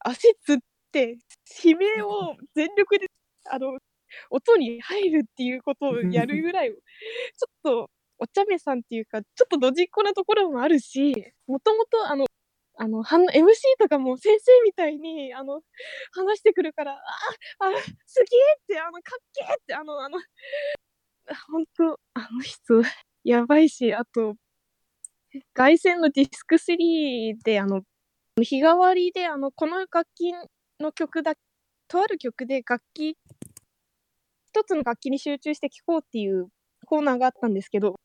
C: 足つって悲鳴を全力であの音に入るっていうことをやるぐらいちょっとお茶目さんっていうかちょっとドジっ子なところもあるしもともとあのあの、はん MC とかも先生みたいに、あの、話してくるから、ああ、あすげえって、あの、かっけえって、あの、あの、本当あの人、やばいし、あと、外線のディスク3で、あの、日替わりで、あの、この楽器の曲だ、とある曲で楽器、一つの楽器に集中して聴こうっていうコーナーがあったんですけど、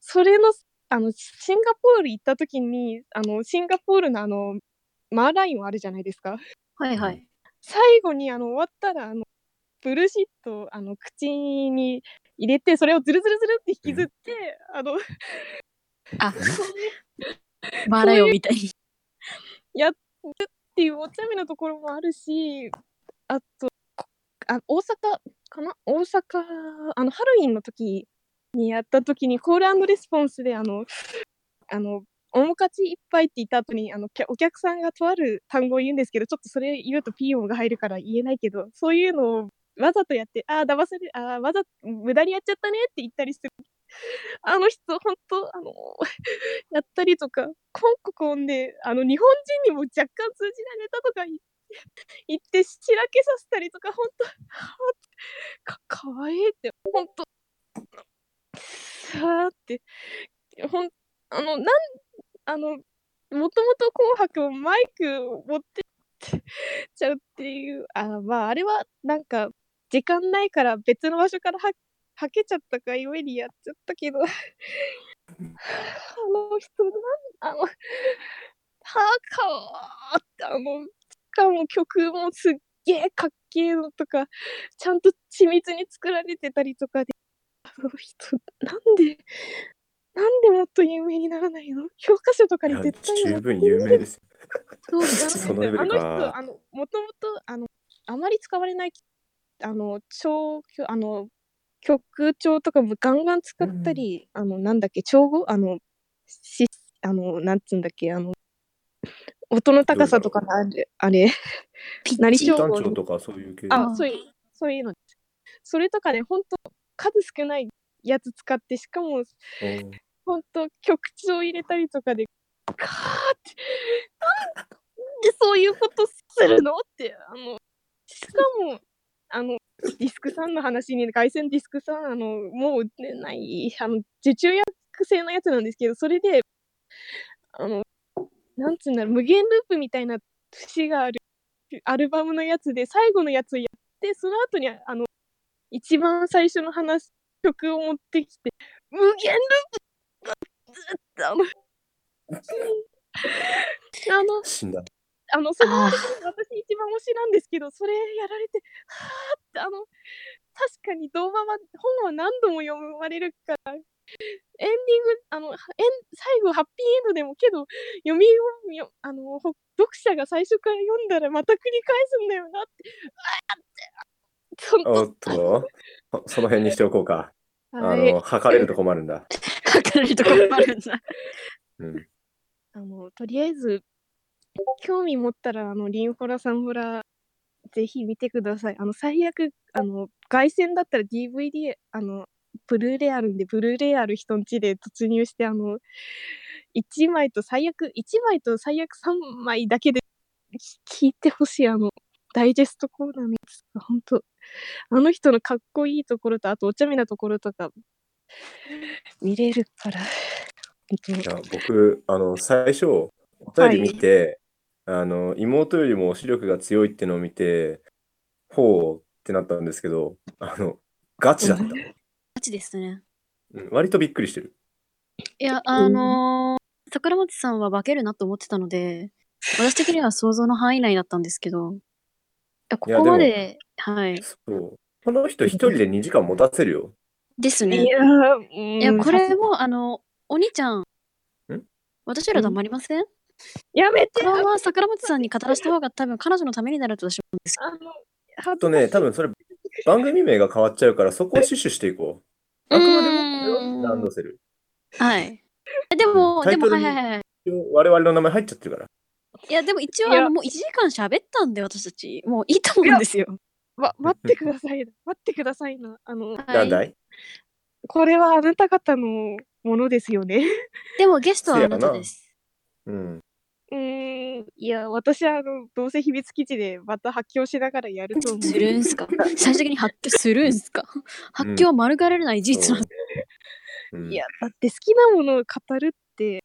C: それのあのシンガポール行った時にあのシンガポールのあのマーライオンあるじゃないですか
B: はいはい。
C: 最後にあの終わったらあのブルシットをあの口に入れてそれをズルズルズルって引きずって、あの
B: あ、マーライオンみたいに。
C: やるっていうお茶目なところもあるしあとこあ大阪かな大阪あのハロウィンの時にやった時にコールレスポンスであのあの面勝ちいっぱいって言った後にあのきゃお客さんがとある単語を言うんですけどちょっとそれ言うとピー音が入るから言えないけどそういうのをわざとやってああ騙せるああわざ無駄にやっちゃったねって言ったりするあの人本当あの やったりとか、コンココンで、あの、日本人にも若干通じないネタとかい 言って、しらけさせたりとか、ほんと、か、かわいいって、ほんと、さーって、ほん、あの、なん、あの、もともと紅白をマイクを持ってっちゃうっていう、あ、まあ、あれは、なんか、時間ないから別の場所からは、はけちゃったかゆえにやっちゃっ たけど、あの人なんあのハーカーってあのしかも曲もすっげえかっけえのとかちゃんと緻密に作られてたりとかであの人なんでなんでもっと有名にならないの教科書とか
A: い
C: に
A: や
C: 絶対
A: 十
C: 載って
A: 分有名ですよ。
C: そうじ
A: そ
C: ゃ
A: の
C: な
A: レ
C: い
A: ベ
C: あ
A: ル
C: の
A: か
C: 人あのもともとあのあまり使われないあの調あの曲調とかもガンガン使ったり、あのなんだっけ調語あのしあのなんつうんだっけあの音の高さとかのあれあれ
B: ピ
C: なり
B: ッ
C: し
B: チ
C: よ
A: 団長とかそういう系
C: あ
B: あ
C: そういうそういうのそれとかね本当数少ないやつ使ってしかも
A: うん
C: 本当曲調入れたりとかでガーってなんでそういうことするのってあのしかもあのディスクさんの話に凱旋ディスクさんあのもう売ってないあの受注薬製のやつなんですけどそれであのなんつうんだろう無限ループみたいな節があるアルバムのやつで最後のやつをやってその後にあの一番最初の話曲を持ってきて無限ループあのあの
A: 死んだ。
C: あの、その
B: あー
C: 私一番推しなんですけど、それやられて、はあって、あの、確かに動画は、本は何度も読まれるから、エンディング、あの、はエン最後、ハッピーエンドでもけど、読みをよ、あの、ほ読者が最初から読んだらまた繰り返すんだよなって、うわー
A: お
C: って、
A: っと、あその辺にしておこうか。
C: そ
A: あ
C: はい
A: の、測れると困るんだ。
B: かかるところもあるんだ。
A: うん。
C: あの、とりあえず、興味持ったら、あの、リンホラさんホラ、ぜひ見てください。あの、最悪、あの、外線だったら DVD、あの、ブルーレイあるんで、ブルーレイある人ん家で突入して、あの、1枚と最悪、1枚と最悪3枚だけで聞いてほしい、あの、ダイジェストコーナーのやつが、ほんと、あの人のかっこいいところと、あとお茶目なところとか、見れるから、ほん
A: い
C: と
A: や僕、あの、最初、お便り見て、あの、妹よりも視力が強いってのを見て、ほうってなったんですけど、あの、ガチだった。
B: マジですね。
A: うん割とびっくりしてる。
B: いや、あのー、桜町さんは化けるなと思ってたので、私的には想像の範囲内だったんですけど、いやこ
A: いや
B: こ
A: でも
B: まで、はい。
A: そう。この人一人で2時間持たせるよ。
B: ですね。
C: いやー、
B: いや、こ
C: うん
B: れも、あの、お兄ちゃん
A: ん、
B: 私ら黙りません
C: やめ
B: こ
C: て
B: れは桜町さんに語らせた方が多分彼女のためになると私は思うんですけ
C: あの、ハ
A: あとね、多分それ、番組名が変わっちゃうから、そこを死守していこう。あくまで
B: うー
A: も、
B: ん
A: ランドセル。
B: ど。はい。えでも、
A: タイ
B: で
A: ト
B: も、
A: ル
B: は
A: に
B: いはいはい。
A: 一応我々の名前入っちゃってるから。
B: いや、でも一応、
C: いや
B: あの、もう1時間喋ったんで、私たち。もういいと思うんですよ。
C: ま、待ってください。待ってくださいな。あの、
B: は
A: なんだ
B: い。
A: い
C: これはあなた方のものですよね。
B: でも、ゲストはあな
A: せや
B: た
A: な
B: です。
A: うん。
C: うーん、いや、私はあのどうせ秘密基地でまた発狂しながらやると思
B: するんすか最終的に発狂するんすか発狂は免れない事実なんです
A: う
C: う。
A: ん
C: いや、だって好きなものを語るって、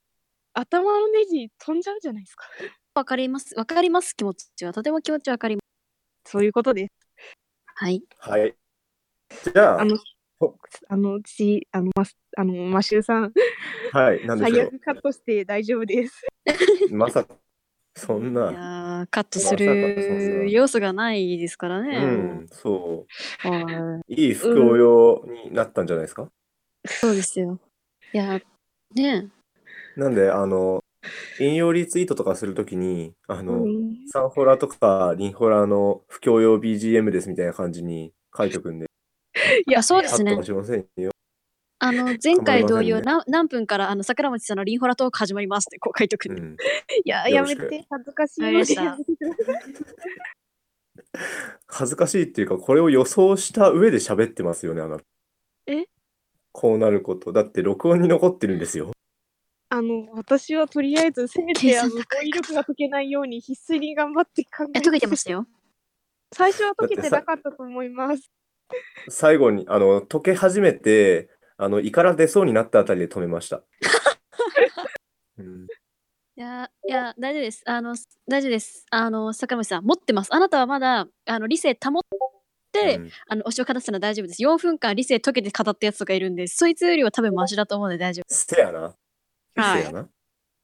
C: 頭のネジ飛んじゃうじゃないですか。
B: わかります。わかります。気持ちは。とても気持ちわかります。
C: そういうことです。
B: はい。
A: はい。じゃあ
C: あ、の、あの、ち、あの、マス、あの、マシューさん、
A: はい、なんでし
C: 最
A: ょ
C: 悪カットして大丈夫です。
A: う。まさか、そん
B: いや
A: な。
B: ーカットする要素がないですから
A: う
B: ね。
A: ん、そう。
B: はい
A: いい副応用になったんじゃないですか。
B: そうですよ。いや、ね
A: なんで、あの、引用リツイートとかするときに、あ
C: う
A: の、
C: ん、
A: サンホラとかリンホラの不況用 BGM ですみたいな感じに書いておくんで、
B: いや、そうで
A: カ
B: す
A: ッ
B: ね
A: トは。しませんよ。
B: あの、前回同
A: 構いませんね
B: 様、な何分からあの桜町さんのリンホラトーク始まりますってこう書いとく
A: うん
B: で、
A: ん。
C: いや、
A: よ
C: や
A: ろし
C: め
A: く
C: て、恥ずかしい
B: わかり
C: の
B: ま
C: で
B: した
C: やめてください。
A: 恥ずかしいっていうか、これを予想した上で喋ってますよね、あなた。
C: え
A: こうなること。だって録音に残ってるんですよ。
C: あの、私はとりあえず、せめ
B: 計
C: て、あ
B: 算
C: の、語彙力が解けないように必須に頑張って考
B: え
C: え
B: 解けてましたよ。
C: 最初は解けてなかったと思います。
A: 最後に、あの、溶け始めて、あの、胃から出そうになったあたりで止めま した。うん、
B: いや、いや、大丈夫です。あの、大丈夫です。あの、坂本さん、持ってます。あなたはまだ、あの、理性保って、
A: うん
B: あの、推しを語ってたのは大丈夫です。4分間理性解けて語ったやつとかいるんで、そいつよりは多分マシだと思うので大丈
A: せやな。
B: はい
A: せやな。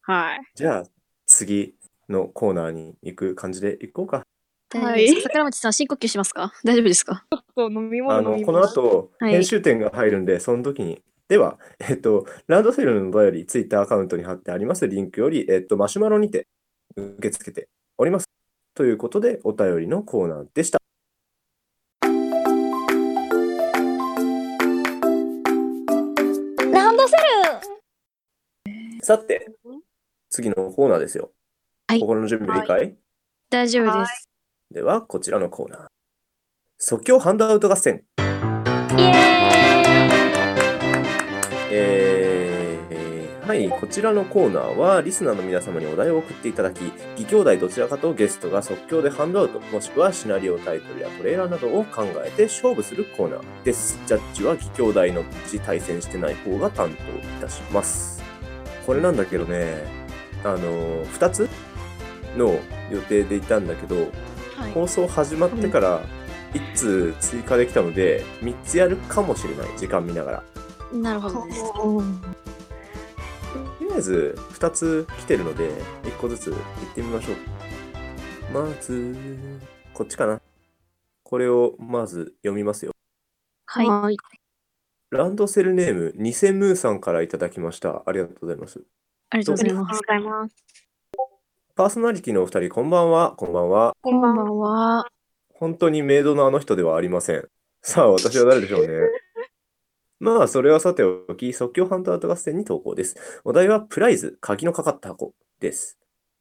C: はい。
A: じゃあ、次のコーナーに行く感じで行こうか。
B: 夫。
C: はい
B: 大丈夫です桜町さん、深呼吸しますか大丈夫ですか
C: そう、飲み
A: あ
C: 物飲
A: の、
C: み
A: この
C: 物。
A: 後、
B: はい
A: 編集点が入るんで、その時に。では、えっと、ランドセルのお便り、ツイッターアカウントに貼ってありますリンクより、えっと、マシュマロにて受け付けております。ということで、お便りのコーナーでした。
B: ランドセル
A: さて、次のコーナーですよ。
B: はい
A: 心の準備でいいかい、
B: 大丈夫です。
A: では、こちらのコーナー。即興ハンドアウト合戦。
B: イエ
A: えーはい、こちらのコーナーは、リスナーの皆様にお題を送っていただき、義兄弟どちらかとゲストが即興でハンドアウト、もしくはシナリオタイトルやトレーラーなどを考えて勝負するコーナーです。ジャッジは義兄弟のうち対戦してない方が担当いたします。これなんだけどね、あの2つの予定でいたんだけど、
B: ーイはい。
A: 放送始まってから1通追加できたので、3つやるかもしれない、時間見ながら。
B: なるほどです。
A: とりあえず2つ来てるので1個ずつ行ってみましょうまずこっちかなこれをまず読みますよ
B: はい。
C: はい。
A: ランドセルネームニセムーさんからいただきましたありがとうございます
B: ありがとうござ
C: あり
B: い
C: がとう
B: ま
C: ご
B: す。
C: ざいます。
A: パーソナリティのお二人こんばんはこんばんは
C: こんばんは。
B: は。
A: 本当にメイドのあの人ではありませんさあ私は誰でしょう ねまあそれはさておき即興ハンドアウト合戦に投稿ですお題はプライズ鍵のかかった箱です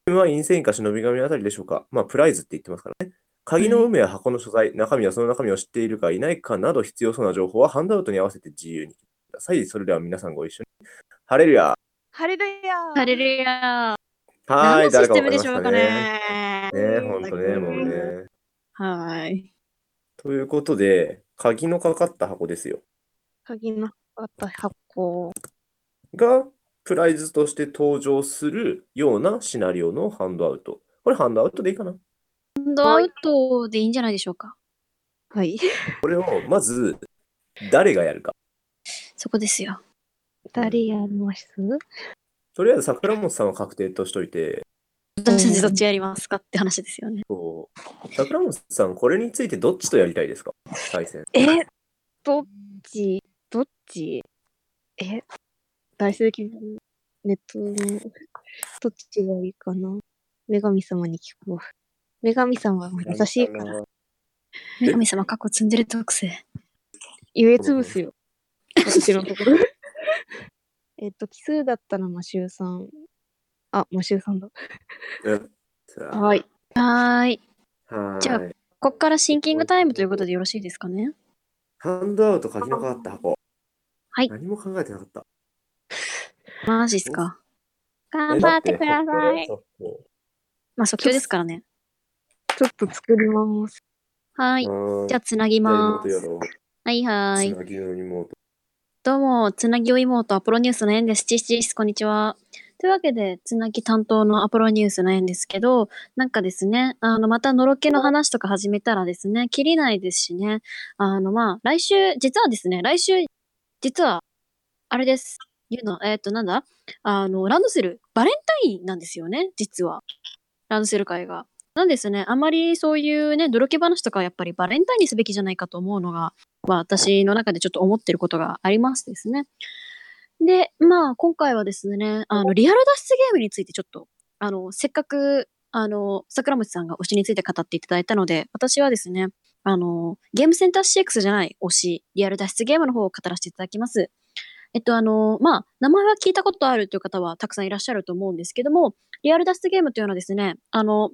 A: は陰性か忍び神あたりでしょうかまあプライズって言ってますからね鍵の有無や箱の所在、中身はその中身を知っているかいないかなど必要そうな情報はハンドアウトに合わせて自由にください。それでは皆さんご一緒に。ハレルヤ
C: ハレルヤー
B: ハレルヤ
A: はーい、
B: ー。何のシ
A: 誰
B: ス
A: か
B: テ
A: 分か
B: ム
A: り
B: で
A: ま
B: し
A: し
B: ょ
A: た
B: うか
A: ね。ね、
B: ね。
A: ほんとね、もうね。
B: はい。
A: ということで、鍵のかかった箱ですよ。
C: 鍵のあった箱。
A: がプライズとして登場するようなシナリオのハンドアウト。これハンドアウトでいいかな
B: ハンドアウトでいいんじゃないでしょうか。
C: はい。
A: これをまず誰がやるか。
B: そこですよ。
C: 誰やります
A: とりあえず桜本さんは確定としといて、
B: 私たちどっちやりますかって話ですよね。
A: こう桜本さん、これについてどっちとやりたいですか対戦。
C: え、どっちどっちえ、大数的にネットの、どっちがいいかな女神様に聞こう。女神様は優しいから、
B: 女神様、過去積んでる特性。
C: 言えつぶすよ。私のところ。えっと、奇数だったらマシューさん。あ、マシューさんだ。
A: うんさあ
C: はい。
B: はーい。
A: は
B: じゃあ
A: ーい。
B: ここからシンキングタイムということでよろしいですかね。
A: ハンドアウト鍵のかかった箱。
B: はい
A: 何も考えてなかった。
B: マジっすか。
D: 頑張ってくださ
A: え
D: い。
A: だって北海道
B: まあ即興ですからね。
C: ちょっと作ります。
B: はーい。
A: うん
B: じゃあつなぎま
A: 妹
B: ー
A: や
B: す。
A: ろ
B: はいはー
A: つ
B: い。
A: なぎの妹。
B: どうも、つなぎお妹、アポロニュースの縁です。ちしちし、こんにちは。というわけで、つなぎ担当のアポロニュースの縁ですけど、なんかですね、あの、またのろけの話とか始めたらですね、切りないですしね、あの、まあ、来週、実はですね、来週、実は、あれです。言うの、えっ、と、なんだあの、ランドセル、バレンタインなんですよね、実は。ランドセル会が。なんですね、あまりそういうね、のろけ話とかはやっぱりバレンタインにすべきじゃないかと思うのが、まあ、私の中でちょっと思ってることがありますですね。で、まあ、今回はですね、あの、リアル脱出ゲームについてちょっと、あの、せっかく、あの、桜餅さんが推しについて語っていただいたので、私はですね、あの、ゲームセンター CX じゃない推し、リアル脱出ゲームの方を語らせていただきます。えっと、あの、まあ、名前は聞いたことあるという方はたくさんいらっしゃると思うんですけども、リアル脱出ゲームというのはですね、あの、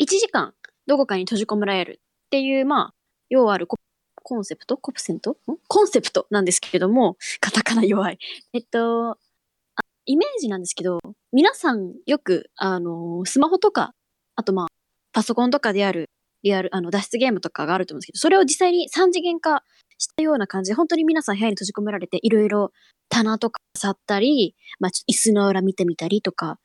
B: 1時間どこかに閉じ込められるっていう、まあ、要あるコンセプトコプセントんコンセプトなんですけども、カタカナ弱い。えっと、あイメージなんですけど、皆さんよく、あのスマホとか、あとまあ、パソコンとかである、リアル、あの、脱出ゲームとかがあると思うんですけど、それを実際に3次元化したような感じで、本当に皆さん部屋に閉じ込められて、いろいろ棚とか触ったり、まあ、ちょっと椅子の裏見てみたりとか、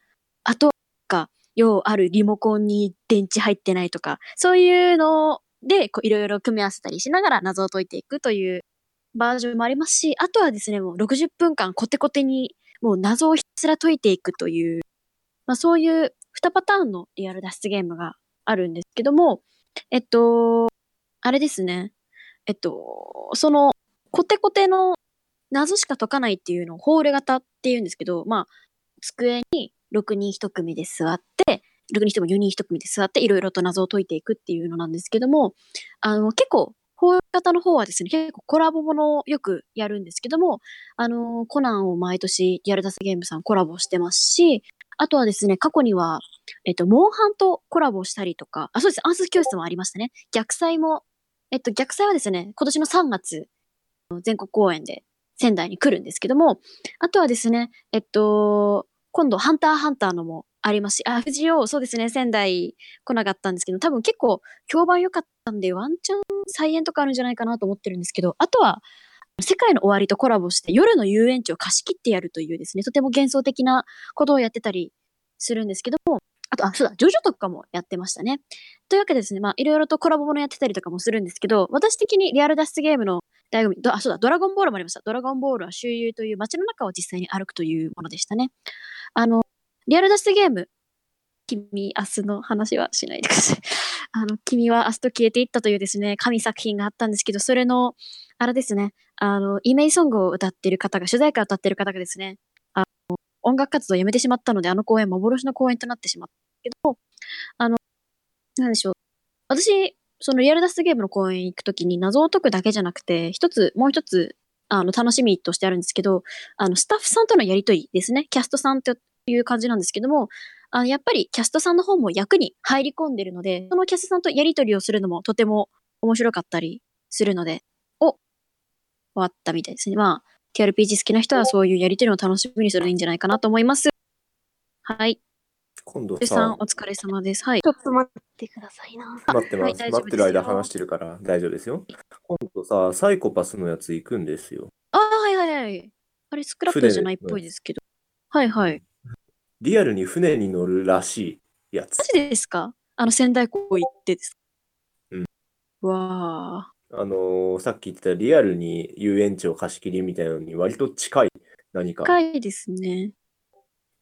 B: あとは、なんか要あるリモコンに電池入ってないとか、そういうのをで、こういろいろ組み合わせたりしながら謎を解いていくというバージョンもありますし、あとはですね、もう60分間コテコテにもう謎をひたすら解いていくという、まあそういう2パターンのリアル脱出ゲームがあるんですけども、えっと、あれですね、えっと、そのコテコテの謎しか解かないっていうのをホール型っていうんですけど、まあ机に6人1組で座って、6人とも4人1組で座っていろいろと謎を解いていくっていうのなんですけども、あの、結構、方方の方はですね、結構コラボものをよくやるんですけども、あの、コナンを毎年リアルダスゲームさんコラボしてますし、あとはですね、過去には、えっと、モンハンとコラボしたりとか、あ、そうです、暗数教室もありましたね。逆祭も、えっと、逆祭はですね、今年の3月、全国公演で仙台に来るんですけども、あとはですね、えっと、今度、ハンターハンターのもありますし、あ、藤尾、そうですね、仙台来なかったんですけど、多分結構評判良かったんで、ワンチャン再演とかあるんじゃないかなと思ってるんですけど、あとは、世界の終わりとコラボして夜の遊園地を貸し切ってやるというですね、とても幻想的なことをやってたりするんですけども、あと、あ、そうだ、ジョジョとかもやってましたね。というわけでですね、まあ、いろいろとコラボものやってたりとかもするんですけど、私的にリアル脱出ゲームの醍醐味、どあ、そうだ、ドラゴンボールもありました。ドラゴンボールは周遊という街の中を実際に歩くというものでしたね。あの、リアル脱出ゲーム、君、明日の話はしないでください。 あの、君は明日と消えていったというですね、神作品があったんですけど、それの、あれですね、あの、イメージソングを歌ってる方が、主題歌を歌ってる方がですね、あの、音楽活動をやめてしまったので、あの公演、幻の公演となってしまったけど、あの、なんでしょう。私、そのリアルダストゲームの公演行くときに謎を解くだけじゃなくて、一つ、もう一つ、あの、楽しみとしてあるんですけど、あの、スタッフさんとのやりとりですね、キャストさんという感じなんですけども、あのやっぱりキャストさんの方も役に入り込んでるので、そのキャストさんとやりとりをするのもとても面白かったりするので、お終わったみたいですね。まあ、TRPG 好きな人はそういうやりとりを楽しみにするのいいんじゃないかなと思います。はい。
A: 今度
B: おさん
A: さ、
B: お疲れ様です。はい。
C: ちょっと待って。
D: 待ってくださいな。
A: 待ってます。
B: はい大
A: 待
B: 丈夫
A: っ
B: です
A: て
B: よ
A: る間話してるから大丈夫ですよ。今度さ、サイコパスのやつ行くんですよ。
B: ああ、はいはいはい。あれ、スクラップじゃないっぽいですけど。はいはい。
A: リアルに船に乗るらしいやつ
B: マ。ジですかあの、仙台港行ってですか
A: うん。
B: わあ。
A: あのーさっき言ってたリアルに遊園地を貸し切りみたいなのに割と近い何か。
B: 深いですね。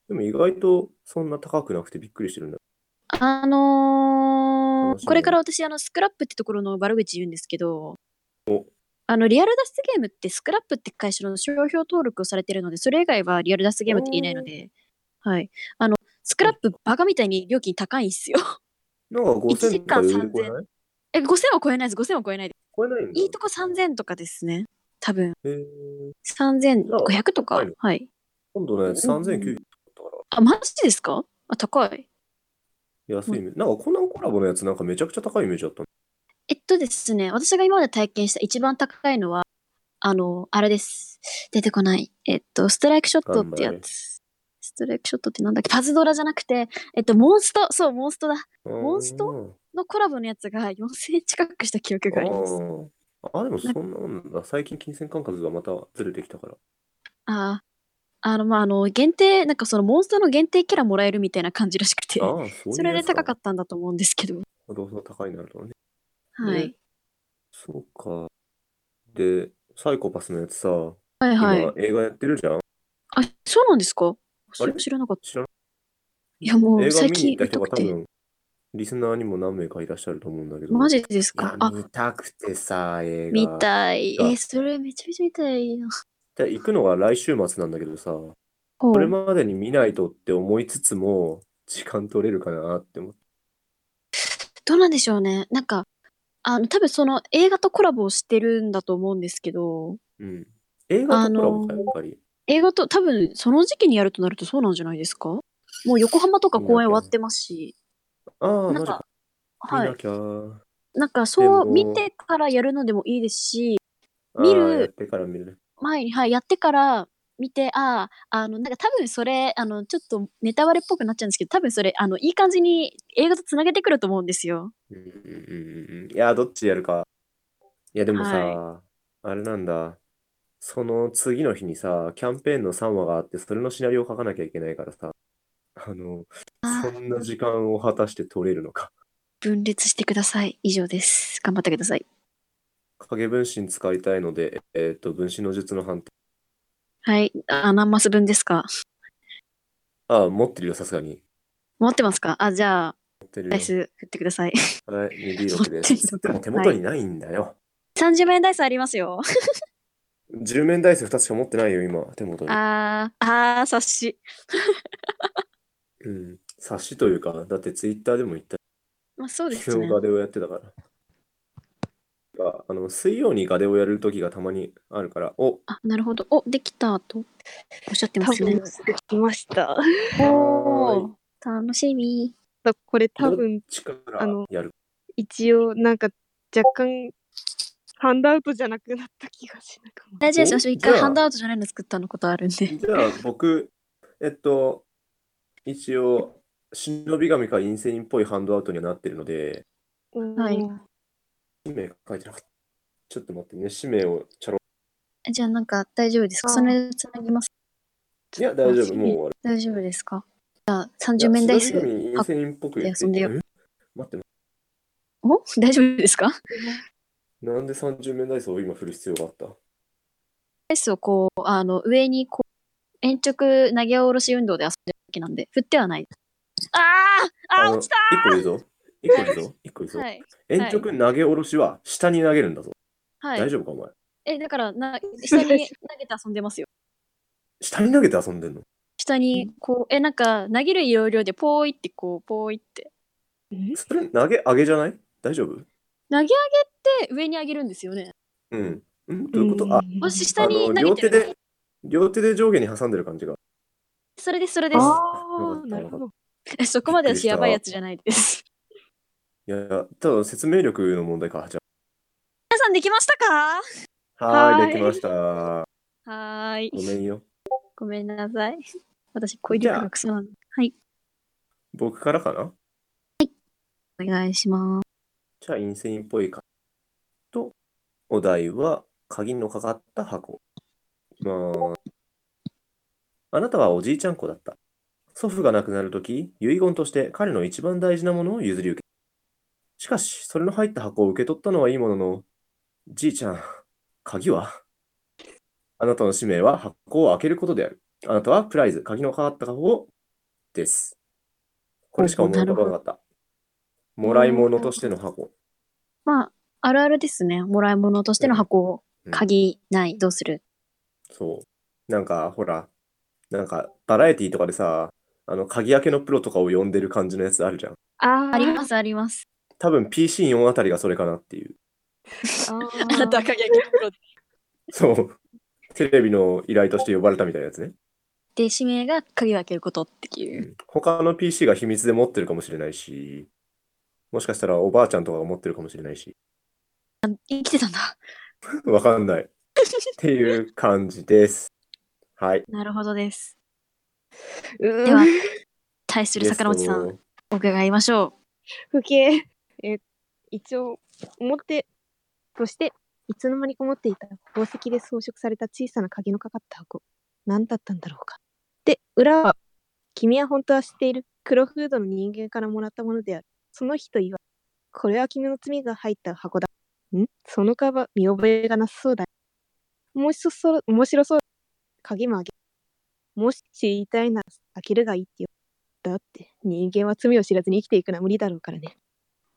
A: でも意外とそんな高くなくてびっくりしてるんだ。
B: あ
A: 楽しみ
B: のー、これから私、あの、スクラップってところの悪口言うんですけど、あの、リアル脱出ゲームって、スクラップって会社の商標登録をされてるので、それ以外はリアル脱出ゲームって言えないので、はい。あの、スクラップ、バカみたいに料金高いんすよ。
A: なんか
B: 1
A: 5000
B: 時
A: とか
B: 間
A: 余裕で超えない
B: え、5000は超えないです、5000は超えないで
A: 超えないん
B: す。
A: だ。
B: いいとこ3000とかですね。多分、
A: へー
B: 3500とか
A: はい。
B: はい。
A: 今度のやつ
B: うん
A: 3900だったか
B: あ、マジですかあ、高い。
A: ら安いイメージ。なんかコナンコラボのやつなんかめちゃくちゃ高いイメージだったの。
B: えっとですね、私が今まで体験した一番高いのは、あの、あれです。出てこない。えっと、ストライクショットってやつ。失礼ショットってなんだっけパズドラじゃなくて、えっと、モンスト、そう、モンストだ。モンスト
A: うん
B: のコラボのやつが4000円近くした記憶があります。
A: あーあ、でもそんなもんだ。最近金銭感覚がまたずれてきたから。
B: ああ。あの、まあ、あの、限定、なんかそのモンストの限定キャラもらえるみたいな感じらしくて、
A: ああ、そういう
B: それで高か
A: っ
B: ったんだと思うんですけど。
A: た。どうせ高いなるとね。
B: はい。
A: そうか。で、サイコパスのやつさ、
B: はいはい
A: 今。映画やってるじゃん。
B: あ、そうなんですかそれ
A: あれ
B: 知らなかっ
A: 知らない
B: た。いや、もう
A: 映画見
B: 最
A: に行
B: 近
A: った
B: 見た
A: 人が
B: く
A: 多
B: て。
A: 分、リスナーにも何名かいらっしゃると思うんだけど。
B: マジです
A: いや
B: かあ、
A: 見たくてさ、映
B: 見
A: 画。
B: たい。
A: が
B: えーそれめちゃめちゃ見たいな。
A: で行くのが来週末なんだけどさ、
B: ほう
A: これまでに見ないとって思いつつも、時間取れるかなって思って。
B: どうなんでしょうね。なんか、あの、多分その映画とコラボをしてるんだと思うんですけど、
A: うん。映画とコラボか、やっぱり。
B: 映画と多分その時期にやるとなるとそうなんじゃないですかもう横浜とか公演終わってますし、
A: ああ、マ
B: なん
A: ジか
B: か。、は
A: 見
B: い
A: な。きゃ。
B: なんか
A: で
B: そ
A: も
B: う見てからやるのでもいいですし、見
A: 見
B: る
A: る。やってから見る。
B: 前に、はい、やってから見て、ああ、あの、なんか多分それ、あの、ちょっとネタ割れっぽくなっちゃうんですけど、多分それ、あの、いい感じに映画とつなげてくると思うんですよ。
A: うんうんうんうん。いや、どっちやるか。いや、でもさ、
B: は
A: あれなんだ。その次の日にさ、キャンペーンの3話があって、それのシナリオを書かなきゃいけないからさ、あの、
B: あ
A: そ
B: あ、
A: んな時間を果たして取れるのか。
B: 分裂してください。以上です。頑張ってください。
A: 影分身使いたいので、えっと、分身の術の判定。
B: はい。あ、何マス分ですか
A: ああ、持ってるよ、さすがに。
B: 持ってますかあ、じゃあ、
A: 持ってる
B: ダ
A: よ
B: イ。ス振ってください。
A: はい、2D6 で
B: 持ってる
A: す。
B: の
A: で
B: か
A: も手元にないんだよ。
B: 30面ダイスありますよ。
A: 10面ダイス2つしか持ってないよ、今、手元に。
B: あー、あー、察し。
A: うん。冊子というか、だってツイッターでも言った
B: まあ、そうです
A: 昨
B: ね
A: 日。ガデオやってたから。があの水曜にガデオやる時がたまにあるから、お
B: あ、なるほど。お、できたとおっしゃって
C: 多
B: ますね
C: 分。来ました。
A: おー
B: 楽しみ。
C: これ多分
A: 力
C: あの
A: やる。
C: 一応なんか若干ハンドアウトじゃなくなった気がしなくもない。
B: 大丈夫です。私
A: お
B: 一回
A: じゃあ
B: ハンドアウトじゃないの作ったのことあるんで。
A: じゃあ僕、えっと、一応、忍び神か陰性人っぽいハンドアウトにはなってるので、
B: はい
C: うん
A: 氏名書いてなかった。ちょっと待ってね、氏名をチャロ。
B: じゃあなんか大丈夫ですか
C: あー
B: それつなぎます。
A: いや、大丈夫、もう終わる。
B: 大丈夫ですかじゃあ30面ダイス。
A: 忍び神陰性人っぽく言って
B: 遊んでよ
A: え待って、
B: お大丈夫ですか
A: なんで30面ダイスを今振る必要があった
B: ダイスをこう、あの、上にこう、鉛直投げ下ろし運動で遊んでるだけなんで、振ってはない。あーあー
A: の
B: 落ちた
A: !1 個いるぞ。1個いるぞ。1個いるぞ。
B: はい。
A: 延直投げ下ろしは下に投げるんだぞ。
B: はい。
A: 大丈夫か、お前。
B: え、だからな、下に投げて遊んで ますよ。
A: 下に投げて遊んでんの
B: 下に、こう、え、なんか、投げる要領で、ポーイって、こう、ポーイって。
A: それ投げ上げじゃない大丈夫
B: 投げ上げて、上に上げるんですよね。
A: うん。うんどういうことあ、
C: ん
B: 私、下
A: あ
B: に
A: の、
B: 投
A: 両
B: げて
A: 手
B: る。
A: で、両手で上下に挟んでる感じが。
B: それです、それです。
C: ああ、なるほど。
B: え そこま
A: び
B: で
A: っくりした
B: 私、やばいやつじゃないです。
A: いやいや、ただ説明力の問題か。じゃ
B: 皆さん、できましたか
A: あ。はー
C: はい
A: い、できました。
B: はーい。
A: ごめんよ。
B: ごめんなさい。私、こういう力がクソなの。はい。
A: 僕からかな
B: お願いします。
A: じゃあ、陰性っぽいか。と、お題は、鍵のかかった箱。まあ、あなたはおじいちゃん子だった。祖父が亡くなるとき、遺言として彼の一番大事なものを譲り受けしかし、それの入った箱を受け取ったのはいいものの、じいちゃん、鍵はあなたの使命は箱を開けることである。あなたはプライズ、鍵のかかった箱をです。これしか思い浮かばなかった。もらい物としての箱。
B: まあ、あるあるですね。もらい物としての箱、
A: うん
B: 鍵ない、どうする
A: そう。なんか、ほら、なんか、バラエティとかでさ、あの、鍵開けのプロとかを呼んでる感じのやつあるじゃん。
C: あ
B: あります、あります。
A: 多分 PC4 あたりがそれかなっていう。
C: す。あ
B: あなたは
C: ー
B: 鍵開けのプロ
A: そう。テレビの依頼として呼ばれたみたいなやつね。
B: で、指名が鍵を開けることっていうう。
A: ん他の PC が秘密で持ってるかもしれないし、もしかしたらおばあちゃんとかが持ってるかもしれないし、
B: 生きてたんだ。
A: わかんない。っていう感じです。はい。
B: なるほどです。
C: で
B: では対する桜餅さんお伺いましょ
C: 不景、えー一応表としていつの間にか持っていた宝石で装飾された小さな鍵のかかった箱何だったんだろうかで裏は君は本当は知っている黒フードの人間からもらったものであるその人言わこれは君の罪が入った箱だんそのカバ見覚えがなさそうだもしそそ面白そう鍵もあげもし知りたいなら開けるがいいってよだって人間は罪を知らずに生きていくのは無理だろうからね。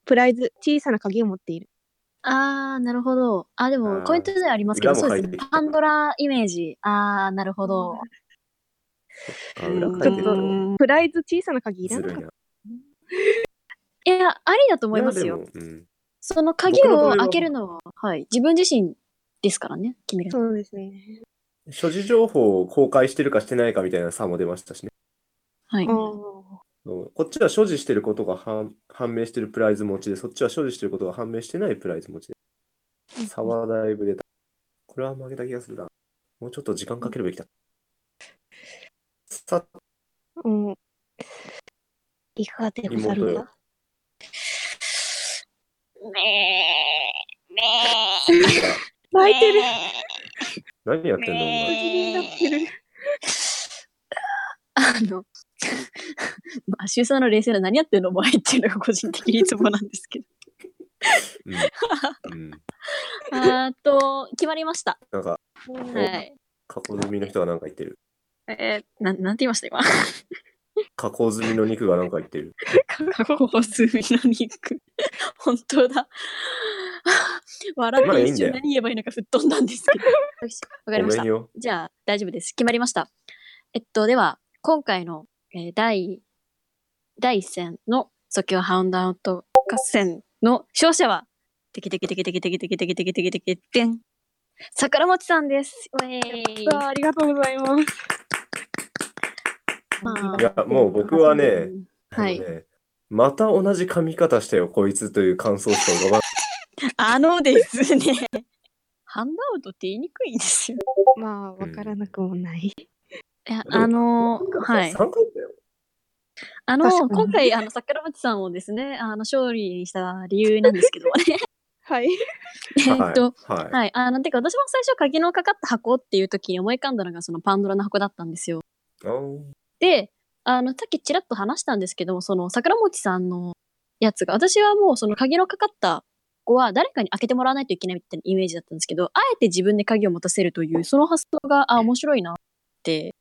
C: プライズ、小さな鍵を持っている。
B: うあーなるほどあで
A: あ
B: も
A: ー
B: コイントではありますけど
A: 裏も
B: そう
A: 書い
B: で
A: て
B: す
A: き
B: ね
A: た
B: パンドライメージあーなるほど
A: あ裏書いてる
C: う
A: の
C: プライズ、小さな鍵いら
A: ず
C: な
A: る
C: か
A: い
C: っ
A: ない
B: やありだと思います
A: や
B: よ
A: でもうん
B: その鍵
A: 僕の場合
B: を
A: は
B: 開けるのは、はい、自分自身ですからね決める
C: た。
B: の
C: そうですね。
A: 所持情報を公開してるかしてないかみたいな差も出ましたしね。
B: はい
A: うんこっちは所持してることが判判明してるプライズ持ちで、そっちは所持してることが判明してないプライズ持ちで。差はだいぶ出た。これは負けた気がするな。もうちょっと時間かけるべきだ。さ
C: うん。いかがでござ
A: 妹
C: る
A: よ
C: か。泣いてる。
A: 何やってんのお前。
C: になってる。
B: あの、 まあ、周さんの冷静な何やってんのお前っていうのが個人的にいつもなんですけど。
A: うんうん
B: あーっと、決まりました。
A: なんか、
B: はい。
A: 加工済みの人がなんか言ってる。
B: えー、なん、なんて言いました今。
A: 加工済みの肉がなんか言ってる。
B: 過去済みの肉。本当だ。 笑
A: ま
B: っ
A: だ
B: て
A: いいん
B: 一
A: だよ
B: 瞬何言えばいいのか吹っ飛んだんですけど。よしわかり
A: ご
B: まし
A: め
B: た
A: ん。よ。
B: じゃあ、大丈夫です。決まりました。えっと、では、今回の、えー第、第一戦の即興ハウンドアウト合戦の勝者は、てきてきてきてきてきてきてきてきてきてきてん。桜餅さんです。ウェーイ。
C: わあありがとうございます。
B: まあ
A: いや、もう僕はね、
B: はい
A: あのねまた同じ髪型したよ、こいつという感想しか浮かばない
B: あのですね。ハンドアウトって言いにくいですよ。
C: まあ、わからなくもない。
B: いや、あの、はい。
A: 三回だよ。
B: あの、
C: 確かに
B: 今回、あの、桜餅さんをですね、あの、勝利にした理由なんですけど、
C: はい。
B: えっと、
A: はい。はい。
B: はい、あのてか私も最初鍵のかかった箱っていう時に思い浮かんだのがそのパンドラの箱だったんですよ。
A: あー
B: であのさっきちらっと話したんですけどもその桜餅さんのやつが私はもうその鍵のかかった子は誰かに開けてもらわないといけないみたいなイメージだったんですけどあえて自分で鍵を持たせるというその発想があ面白いなって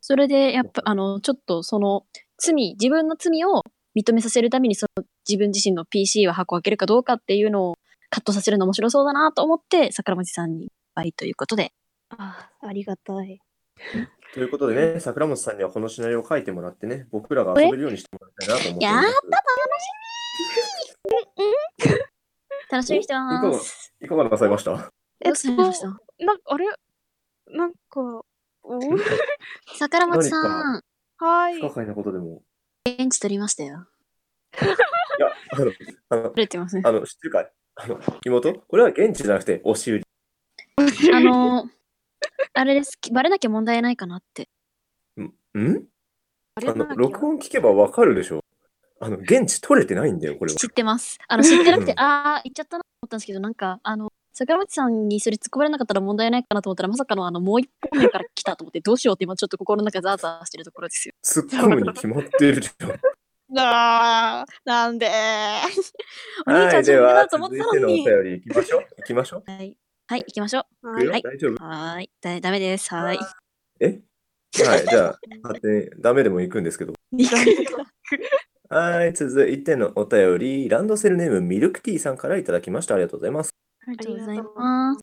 B: それでやっぱあのちょっとその罪自分の罪を認めさせるためにその自分自身の PC は箱を開けるかどうかっていうのをカットさせるの面白そうだなと思って桜餅さんにバイということで
C: ああ、ありがたい。
A: ということでね、桜本さんにはこのシナリオを書いてもらってね、僕らが遊べるようにしてもらいたいなと思っております。
B: や楽しみにしてま
A: おいかが
B: す。
A: いかがなさいました
B: どうされました
C: なんか、あれなんか、お
B: 桜餅さ
A: 何
B: ん、
C: はい
A: 不。可解なことでも。
B: 現地取りましたよ。
A: いや、あの、あの、
B: 取れてますね。
A: あの知ってるかあの、妹これは現地じゃなくて、押し売り。
B: あの、あれです。バレなきゃ問題ないかなって。
A: ん
C: あ
A: あの、録音聞けばわかるでしょあの、現地取れてないんだよ、これは。
B: 知ってます。あの、知ってなくて
A: う、ん
B: あー、言っちゃったなと思ったんですけど、なんか、あの、桜餅さんにそれ突っ込まれなかったら問題ないかなと思ったら、まさかのあの、もう一方面から来たと思って、どうしようって今ちょっと心の中ザーザーしてるところですよ。
A: 突っ込むに決まってるじゃん。
B: あー、なんで お兄
A: はい、で
B: ちゃん自分だ
A: は、
B: と思っ
A: 続
B: て
A: い
B: た
A: ての
B: の
A: お
B: に。
A: 便り行きましょう。行きましょう。
B: はい、はい、行きましょう。
A: 行くよ
B: はい
A: 大丈夫
B: はーい、だダメです。はーい。
A: えはい、じゃあ、勝手にダメでも行くんですけど。はい、続いてのお便り、ランドセルネームミルクティーさんからいただきました。ありがとうございます。
C: あり
B: ありがとうござい
C: す。
B: ます。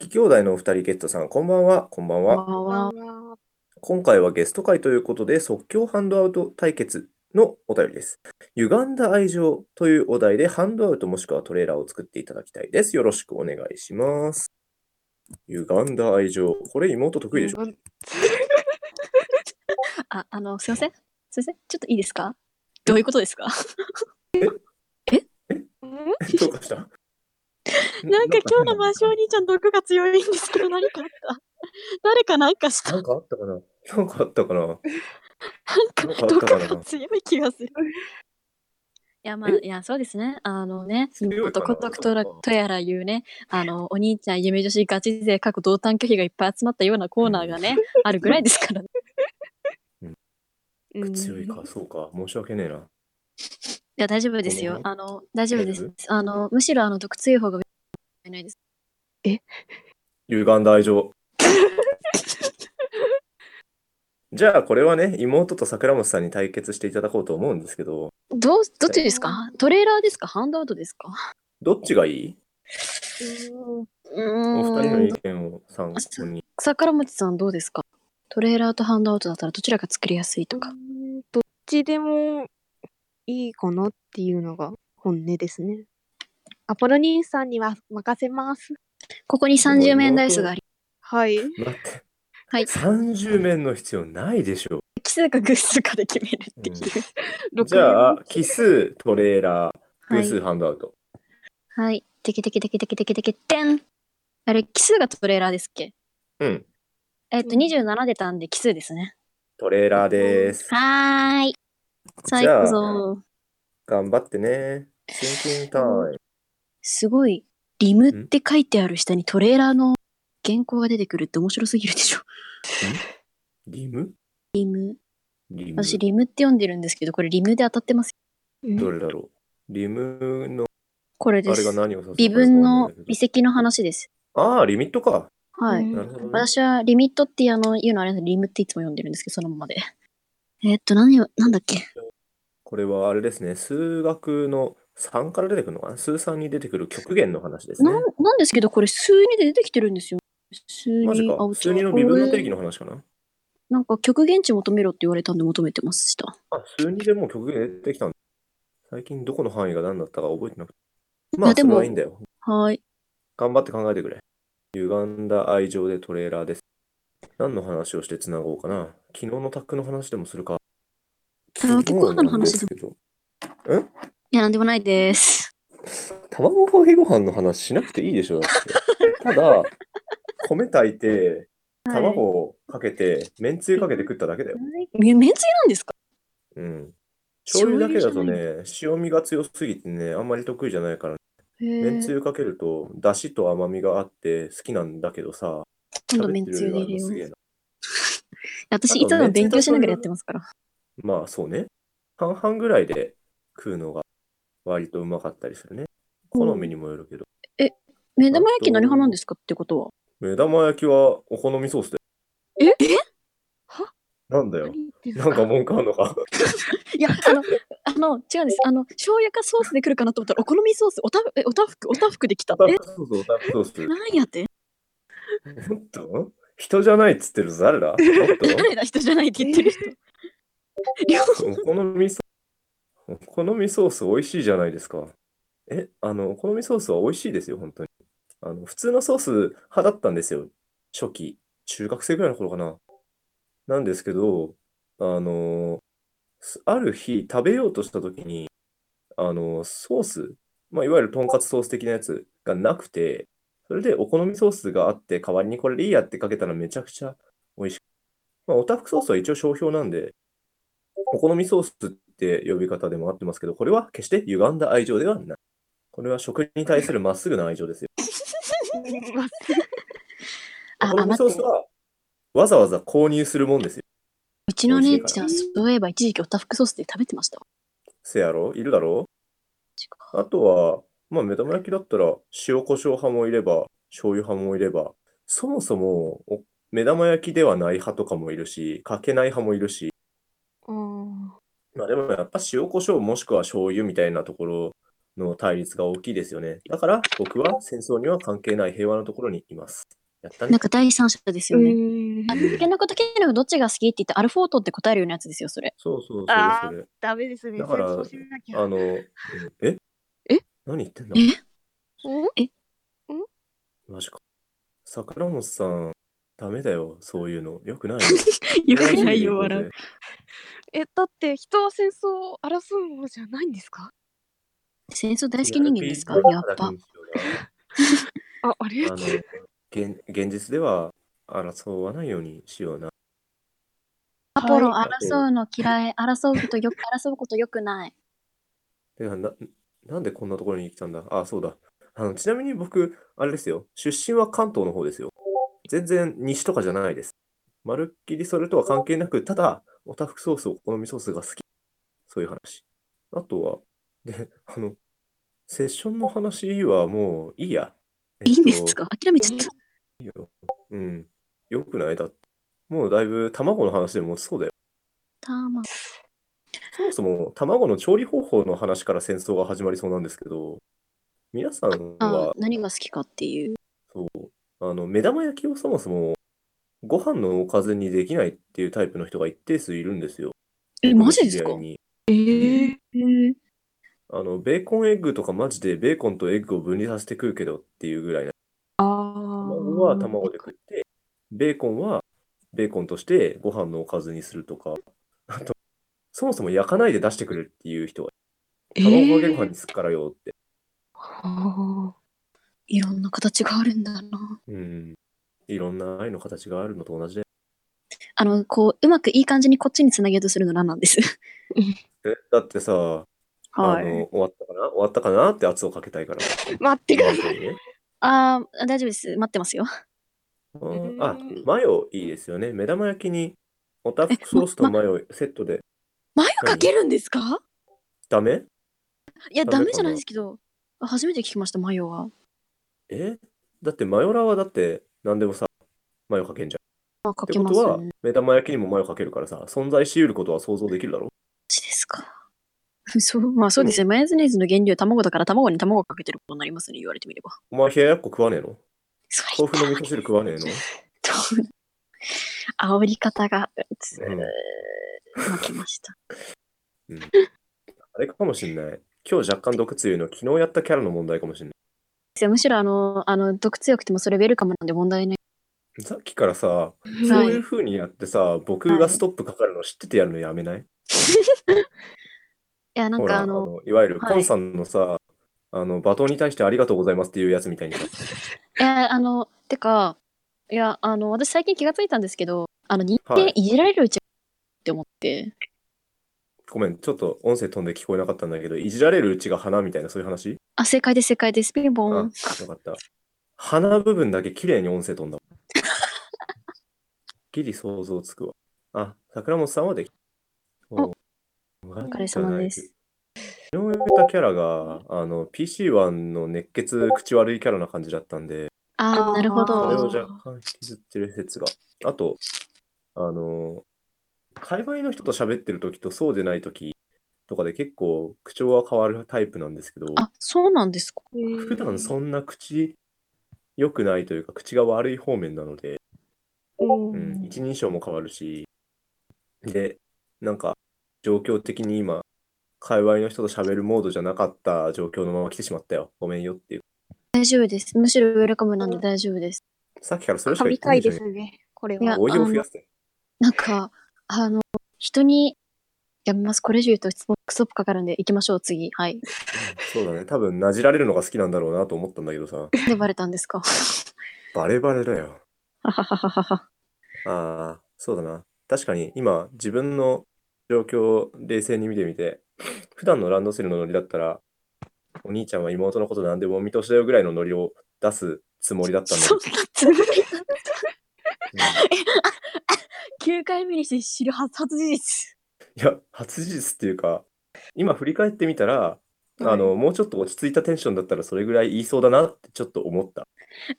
A: 義兄弟のお二人ゲストさん、こんばんは。こんばんは。
C: こんばんは
A: 今回はゲスト会ということで、即興ハンドアウト対決のお便りです。歪んだ愛情というお題で、ハンドアウトもしくはトレーラーを作っていただきたいです。よろしくお願いします。歪んだ愛情。これ妹得意でしょ、
B: あ、あの、すいません。すいません。ちょっといいですかどういうことですか
C: うん
A: どうか した
B: なんか今日 のマシオ兄ちゃん毒が強いんですけど、何かあった誰かなんかし
A: な
B: た
A: んかあったかななんかあったかな
B: なんか、
A: なん
B: 毒
A: かあったかな
B: が強い気がする。いや、まあ、
A: え
B: いや、そうですね。あのね、
A: 強いかな
B: 男ととらとやらいうね、あの、お兄ちゃん、夢女子、ガチ勢、各同担拒否がいっぱい集まったようなコーナー がね、あるぐらいですからね。
C: うん
A: 強いか、そうか。申し訳ねえな。
B: いや、大丈夫です
A: ご
B: よ
A: め。ん
B: あの、大丈夫で
A: 大
B: す
A: 丈。
B: あの、むしろ、あの、毒強い方がないです。
A: 歪んだ愛 情。じゃあ、これはね、妹と桜本さんに対決していただこうと思うんですけど、
B: どう、どっちですかトレーラーですかハンドアウトですか
A: どっちがいい
C: うん
A: お
B: う
A: 二人
B: ー
A: の
B: ん
A: 意見を参考に。
B: 桜餅さんどうですかトレーラーとハンドアウトだったらどちらが作りやすいとか。
C: どっちでもいいかなっていうのが本音ですね。アポロニンさんには任せます。
B: ここに30面ダイスがあり。
C: はい。
A: 待って、
B: はい。
A: 30面の必要ないでしょ。
B: 奇数か偶数かで決めるっていう。
A: じゃあ、奇数、トレーラー、偶
B: はい
A: 数、ハンドアウト。
B: はい。テキテキテキテキテキテキてん。あれ、奇数がトレーラーですっけ
A: うん、
B: えっと、
C: うん
B: 27出たんで奇数ですね。
A: トレーラーです。
B: はーい。さあ、
A: じゃあ
B: 行くぞ。
A: 頑張ってね。シンキングタイム。
B: すごい。リムって書いてある下にトレーラーの原稿が出てくるって面白すぎるでしょ。
A: リム
B: リム。
A: リム
B: 私、リムって読んでるんですけど、これリムで当たってます。
A: どれだろうリムの
B: これで
A: あれ
B: す
A: が。何を指すのか
B: 微分の
A: よくわかんないんだけ
B: 微積の話です。
A: どああ、リミットか。
B: はい。
C: うん
A: なるほどね
B: 私はリミットっていうあの言うのあれなんですリムっていつも読んでるんですけど、そのままで。えーっと、何を、なんだっけ。
A: これはあれですね。数学の3から出てくるのかな数3に出てくる極限の話ですね
B: な。んなんですけど、これ数2で出てきてるんですよ。数2
A: マジか。数2の微分の定義の話かな
B: なんか極限値求めろって言われたんで求めてました。
A: あ、数2でもう極限出てきたんだ。最近どこの範囲が何だったか覚えてなくて。まあ、
B: いやで
A: それ
B: も
A: はいいんだよ。
B: はい。
A: 頑張って考えてくれ。歪んだ愛情でトレーラーです。何の話をしてつなごうかな昨日のタックの話でもするか。
B: カラオケご飯の話でも
A: 昨日なんですけど
B: いや、なんでもないです。
A: 卵かけご飯の話しなくていいでしょだってた だ米炊いて
B: はい
A: 卵をかけて、めんつゆかけて食っただけだよ、
B: めめんつゆなんですか
A: うん、醤油だけだと
B: 醤油
A: ね塩味が強すぎてねあんまり得意じゃないから、
B: へー
A: めんつゆかけるとだしと甘みがあって好きなんだけどさ
B: 今度
A: 喋
B: め
A: っ
B: ん
A: て
B: つゆ
A: る
B: で
A: よ
B: 入れ
A: り
B: よ
A: はすげえ
B: う。
A: な
B: 私、
A: あと
B: いつも勉強しなが
A: めんつゆと醤油
B: らやってますから。
A: まあそうね半々ぐらいで食うのが割とうまかったりするね好みにもよるけど、
B: 目玉焼き何派なんですかってことは。
A: 目玉焼きはお好みソースで
B: え
A: なんだよなんか文句あんのか
B: いや、あの、 あの、違うんです。あの、醤油かソースで来るかなと思ったら、お好みソース、おた、えおたふく、おたふくで 来た。え、
A: そうそう、ダークソース。
B: なんやって
A: もっと人じゃないっつってるぞ、誰だもっ
B: 誰だ人じゃないって言ってる人。両方
A: とお好みソース、お好みソース美味しいじゃないですか。え、あの、お好みソースは美味しいですよ、本当に。あの、普通のソース派だったんですよ。初期。中学生ぐらいの頃かな。なんですけど、あの、すある日食べようとした時に、あの、ソース、まあ、いわゆるとんかつソース的なやつがなくて、それでお好みソースがあって、代わりにこれでいいやってかけたらめちゃくちゃ美味しく。まあ、オタフクソースは一応商標なんで、お好みソースって呼び方でも合ってますけど、これは決して歪んだ愛情ではない。これは食に対するまっすぐな愛情ですよ。お
B: あ、あ、
A: 好み
B: 待
A: ソー
B: っ
A: ス
B: て。
A: はわざわざ購入するもんですよ。
B: うちの姉ちゃん、そういえば一時期おたふくソースで食べてましたわ。
A: せやろいるだろ
B: 違う
A: あとは、まあ、目玉焼きだったら、塩コショウ派もいれば、醤油派もいれば、そもそもお目玉焼きではない派とかもいるし、かけない派もいるし、まあでもやっぱ塩コショウもしくは醤油みたいなところの対立が大きいですよね。だから僕は戦争には関係ない平和なところにいます。やった
B: な
A: ね
B: ん。か第三者ですよね。
C: ん
B: あキノコとキノコどっちが好きって言って、アルフォートって答えるようなやつですよ、それ。
A: そうそうそう
C: あ
A: そ
C: ー
A: れ。
C: ダメですね。
A: だから
C: それそうしなきゃ
A: あの、うんえ
C: え
A: 何言ってんだ
B: え
A: マジか。桜本さん、ダメだよ、そういうの。よく ないよ。
B: よくないよ、笑う。
C: え、だって人は戦争を争うものじゃないんですか
B: 戦争大好き人間ですか
A: い
B: やっぱ。
C: あ、あれ
A: あの現現実では争わないようにしような。
B: アポロン
A: はい
B: 争うの嫌い、争うことよく、争うことよくない。
A: てかな、なんでこんなところに来たんだあ、そうだ。あの、ちなみに僕、あれですよ。出身は関東の方ですよ。全然西とかじゃないです。まるっきりそれとは関係なく、ただ、おたふくソース、お好みソースが好き。そういう話。あとは、で、あの、セッションの話はもういいや。えっ
B: いいんです
A: と
B: か諦めちゃった。
A: いいよ。うん。よくないだって。もうだいぶ卵の話でもそうだよ。
B: たま。
A: そもそも卵の調理方法の話から戦争が始まりそうなんですけど、皆さん
B: あ
A: は、
B: 何が好きかっていう。
A: あの、目玉焼きをそもそもご飯のおかずにできないっていうタイプの人が一定数いるんですよ。
B: え、マジです
A: 知
B: か
A: り合いに
B: ええ
A: あの、ベーコンエッグとかマジでベーコンとエッグを分離させて食うけどっていうぐらいな。卵は卵で食って、ベーコンはベーコンとしてご飯のおかずにするとか、あと、そもそも焼かないで出してくれるっていう人は、卵かけご飯にすっからよって。
B: いろんな形があるんだな。
A: うん。いろんな愛の形があるのと同じで。
B: あの、こう、うまくいい感じにこっちにつなげようとするの何なんです。
A: え、だってさ、
B: は
A: あ
B: い。
A: の、終わったかな終わったかなって圧をかけたいから。
C: 待ってください。
A: 本当にね
B: ああ、大丈夫です。待ってますよ。
A: うん
C: うん
A: あ、マヨいいですよね。目玉焼きにオタフクソースとマヨセットで
B: マヨかけるんですか
A: ダメ
B: いや、
A: ダ
B: ダ
A: メかな
B: メじゃないですけど、あ初めて聞きました、マヨは。
A: えだってマヨラーはだって何でもさ、マヨかけんじゃん。
B: まあ、か
A: って
B: け
A: こ
B: ま
A: と
B: す
A: は
B: ね。マ、
A: 目玉焼きにもマヨかけるからさ、存在し得ることは想像できるだろ
B: ジですか。 そう、まあそうですね。マヨネーズの原料、卵だから卵に卵かけてることになりますね、言われてみれば。
A: お前冷ややっこ食わねえの
B: それ
A: 豆腐の味噌汁食わねえの
B: と、 煽り方が、つ
A: うん
B: 負けました。
A: あれかもしんない。今日若干毒強いの昨日やったキャラの問題かもしんない。
B: ですよむしろあの、あの、毒強くてもそれウェルカムなんで問題ない。
A: さっきからさ、
B: い
A: そういう風にやってさ、僕がストップかかるの知っててやるのやめない
B: いや、なん
A: ほ、
B: からあ
A: あ
B: の、
A: の、いわゆる
B: はい
A: コンさんのさ、あの、罵倒に対してありがとうございますっていうやつみたいにさ、
B: いや、あの、てか、いや、あの、私最近気がついたんですけど、あの、人
A: は
B: 間
A: い
B: いじられるうちって思って、
A: ごめん、ちょっと音声飛んで聞こえなかったんだけど、いじられるうちが花みたいな、そういう話
B: あ、正解です、正解です、ピン
A: あ、
B: ポ
A: よ
B: ン。
A: かった。花部分だけ綺麗に音声 飛んだ。ギリ想像つくわ。あ、桜本さんはできおお
B: お疲れ様です。
A: 昨日やったキャラが、あの、PC1 の熱血口悪いキャラな感じだったんで、
B: あ
D: あ
B: あ、
D: ー
B: なる
A: そ
B: ほど。
A: れを若干引きずってる説が。あと、あの、界隈の人と喋ってる時とそうでない時とかで結構口調は変わるタイプなんですけど、
B: あ、そうなんですか。
A: 普段そんな口良くないというか、口が悪い方面なので、
C: う
A: うんん、一人称も変わるし、で、なんか、状況的に今、界隈の人と喋るモードじゃなかった状況のまま来てしまったよ。ごめんよっていう。
B: 大丈夫です。むしろウェルカムなんで大丈夫です。
A: さっきからそれしか言
D: 神
A: って
D: 回
A: ないじ
D: で
A: ゃん
D: す。ね、これ
B: いや
D: は。
A: 応用増やせ。
B: なんか、あの、人に、やめます。これ以上言うと質問クソップかかるんで、行きましょう、次。はい。
A: そうだね。多分、なじられるのが好きなんだろうなと思ったんだけどさ、
B: なんでバレたんですか
A: バレバレだよ。
B: ははははは。
A: ああ、そうだな。確かに、今、自分の状況を冷静に見てみて、普段のランドセルのノリだったら、お兄ちゃんは妹のこと何でもお見通しだよぐらいのノリを出すつもりだったんだけ
B: そ
A: ど
B: ん、なつもり
A: う ん
B: 9回目にして知る初初事実。
A: いや、初事実っていうか、今振り返ってみたら、あの、もうちょっと落ち着いたテンションだったらそれぐらい言いそうだなってちょっと思った。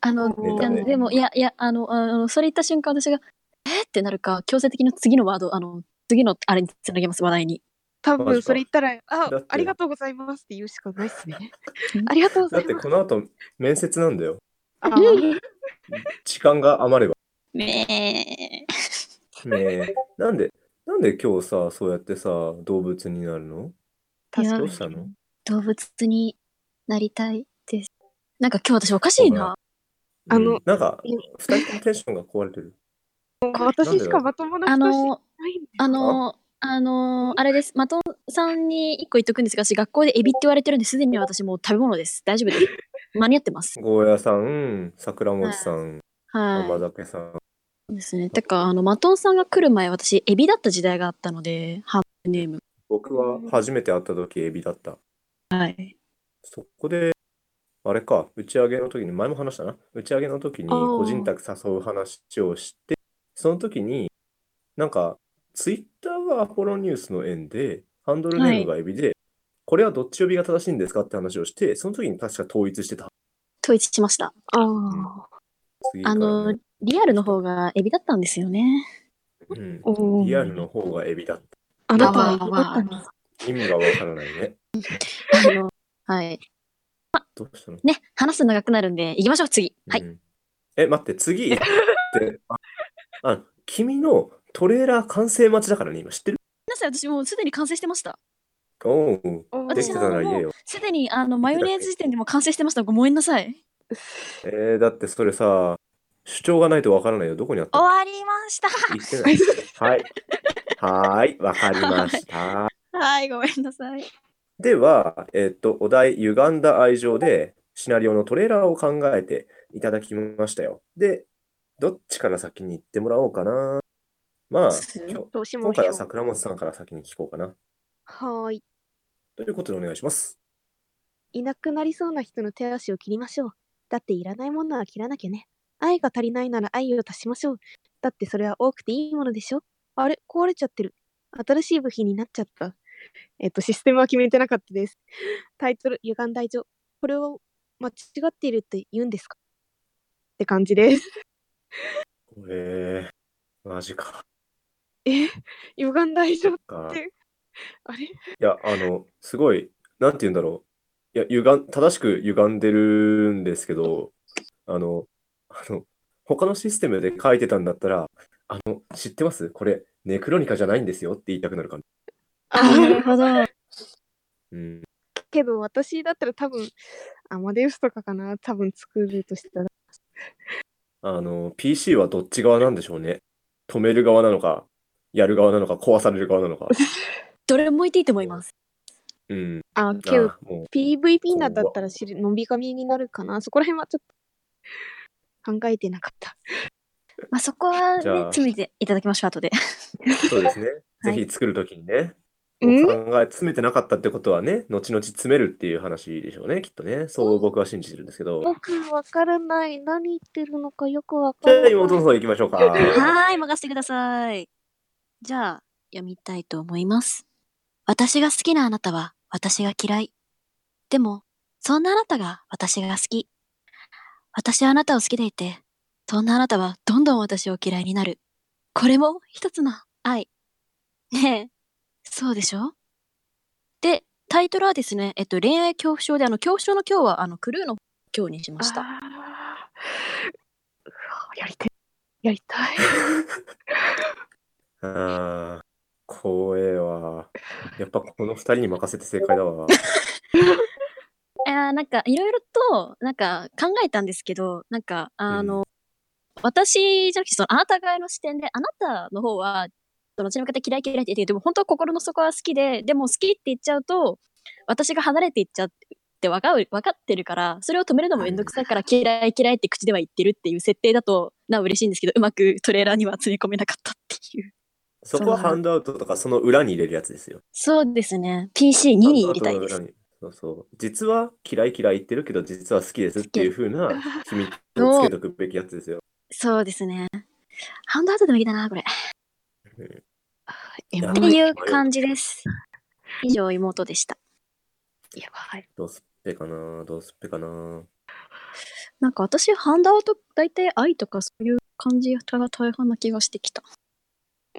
B: あの、
A: ネ
B: あ
A: タ
B: の
A: ね
B: でも、いや、いや、あの、あのそれ言った瞬間、私が、えーってなるか、強制的な次のワード、あの、次のあれにつなげます、話題に。
C: 多分それ言ったら、あ
A: だって、
C: ありがとうございますって言うしかないですね。ありがとうござ
A: だっ
C: い
A: て
C: ます。
A: この後面接なんだよ。
C: あ
A: 時間が余れば。
B: ねえ。
A: ねえ。なんで、なんで今日さ、そうやってさ、動物になるの
C: 確か
A: どう
C: に
A: したの
B: 動物になりたいです。なんか今日私おかしいな。
C: あの
A: うんなんか、
C: い
A: 二人ともテンションが壊れてる。
C: 私しかまともな
B: あ
C: 人しか
B: の、
C: いない
B: あの、あの、あれです。マトンさんに一個言っとくんですが、私学校でエビって言われてるんで、すでに私もう食べ物です。大丈夫 です。間に合ってます。
A: ゴーヤさん、桜餅さん、甘
B: は
A: 酒さん、
B: ですね。てか、あの、マトンさんが来る前、私、エビだった時代があったので、ハンドルネーム。
A: 僕は初めて会った時エビだった。
B: はい。
A: そこで、あれか、打ち上げの時に、前も話したな、打ち上げの時に
C: あー
A: 個人宅誘う話をして、その時に、なんか、ツイッターがアポロニュースの縁で、ハンドルネームがエビで、これはどっち呼びが正しいんですかって話をして、その時に確か統一してた。
B: 統一しました。
C: あ
A: あ次か
B: あ
A: らね
B: の、リアルの方がエビだったんですよね。
A: うん
C: おー
A: リアルの方がエビだっ
C: あ
B: ま
C: な
B: あ
C: た
B: ま
C: は
B: あまあま
A: た。意味がわからないね。
B: ああ の、はい。
A: どうしたの
B: ね、話すの長くなるんで、行きましょう、次。は
A: う
B: い。
A: んえ、待って、次 ってああ、君のトレーラー完成待ちだからね、今知ってる
B: なさい、私もうすでに完成してました。
A: おお、
C: おー
A: できてたなら言えよ。
B: すでに、あの、マヨネーズ時点でもう完成してました。ごめんなさい。
A: えー、だってそれさ、主張がないとわからないよ。どこにあった
B: 終
A: の
B: わりました。
A: 言ってない。はい。はーい、わかりま した。
B: はい、ごめんなさい。
A: では、えっと、お題、歪んだ愛情で、シナリオのトレーラーを考えていただきましたよ。で、どっちから先に行ってもらおうかな。まあ、今日
D: どうし
A: 今
D: まし
A: 回
D: ょ
A: は
D: う。
A: 桜本さんから先に聞こうかな。
D: はーい。
A: ということでお願いします。
D: いなくなりそうな人の手足を切りましょう。だっていらないものは切らなきゃね。愛が足りないなら愛を足しましょう。だってそれは多くていいものでしょ。あれ、壊れちゃってる。新しい部品になっちゃった。
C: えっと、システムは決めてなかったです。タイトル、歪んだ以上。これを間違っているって言うんですかって感じです。
A: えー、マジか。
C: え、歪んだ以上。
A: か
C: であれ
A: いや、あの、すごい、なんて言うんだろう。いや、歪ん、正しく歪んでるんですけど、あの、あの、他のシステムで書いてたんだったら、あの、知ってますこれ、ネクロニカじゃないんですよって言いたくなる感じ。
B: な
C: あ
B: るほど。
A: うん。
C: けど私だったら多分、アマデウスとかかな多分作るとしたら。
A: あの、PC はどっち側なんでしょうね。止める側なのか、やる側なのか、壊される側なのか。
B: どれもいていいと思います。
A: うん。
C: あ、
A: あ
C: けど
A: もう、
C: PVP なだったら知るのびかみになるかなそこら辺はちょっと考えてなかった。
B: まあ、そこは、ね
A: じゃあ、
B: 詰めていただきましょう、後で。
A: そうですね。
B: は
A: ぜ
B: い
A: ひ作るときにね。考
C: うん
A: え詰めてなかったってことはね、後々詰めるっていう話でしょうね、きっとね。そう僕は信じてるんですけど。
D: 僕わからない。何言ってるのかよくわか
A: じゃ
D: ら
A: あ、
D: ない。
A: 妹の方行きましょうか。
B: はーい、任せてください。じゃあ、読みたいと思います。私が好きなあなたは私が嫌い。でも、そんなあなたが私が好き。私はあなたを好きでいて、そんなあなたはどんどん私を嫌いになる。これも一つの愛。ねえ、そうでしょで、タイトルはですね、えっと、恋愛恐怖症で、あの、恐怖症の今日は、あの、クルーの今日にしました。
C: あーうわやりたい。やりたい。
A: あー怖えわ。やっぱこの二人に任せて正解だわ。
B: いやーなんかいろいろとなんか考えたんですけどなんかあの、私じゃなくてそのあなた側の視点であなたの方はそのうちの方嫌い嫌いって言ってでも本当は心の底は好きででも好きって言っちゃうと私が離れていっちゃうって分かる分かってるからそれを止めるのもめんどくさいから嫌い嫌いって口では言ってるっていう設定だとなお嬉しいんですけどうまくトレーラーには詰め込めなかったっていう
A: そこはハンドアウトとかその裏に入れるやつですよ。
B: そうですね PC2 に入れたいで
A: ハンド
B: す
A: アウトの裏にそうそう。実は嫌い嫌い言ってるけど、実は好きですっていう風な秘密をつけとくべきやつですよ。
B: そうですねハンドアウトでもいいだなこれ
C: え、
A: や
C: も
B: って
C: う
B: いう感じです。以上、妹でした。
C: やばい。
A: どうすっぺかなどうすっぺかな
B: なんか私、ハンダアウト、大体愛とかそういう感じが大半な気がしてきた。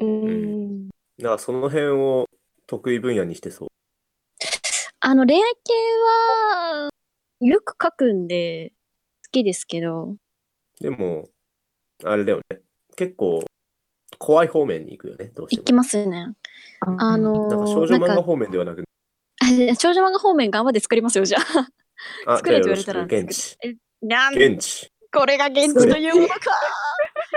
C: うーん。
A: だからその辺を得意分野にしてそう。
B: あの、恋愛系は、よく書くんで、好きですけど、
A: でも、あれだよね。結構、怖い方面に行くよね、どうして
B: 行
A: も。
B: きますね。あの
A: なんか少女漫
B: なん
A: 画
B: か
A: 方面ではなく、
B: 少女漫画方面頑張って作りますよ、じゃあ。
A: あ、
B: 作れと言われ
A: じ
B: た
A: ゃあ
B: ら
A: よろしく現地。
B: なん
A: 現地。
B: これが現地というものか。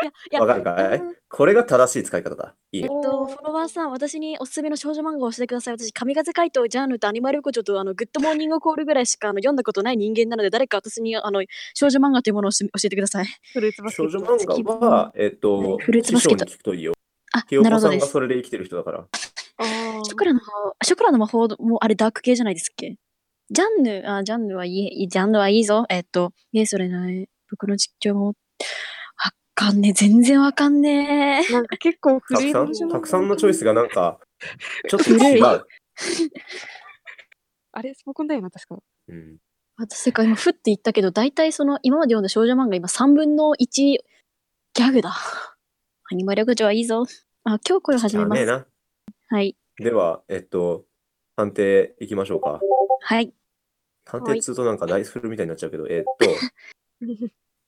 B: いや
A: わかるかいこれが正しい使い方だ。いい
B: え
A: ね。
B: っと、フォロワーさん、私におすすめの少女漫画を教えてください。私、神風怪盗、ジャンヌとアニマル横丁とあのグッドモーニングコールぐらいしかあの読んだことない人間なので、誰か私にあの少女漫画というものをし教えてください。
C: フルーツバスケ
A: 少
C: ッ
A: 女
C: ト。
A: 漫画は、えっと、
B: フルーツバスケット
A: 師匠に聞くといいよ。
B: あ、
A: 清
B: なる
A: 子
B: ほど
A: さん
B: で
A: が
B: す。
A: それで生きてる人だから。
B: ショクラの魔法、ショクラの魔法もあれダーク系じゃないですっけジャンヌ、あ、ジャンヌはいい、ジャンヌはいいぞ。えっと、ねそれない。僕の実況も、わかんねえ。全然わかんねえ。
C: なんか結構
A: た
C: 古
A: く
C: い
A: さん、
C: の
A: たくさんのチョイスがなんか、ちょっと
B: 古
A: 違。
B: いう
C: あれ、スポコンだよな、確か。
A: うん、
B: 私が今、ふって言ったけど、大体その、今まで読んだ少女漫画、今3分の1ギャグだ。アニマル口はいいぞ。あ、今日声を始めま
A: ねえ
B: す。
A: な。
B: はい。
A: では、えっと、判定いきましょうか。
B: はい。
A: 判
D: は
A: 定
D: い
A: 通となんかダイス振るみたいになっちゃうけど、えっと、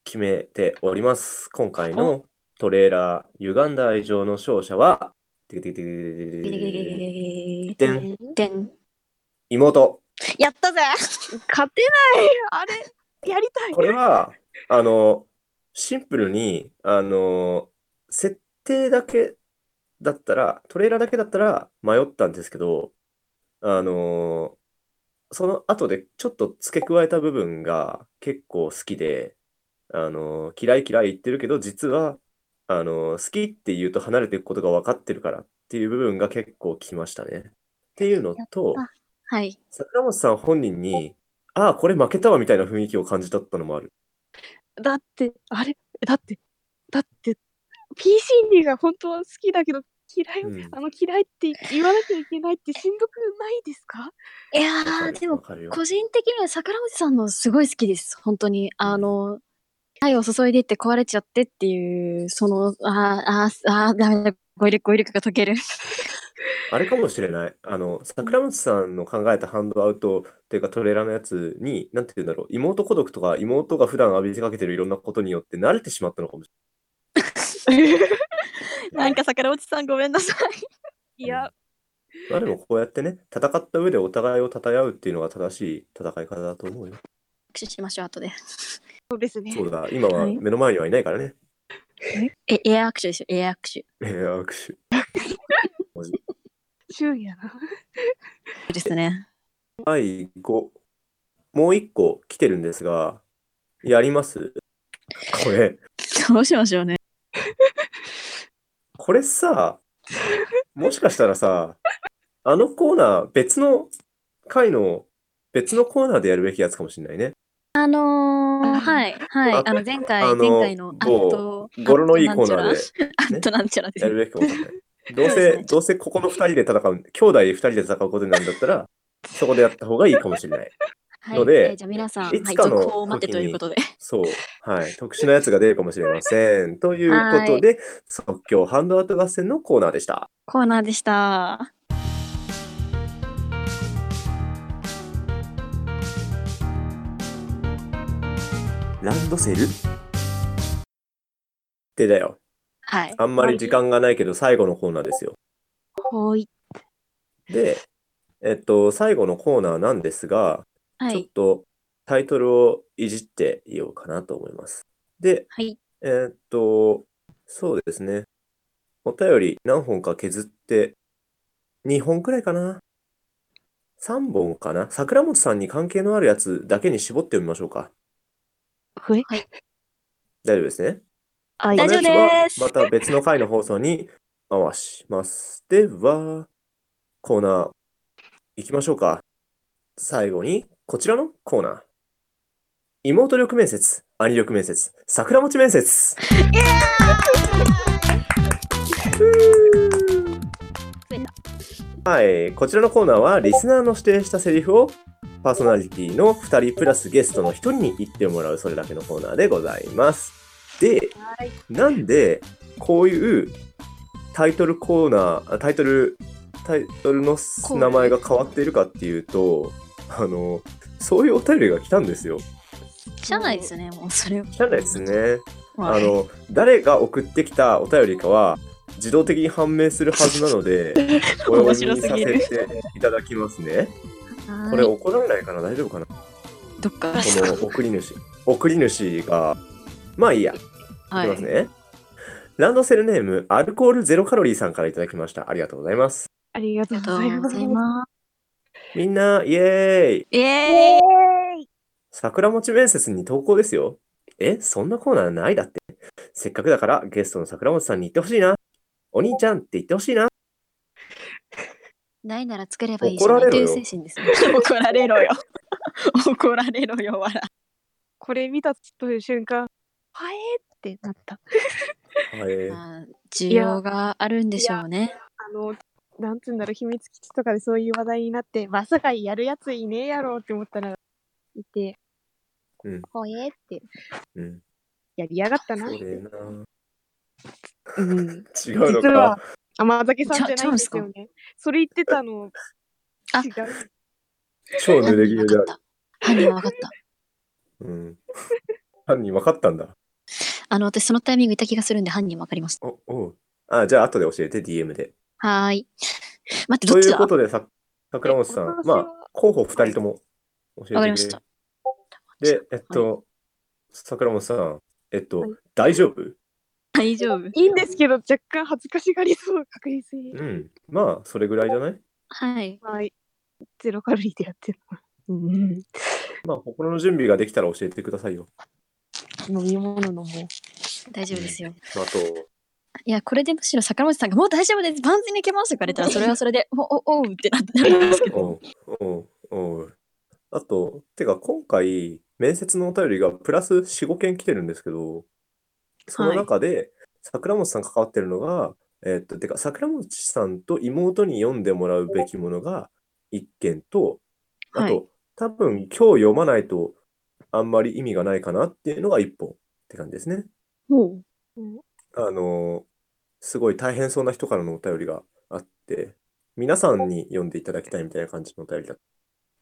A: 決めております。今回のトレーラー、歪んだ愛情の勝者は、ててててててててん
B: でん。
A: 妹。
B: やったぜ
C: 勝てないあれ、やりたい
A: これは、あの、シンプルに、あの、設定だけだったら、トレーラーだけだったら迷ったんですけど、あの、その後でちょっと付け加えた部分が結構好きで、あの、嫌い嫌い言ってるけど、実は、あの、好きって言うと離れていくことが分かってるからっていう部分が結構きましたね。っていうのと、
B: はい。
A: 桜本さん本人に、ああ、これ負けたわみたいな雰囲気を感じたったのもある。
C: だって、あれ、だって、だって、PCD が本当は好きだけど、嫌い、
A: うん
C: あの嫌いって言わなきゃいけないってしんどくないですか
B: いや
A: わか
B: ー、
A: る
B: でも
A: わ、かるよ
B: 個人的には桜餅さんのすごい好きです本当にあの愛を注いでいって壊れちゃってっていうそのあーあーあーダメだ語彙力語彙力が解ける
A: あれかもしれない。あの、桜松さんの考えたハンドアウトというかトレーラーのやつに、なんて言うんだろう、妹孤独とか妹が普段浴びせかけてるいろんなことによって慣れてしまったのかもし
B: なんか桜餅さんごめんなさい
C: いや、
A: れない。まあでもこうやってね、戦った上でお互いを称え合うっていうのが正しい戦い方だと思うよ。
B: 握手しましょう後で
C: そうですね。
A: そうだ、今は
B: はい
A: 目の前にはいないからね。
B: えエア握手でしょエア握手
A: えー、握
C: 注意やな。
B: ですね
A: 手。はい、5。もう一個来てるんですが、やりますこれ。
B: どうしましょうね
A: これさ、もしかしたらさ、あのコーナー、別の回の、別のコーナーでやるべきやつかもしれないね。
B: あのー、
C: あ
B: はいはい
A: あ
B: あの前回、
A: あの
B: 前回のあ
A: 某
B: と
A: 語呂のいいコーナー
B: であとなんちゃらで
A: でや
B: す
A: るべ
B: ね
A: きかもし れない。どう
B: そうです
A: せ、
B: ね
A: どうせここの2人で戦う、兄弟2人で戦うことになるんだったら、そこでやった方がいいかもしれない。
B: はい、
A: ので
B: えーじゃあ皆さん、はいい、
A: つかの
B: 続報を待ってということで
A: そう。はい。特殊なやつが出るかもしれません。ということで、即興ハンドアウト合戦のコーナーでした。
B: コーナーでした
A: ランドセルでだよ。
B: はい
A: あんまり時間がないけど、最後のコーナーですよ。
D: はーい。
A: で、えっと、最後のコーナーなんですが、
B: は
A: ちょっ
B: い
A: とタイトルをいじっていようかなと思います。で、
B: はい
A: えっと、そうですね。お便り何本か削って、2本くらいかな ?3 本かな桜本さんに関係のあるやつだけに絞ってみましょうか。
D: ふえ
A: 大丈夫ですね。
D: あい
B: 大丈夫です
A: このやつはまた別の回の放送に回します。では、コーナー行きましょうか。最後に、こちらのコーナー。妹力面接、兄力面接、桜餅面接。
B: 増えた
A: はい、こちらのコーナーはリスナーの指定したセリフをパーソナリティの2人プラスゲストの1人に言ってもらうそれだけのコーナーでございます。で、なんでこういうタイトルコーナーあタイトルタイトルの
B: コーナ
A: 名
B: ー
A: 前が変わっているかっていうとあのそういうお便りが来たんですよ。
B: じゃないですよね、もうそれは。
A: 来たんですね。
B: は
A: あ
B: い
A: の誰が送ってきたお便りかは自動的に判明するはずなの でお読
B: 面白
A: み
B: す
A: さ
B: ぎ
A: せ
B: る
A: ていただきますね。
B: はーい
A: これ怒られないかな大丈夫かなこ
B: どっから
A: の送り主。送り主がまあいいや。いき
B: は
A: ます
B: い。
A: ね。ランドセルネーム、アルコールゼロカロリーさんからいただきました。ありがとうございます。
C: ありが
B: あ
C: と
B: り
C: う
B: がと
C: ございう
B: ご
C: ます
B: ざ。いま
A: みんな、イエーイ
B: す。イエーイ
A: 桜餅面接に投稿ですよ。え、そんなコーナーないだって。せっかくだからゲストの桜餅さんに言ってほしいな。お兄ちゃんって言ってほしいな。
B: ないなら作ればいいじゃない
A: 怒ら
B: と
A: れ
B: い
A: ろ
B: う
A: よ
B: 精神ですね。怒られろよ。怒られろよ、わら。
C: これ見たという瞬間、はえーってなった。
A: はい
B: まあ需要があるんでしょうね。
C: あの、なんつうんだろう、秘密基地とかでそういう話題になって、まさかやるやついねえやろって思ったら、いて、
A: うん
C: ほえーって、
A: うん、
C: やりやがったな。
A: そう
C: う
A: だよな。
C: ん。
A: 違うの
C: 実は
A: か。
C: 甘酒さんじゃ
B: ち
C: な
B: ゃ
C: い
B: うんん
C: ですす
B: か
C: よね。それ言ってたの、
B: あ
C: 違う。
A: 超濡れ切
B: わ
A: れである。
B: かった。犯人はわかった。
A: うん。犯人分かったんだ。
B: あの、私そのタイミングいた気がするんで犯人わかりました。
A: お、おう。あ、じゃあ後で教えて、DM で。
B: はーい。待って、ど
A: と
B: っち
A: いう
B: だ
A: こ
B: わ
A: とで、さ桜本さ
C: え
A: ん、
C: 私
A: ま
C: は
A: あ、候補2人とも教えてくれ
B: かりました。
A: で、えっと、桜本さん、えっと
C: はい、
A: 大丈夫
B: 大丈夫。
C: いいんですけど、若干恥ずかしがりそう、確実に。
A: うん。まあ、それぐらいじゃない
B: はい。
C: はい。ゼロカロリーでやってる。うん、
A: まあ、心の準備ができたら教えてくださいよ。
C: 飲み物 飲もう。
B: 大丈夫ですよ。
A: あと、
B: いや、これでむしろ坂本さんが、もう大丈夫です。万全に行けますとか言われたら、それはそれで、おおおうってなってなるんですけど。
A: おうおうおうあと、てか今回、面接のお便りがプラス4、5件来てるんですけど、その中で、桜本さん関わってるのが、えっと、てか、桜本さんと妹に読んでもらうべきものが1件と、あ
B: はい
A: と、多分今日読まないとあんまり意味がないかなっていうのが1本って感じですね。
B: も
A: あのーすごい大変そうな人からのお便りがあって、皆さんに読んでいただきたいみたいな感じのお便りだっ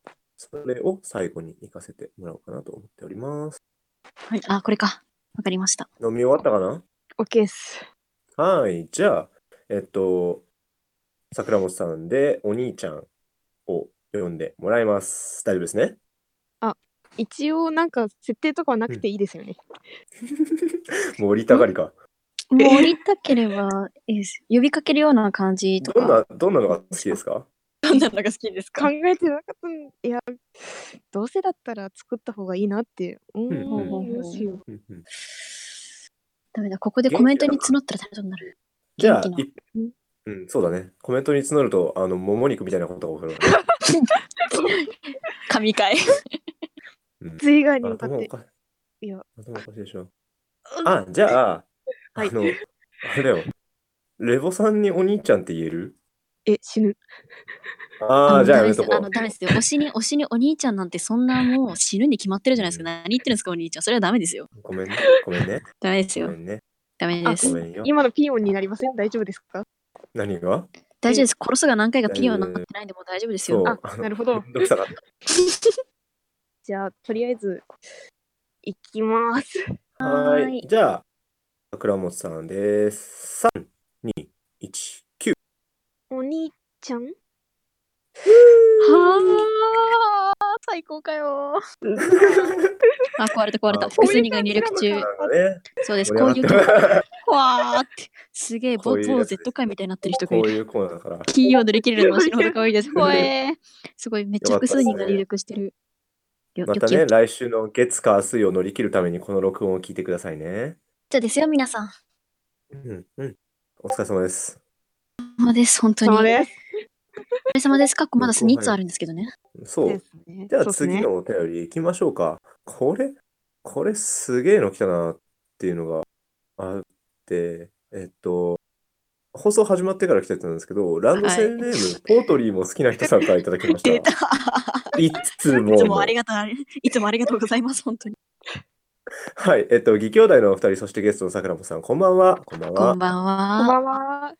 A: た。それを最後に行かせてもらおうかなと思っております。
B: はい、あ、これか。わかりました。
A: 飲み終わったかな
C: オッケーっす。
A: はい、じゃあ、えっと、桜本さんでお兄ちゃんを読んでもらいます。大丈夫ですね。
C: 一応、なんか、設定とかはなくていいですよね。
A: 盛りたがりか。
B: もう降りたければいいです。呼びかけるような感じと
A: どん
B: か。
A: な、どんなのが好きですか
B: どんなのが好きです
C: 考えてなかったんいや、どうせだったら作った方がいいなって。うん
A: うんうん
C: どうしよ
A: う
C: う
A: んうん
B: ダメだ、ここでコメントに募ったら大丈夫になる。
A: じゃあ、
B: 元気ない
A: うん、そうだね。コメントに募ると、あの、もも肉みたいなことが起こるからね。
B: 神
A: う
B: 回。
A: ん
C: 随外に
A: あ
C: 向かっ
A: 頭お
C: て。
A: か
C: いや、
A: 頭おかしいでしょ。あ、じゃあ、
C: はい
A: あの、あれだよ。レボさんにお兄ちゃんって言える
C: え、死ぬ。
A: ああ、じゃあやめと
B: ダメです
A: こ
B: あの、ダメですよ。推しに、推しにお兄ちゃんなんてそんなもう死ぬに決まってるじゃないですか。何言ってるんですか、お兄ちゃん。それはダメですよ。
A: う。ごめんね。ごめんね。
B: ダメです
A: ごめ
B: よ。
A: んね。
B: ダメで
A: ご
B: す。
A: めんよ。
C: 今のピー音になりません大丈夫ですか
A: 何が
B: 大丈夫です。殺すが何回かピンはなってないんで、もう大丈夫です
A: そう
B: よ。。
C: あなるほど
A: めんどくさかった
C: じゃあ、とりあえず、いきます。
A: はー
B: はー
A: い
B: い。
A: じゃあ、桜本さんです。3、2、1。
D: お兄ちゃん
B: はあ、最高かよ。あ、壊れた壊れた。
A: あ
B: 複数人が入力
C: こういう感じな
B: 中
C: の。
B: そうです。こう
A: 盛
B: い
A: り
B: う
A: 上
B: と
A: が
B: こ
A: ってます
B: わーって。すげえ、
A: こ
B: ぼ
A: ういうやつ
B: 某 Z 界みたいになってる人がい
A: こう
B: る。
A: いうコーナーだから。
B: 金曜乗り切れるのは死ぬほど可愛いです。ほえー。すごい、めっちゃ
A: よかった
B: 複
A: ですね
B: 数人が入力してる。よ
A: ま
B: よ
A: た
B: き
A: ね、
B: よき
A: 来週の月火水を乗り切るためにこの録音を聞いてくださいね。
B: じゃあですよ、皆さん。
A: うん、うん。お疲れ様です。
B: お疲れ様です、本当に。お
C: そう
B: 疲れ
C: です。
B: 様です。かっこまだ
A: うん後輩
B: 2つあるんですけどね。
A: そう。
C: ね
A: じゃあ
C: そうっすね
A: 次のお便り行きましょうか。これ、これすげえの来たなっていうのがあって、えっと、放送始まってから来てたんですけど、ランドセルネーム、ポートリーも好きな人さんからいただきまし
B: 出た
A: た。。いつ もの。
B: いつもありがとう、いつもありがとうございます、本当に。
A: はい、えっと、義兄弟のお二人、そしてゲストの桜本さん、こんばんは。こんばん
B: こ
A: は
B: ん。ばん
C: こんば
B: は。
C: んは。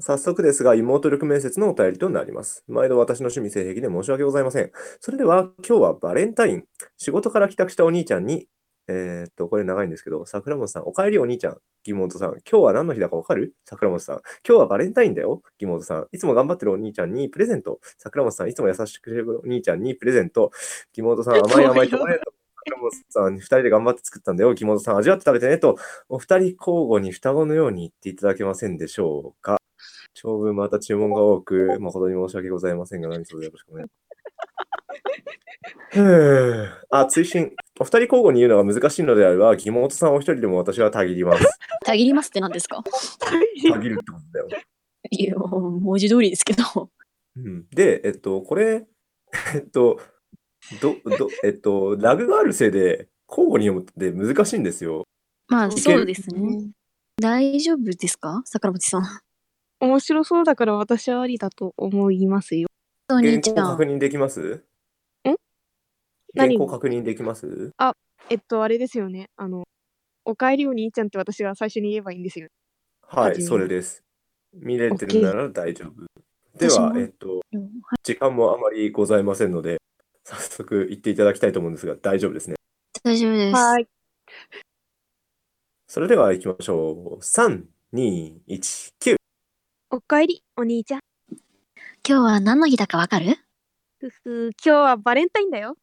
A: 早速ですが、妹力面接のお便りとなります。毎度私の趣味性癖で申し訳ございません。それでは、今日はバレンタイン。仕事から帰宅したお兄ちゃんに、えーっと、これ長いんですけど、桜本さん、お帰りお兄ちゃん、義妹さん、今日は何の日だかわかる桜本さん、今日はバレンタインだよ、義妹さん。いつも頑張ってるお兄ちゃんにプレゼント。桜本さん、いつも優しくしてるお兄ちゃんにプレゼント。義妹さん、甘い甘いチョコレート。赤本さんに2人で頑張って作ったんだよ、木本さん、味わって食べてねと、お二人交互に双子のように言っていただけませんでしょうか。長文また注文が多く、誠に申し訳ございませんが、何卒よろしくお願いします。ふぅあ、追伸。お二人交互に言うのが難しいのであれば、木本さんお一人でも私はたぎります。
B: たぎりますって何ですか
A: たぎるってことだよ。
B: いや、文字通りですけど。
A: うん、で、えっと、これ、 えっと、ど、ど、えっと、ラグがあるせいで、交互に読むって難しいんですよ。
B: まあ、
A: ける
B: そうですね。大丈夫ですか桜餅さん。
D: 面白そうだから私はありだと思いますよ。
B: お
A: 原
B: 兄ち
A: 稿
B: ゃ
A: 確
B: ん。
A: 認できます
D: ん
A: 原
D: 何
A: 稿確認できます
C: えっと、あれですよね。あの、おかえりお兄ちゃんって私が最初に言えばいいんですよ。
A: は
C: 確認
A: い、それです。見れてるなら大丈夫。で
B: 私
A: は、
B: も
A: えっと、
B: うん
A: 時間もあまりございませんので、早速行っていただきたいと思うんですが、大丈夫ですね。
B: 大丈夫です。
C: はい。
A: それでは行きましょう。3、2、1、9。
D: おかえり、お兄ちゃん。
B: 今日は何の日だかわかる
D: ふふ、今日はバレンタインだよ。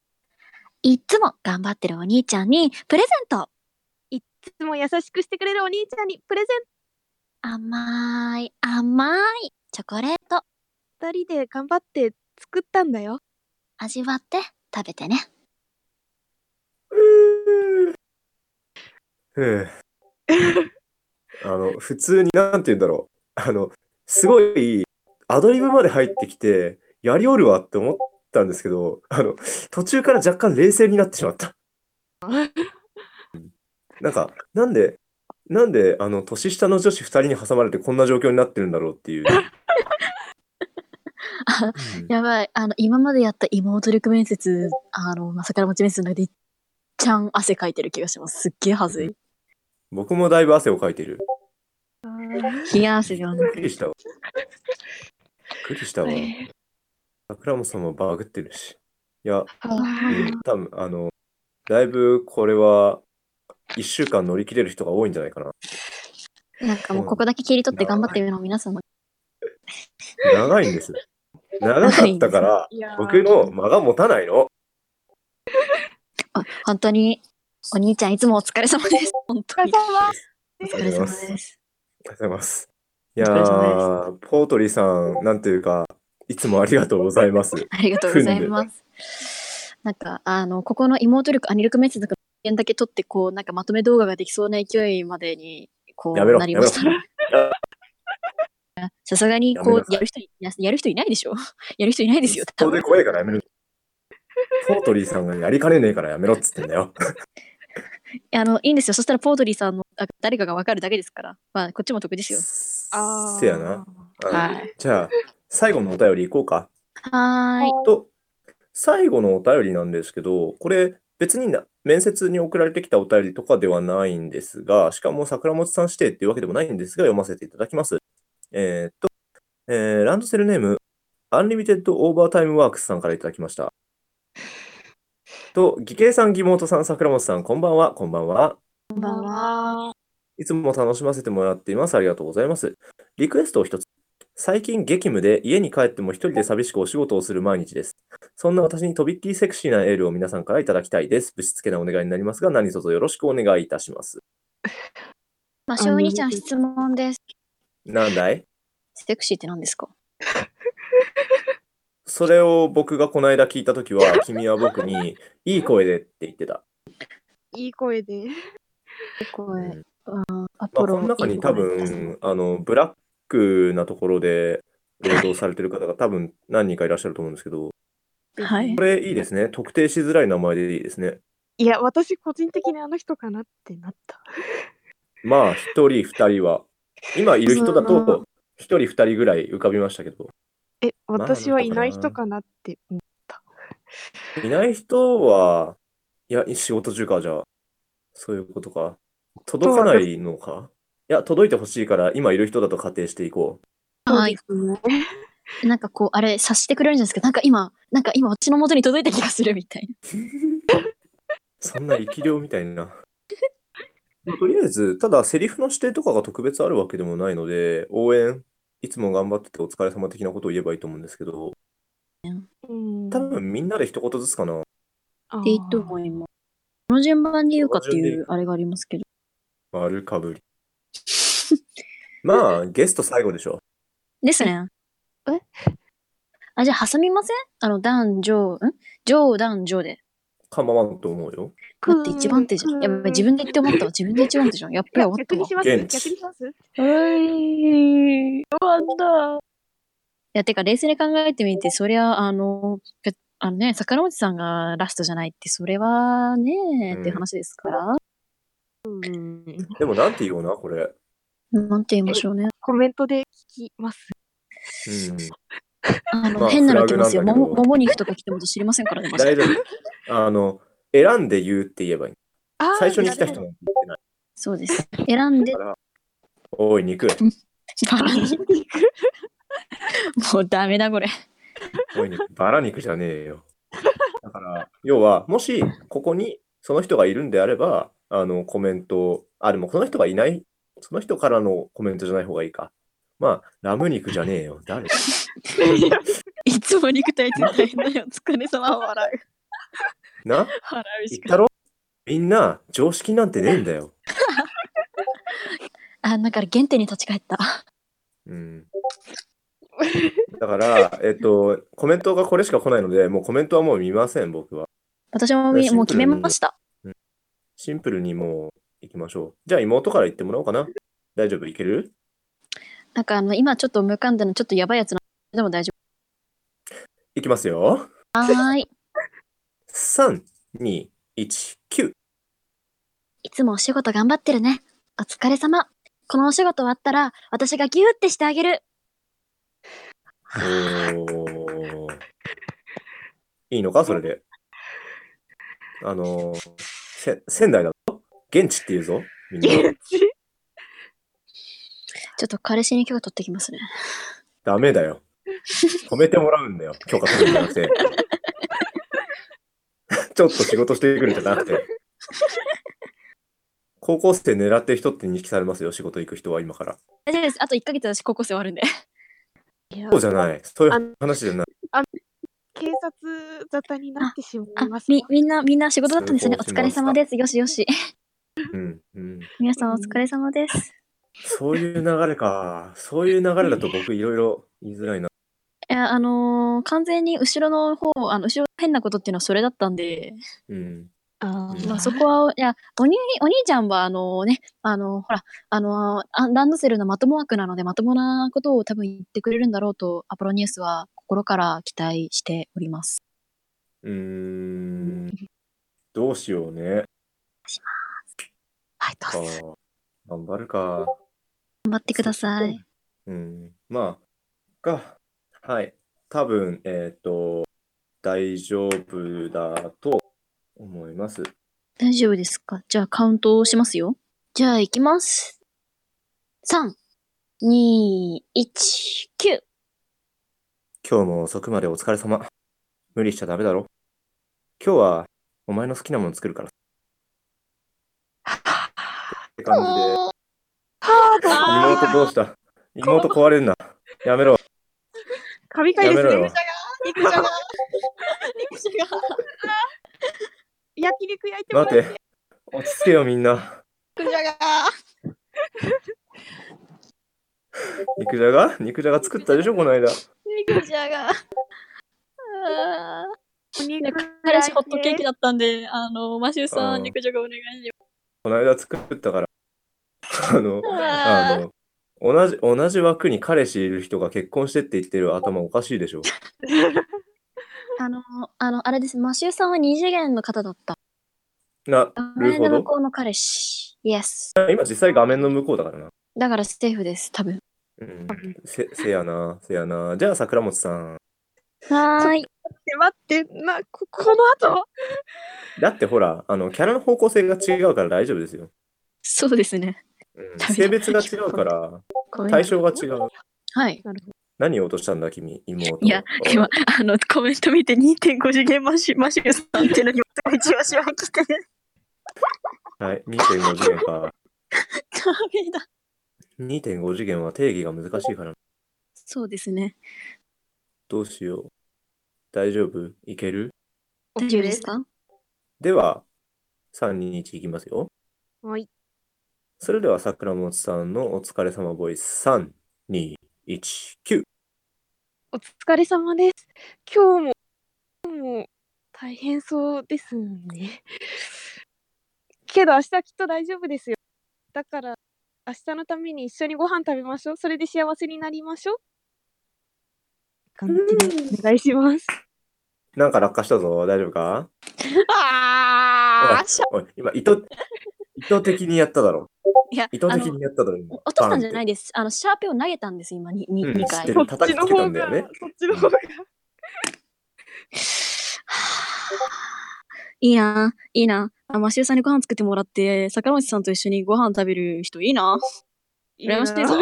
B: いっつも頑張ってるお兄ちゃんにプレゼント
D: いつも優しくしてくれるお兄ちゃんにプレゼン
B: 甘い甘いチョコレート
D: ト二人で頑張って作ったんだよ。
B: 味わって食べてね。
A: ふうあの普通に何て言うんだろうあのすごいアドリブまで入ってきてやりおるわって思ったんですけどあの途中から若干冷静になってしまった。 なんかなんでなんであの年下の女子2人に挟まれてこんな状況になってるんだろうって いう。うん
B: やばい。あの、今までやった妹力面接、あの、まさからもち面接の中で、いっちゃん汗かいてる気がします。すっげえはずい。
A: 僕もだいぶ汗をかいてる。
B: 冷や汗が。
A: びっくりしたわ。びっくりしたわ。
C: え
A: 桜本さんもバグってるし。いや、う
C: は
A: ん、多分あの、だいぶこれは、1週間乗り切れる人が多いんじゃないかな。
B: なんかもうここだけ切り取って頑張ってるの皆さんも。
A: 長いん です。長かったから、
C: いやー
A: 僕の間が持たないの。
B: あ本当に、お兄ちゃんいつもお疲れ様です。本当に。
A: お
B: お
A: 疲
B: 疲
A: れ
B: れ
A: 様
B: 様
A: です。あり
B: です。
A: がとうございます。いや
B: お疲れ様
A: ー、ポートリーさん、なんていうか、いつもありがとうございます。
B: ありがとうございます。なんか、あの、ここの妹力、兄力面接の件だけ取って、こう、なんかまとめ動画ができそうな勢いまでに、こ
A: やめろ
B: う、なりました
A: や。
B: さすがに、
A: やめ
B: こ
A: な
B: う、やる人い、ややる人いないでしょやる人いないですよ、多
A: それ
B: 分
A: で。怖いからやめる。ポートリーさんがやりかねねえからやめろっつってんだ よ。
B: あの、いいんですよ。そしたら、ポートリーさんのあ誰かがわかるだけですから。まあ、こっちも得ですよ。
C: あー
A: せやな。あの
B: はい。
A: じゃあ、最後のお便りいこうか。
B: はーい。
A: と、最後のお便りなんですけど、これ、別にな面接に送られてきたお便りとかではないんですが、しかも桜本さん指定っていうわけでもないんですが、読ませていただきます。えーっと、えーランドセルネーム、アンリミテッドオーバータイムワークスさんからいただきました。と、義兄さん、義妹さん、桜本さん、こんばんは、こんばんは。
B: こんばんは。
A: いつも楽しませてもらっています。ありがとうございます。リクエストを一つ。最近激務で家に帰っても一人で寂しくお仕事をする毎日です。そんな私にとびっきりセクシーなエールを皆さんからいただきたいです。ぶしつけなお願いになりますが、何卒よろしくお願いいたします。
B: まあ、しょうにちゃん質問です。
A: なんだい
B: セクシーって何ですか
A: それを僕がこの間聞いたときは、君は僕に、いい声でって言ってた。
C: いい声で。
B: これ、ア
A: ま
B: ポ
A: あ、こ
B: ロ
A: の中に多分、あの、ブラックなところで労働されてる方が多分何人かいらっしゃると思うんですけど、
B: はい
A: こ。れいいですね。特定しづらい名前でいいですね。
C: いや、私個人的にあの人かなってなった。
A: まあ、一人、二人は。今いる人だと、一人、二人ぐらい浮かびましたけど。
C: え、
A: あ
C: 私はいない
A: あの人か
C: 人かなって。うん
A: いない人は、いや、仕事中か、じゃあ。そういうことか。届かないのかいや、届いてほしいから、今いる人だと仮定していこ
B: はい。
C: そうですね
B: なんかこう、あれ、察してくれるんじゃないですか。なんか今、なんか今、私の元に届いた気がするみたいな。
A: う。そんな力量みたいな。まあとりあえず、ただ、セリフの指定とかが特別あるわけでもないので、応援、いつも頑張っててお疲れ様的なことを言えばいいと思うんですけど、
C: うん
A: 多分みんなで一言ずつかな。
B: っていいと思います。の順番で言うかって
A: この順
B: い
A: で
B: うあれがありますけど。
A: 丸かぶり。まあ、ゲスト最後でしょ。
B: ですね。
D: え
B: あ、じゃあ挟みませんあの、男女、ん上男女で。
A: 構わんと思うよ。
B: 待って、一番手じゃん。やばい、自分で言って思ったわ。自分で一番手 じゃん。やっぱり思った
D: 逆に
B: わ。い
D: します
A: 現
D: 逆
A: 地
D: にします
B: 終わった。いや、てか、冷静に考えてみて、そりゃ、あの、べあのね、桜餅さんがラストじゃないって、それはね、
A: うん
B: って話ですから。
D: うん
A: でも、なんて言おうな、これ。
B: なんて言いましょうね。
D: コメントで聞きます。
A: うん、
B: あの、
A: まあ
B: 変なの来ますよ。
A: フラ
B: も
A: グなんだけど
B: ももも肉とか来ても知りませんからね。マジで
A: 大丈夫。あの、選んで言うって言えばいい。
D: あ
A: 最初に来た人も言ってない
B: そうです。選んで
A: か、ら。おい、肉。
B: バラに。 もうダメだ、これ。
A: おい、肉。バラ肉じゃねえよ。だから、要は、もし、ここにその人がいるんであれば、あの、コメントを、あ、でも、その人がいない、その人からのコメントじゃない方がいいか。まあ、ラム肉じゃねえよ。誰
B: いつも肉体って大変だよ。疲れ様笑う。
A: な
B: 笑う
A: 言っ
B: しか
A: たろみんな、常識なんてねえんだよ。
B: あ、だから原点に立ち返った。
A: うん。だから、えっと、コメントがこれしか来ないので、もうコメントはもう見ません、僕は。
B: 私もみ
A: シンプルに
B: もう決めました。
A: シンプルにもう行きましょう。じゃあ妹から言ってもらおうかな。大丈夫いける
B: なんかあの、今ちょっと無関係のちょっとやばいやつなでも大丈
A: いきますよ。
B: 夫。はーい。
A: 3、2、1、9。
B: いつもお仕事頑張ってるね。お疲れ様。このお仕事終わったら、私がギューってしてあげる。
A: おーいいのかそれで。あのーせ仙台だぞ。現地って言うぞ。みんな。
B: ちょっと彼氏に許可取ってきますね。
A: ダメだよ。止めてもらうんだよ。許可するんじゃなくて。 ちょっと仕事してくるんじゃなくて。高校生狙ってる人って認識されますよ。仕事行く人は今から。
B: 大丈夫です。あと1ヶ月私高校生終わるんで。
D: いや
A: そうじゃない。そうい
D: あ
A: う話じゃない。
D: 警察沙汰になってしま
B: あ
D: います、
B: み、みんな、みんな仕事だったんですよね。お
A: そう
B: 疲れ様です。よしよし。
A: うん。うん、
B: 皆さんお疲れ様です。
A: そういう流れか。そういう流れだと僕いろいろ言いづらいな。
B: いや、あのー完全に後ろの方、あの、後ろの変なことっていうのはそれだったんで、
A: うん。
D: あ
A: ー
B: まあそこは、いや、お兄、お兄ちゃんは、あのね、あのほら、あのあランドセルのまとも枠なので、まともなことを多分言ってくれるんだろうと、アポロニュースは心から期待しております。
A: うーん。どうしようね。
B: はい、ど
A: か
B: うぞ。
A: 頑張るか。
B: 頑張ってください。
A: うん、まあ、が、はい、多分、えっ、と、大丈夫だと思います。
B: 大丈夫ですかじゃあカウントをしますよ。じゃあ行きます。3、2、1、9。
A: 今日も遅くまでお疲れ様。無理しちゃダメだろ。今日は、お前の好きなもの作るから。って感じで、妹どうした妹壊れんな。やめろ。
C: 神回です
A: やめろ
C: ね
A: よ。
C: 肉じゃが、焼肉焼いてもらっ
A: 待
C: て、
A: って。落ち着けよ、みんな。
C: 肉じゃが。
A: 肉じゃが肉じゃが作ったでしょ、この間。
B: 肉じゃ が。あー
C: お肉焼いて
B: 彼氏ホットケーキ だったんで、あの、マシューさ
A: うん
B: ん、肉じゃがお願いし
A: この間作ったから、あの、
B: ます。
A: あの、同じ、同じ枠に彼氏いる人が結婚してって言ってる頭おかしいでしょ。
B: あの、あの、あれです。マシューさんは二次元の方だった。
A: なる
B: 画面
A: ほ
B: の
A: ど
B: 向。こうの彼氏。イエス。
A: 今実際画面の向こうだからな。
B: だからセーフです、多分。
A: うん。せ、せやな、せやな。じゃあ桜本さん。
B: はーい。
C: 待って、な、ここの後、
A: だってほら、あの、キャラの方向性が違うから大丈夫ですよ。
B: そうですね。
A: うん
B: ダメだ
A: 性別が違うから、
B: ごめん
A: 対象が違う。
B: はい。
A: 何を落としたんだ、君、妹。
B: いや、今、あの、コメント見て2.5次元マシュマシューさんっていうのに、一応しわきて。
A: はい、2.5次元か。
B: ダメだ。
A: 2.5次元は定義が難しいから、
B: そうですね。
A: どうしよう。大丈夫いける
B: 大丈夫ですか
A: では、 3、2、1いきますよ。
D: はい。
A: それでは桜本さんのお疲れ様ボイス3、2、1、9。
D: お疲れ様です。今日も、今日も大変そうですね。
C: けど明日きっと大丈夫ですよ。だから明日のために一緒にご飯食べましょう。それで幸せになりましょう。
D: 感じでお願いします。
A: なんか落下したぞ。大丈夫か
B: ああ、しょ
A: おい、今意図、意図的にやっただろ。
B: いや
A: 意、図
B: あ
A: 的
B: の
A: に、やっただろ、今。
B: 落としたんじゃないいです。あの、シャーペンを投げたんです、今、にに
A: うん
B: 二
A: 知ってる
B: 回。
C: そっ
A: 叩
C: ち
A: き
C: の
A: つけた
C: 方
A: んだ
C: が、
A: よね
C: そっちの方が。
B: いいな、いいな。あマシューさんにご飯作ってもらって、坂本さんと一緒にご飯食べる人いいな。羨ましいぞ。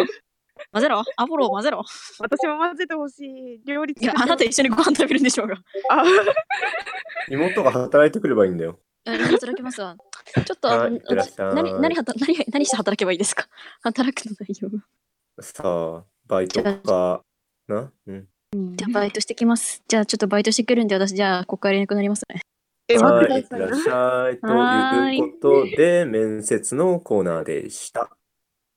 B: 混ぜろ、アポロを混ぜろ。
C: 私も混ぜてほしい。料理
B: いや、あなた一緒にご飯食べるんでしょうが。
C: あ
A: 妹が働いてくればいいんだよ。
B: あ働きますわ。ちょっと、
A: は
B: あ
A: い
B: の
A: いってらっしゃい
B: 何、何はた、何が、何して働けばいいですか働くの内容が。
A: さあ、バイトか、なうん。
B: じゃあ、バイトしてきます。じゃあ、ちょっとバイトしてくるんで、私、じゃあ、ここからいなくなりますね。
C: え、
A: は
C: 待
A: い、い
C: っ
A: ってて
C: くだ
A: ら
C: さい
A: っ
C: な。
A: しゃい。ということで、面接のコーナーでした。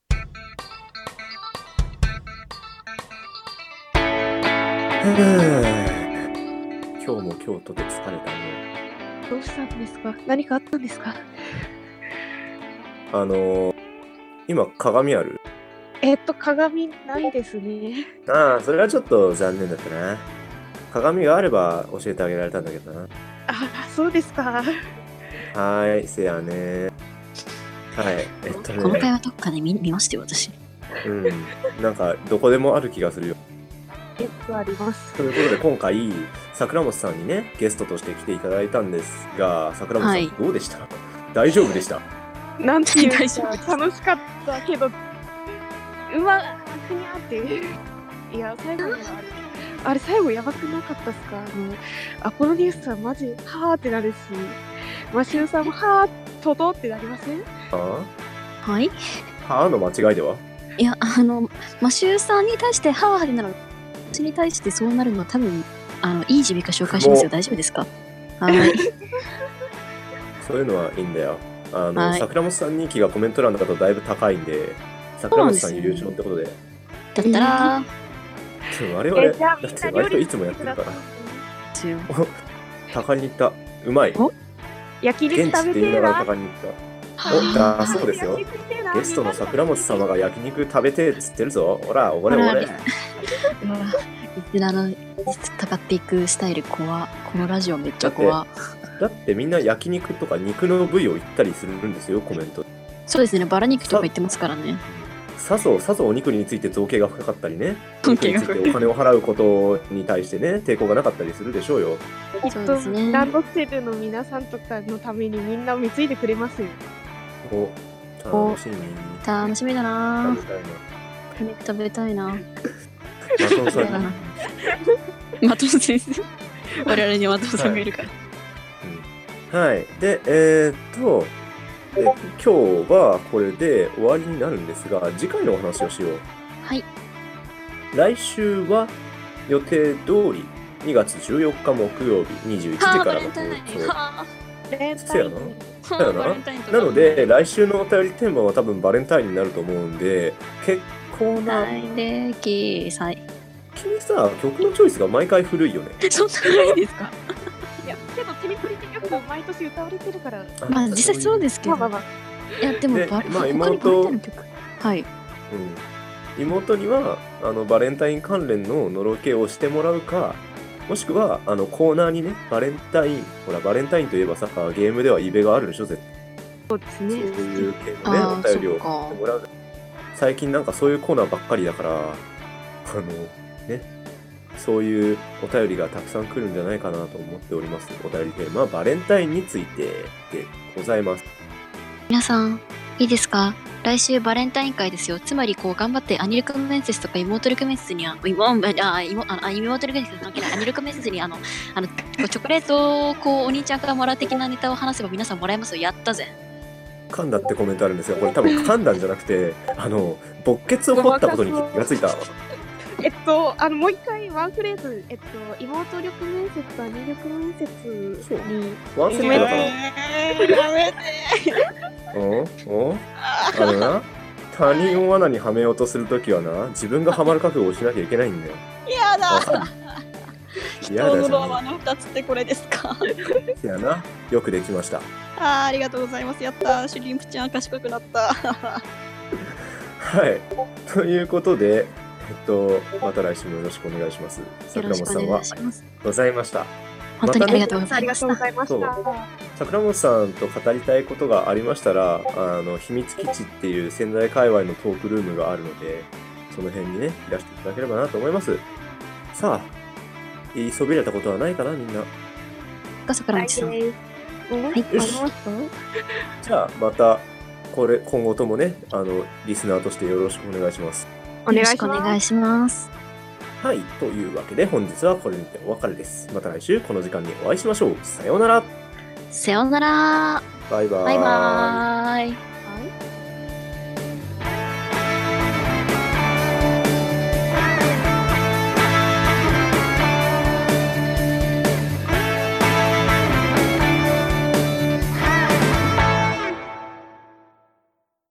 A: はぁ今日も今日とて疲れたね。
D: どうしたんですか何かあったんですか
A: あのー、今鏡ある
C: えっと、鏡ないですね。
A: ああ、それはちょっと残念だったな。鏡があれば教えてあげられたんだけどな。
C: あ、そうですか。
A: はーい、せやねはい、えっと
B: この会
A: ね、
B: 話どっかで見見ましたよ、私。
A: うん、なんかどこでもある気がするよ。
C: えっと、あります。
A: ということで今回、桜本さんにね、ゲストとして来ていただいたんですが、桜本さん、
B: はい
A: どうでした大丈夫でした
C: なんていうか
B: 大丈夫です
C: 楽しかったけど、うまくにゃって。いや、最後のあれ、あれ最後やばくなかったっすかあの、アポロニウスさんマジ、はーってなるし、マシューさんもはー、ととってなりません
A: あ
B: はい。
A: 歯の間違いではい
B: や、あの、マシューさんに対して、ハワハワなら、私に対してそうなるのは多分、あの、いい耳鼻科紹介しますよ。大丈夫です かはい。
A: そういうのはいいんだよ。あの、
B: はい
A: 桜本さん人気がコメント欄だとだいぶ高いんで、桜本さん優勝ってことで、で
B: だったら、
A: も我々、
C: えじゃあ
A: だっ
C: みん
A: て
C: な
A: 割と
C: 料理
A: いつもやってるから、
B: ですよ。
A: 高に行った、うまい、
B: お
C: 焼き肉
A: 現地
C: 食
A: っ
C: べ
A: て言
C: て
A: いなが
C: え
A: ら
C: な。
A: 高に行った。お
B: は
A: だそうですよ。ゲストの桜本様が焼肉食べてっつってるぞ。ほら、おれお
B: ほら
A: れ。
B: い。うわリスナーの、戦っていくスタイル怖。このラジオめっちゃ怖。
A: だってみんな焼肉とか肉の部位を言ったりするんですよ、コメント。
B: そうですね、バラ肉とか言ってますからね。
A: さぞ、さぞお肉について造形が深かったりね。お
B: 造
A: 肉
B: 形
A: に
B: が
A: つい
B: 深い
A: てお金を払うことに対してね、抵抗がなかったりするでしょうよ。
C: きっ
B: そうで
C: と
B: すね
C: ランドセルの皆さんとかのためにみんな貢いでくれますよ。
A: お、
B: お
A: 楽しみ。
B: 楽しみだな
A: 食べたいな。
B: ぁ。肉食べたいなぁ。
A: マトンさんに、
B: マトン先 生。我々にはマトンさんがいるから。
A: うんはい。で、えー、っと、で今日はこれで終わりになるんですが、次回のお話をしよう。
B: はい。
A: 来週は予定通り2月14日木曜日21時
B: は
A: か
B: ぁ、バ
A: ら
B: レ
A: の
B: ンタ
A: 放
B: イン。
A: 送
B: は
C: レン
A: そう
C: タ
A: や
C: イン
A: な
B: ぁ
A: そうやな
B: バレンタインとか
A: なので来週のお便りテーマは多分バレンタインになると思うんで結構な
B: 大歴祭。
A: 君さ曲のチョイスが毎回古いよね
B: そんなないですか
C: いや、けどテリプリって曲毎年歌われてるから。
B: まあ実際そうですけ
C: ま
B: ど。
C: あまあまあ。
B: いやでも
A: で
B: バレ、
A: まあ
B: 他にバレンタ
A: 妹
B: インの曲。はい。
A: うん、妹にはあのバレンタイン関連ののろけをしてもらうかもしくはあのコーナーにねバレンタインほらバレンタインといえばさゲームではイベがあるでしょ絶
D: そうです
A: 対そう
D: ね。
A: いう系のね
B: あ
A: お
B: あ、そ
A: 便り
B: っ
A: を
B: か。
A: もらう最近なんかそういうコーナーばっかりだからあのねそういうお便りがたくさん来るんじゃないかなと思っておりますお便りテーマはバレンタインについてでございます
B: 皆さん、いいですか来週バレンタイン会ですよ。つまり、こう、頑張って、アニルク面接とか妹力面接には、妹、あ、妹、ああ妹力面接関係ない、アニルク面接に、あの、あの、こうチョコレートを、こう、お兄ちゃんからもらう的なネタを話せば皆さんもらえますよ。やったぜ。
A: 噛んだってコメントあるんですがこれ多 分噛んだんじゃなくてあの勃血を掘ったことに気がついた
C: えっと、あの、もう一回忘
D: ワンフレーズ、えっと、妹力面接と兄力面接に、
A: ワンセットだから。
C: やめて
A: うんうんあのな、他人を罠にはめようとするときはな、自分がハマる覚悟をしなきゃいけない んだよ。
B: や
A: わ
B: だ
A: かる嫌
B: 人
A: だ
B: の
A: じ
B: ローマ
A: ゃ
B: の2つってこれですか
A: ん。せやな。よくできました。
B: あーありがとうございますやったーシュリンプちゃん賢くなった
A: はい。ということで、えっと、また来週もよろしくお願いします。
B: よ
A: 桜
B: ろし
A: 本
B: く
A: さん
B: お願
A: はい
B: します
A: ございました。
B: 本当にありがとうござ
C: あ
B: い
C: り
B: ま
C: が
B: した
C: とうございました。
A: 桜本さんと語りたいことがありましたら、あの、秘密基地っていう仙台界隈のトークルームがあるので、その辺にね、いらしていただければなと思います。さあ、言いそびれたことはないかな、みんな。
B: が桜本さん
D: はい、は
A: じゃあまたこれ今後ともねあのリスナーとしてよろしくお願いします。
C: お願いし
B: よろくお
C: ま
B: 願
C: す。
B: いします
A: はいというわけで本日はこれにてお別れです。また来週この時間にお会いしましょう。さようなら。
B: さようなら
A: バイバー
B: バイバーイ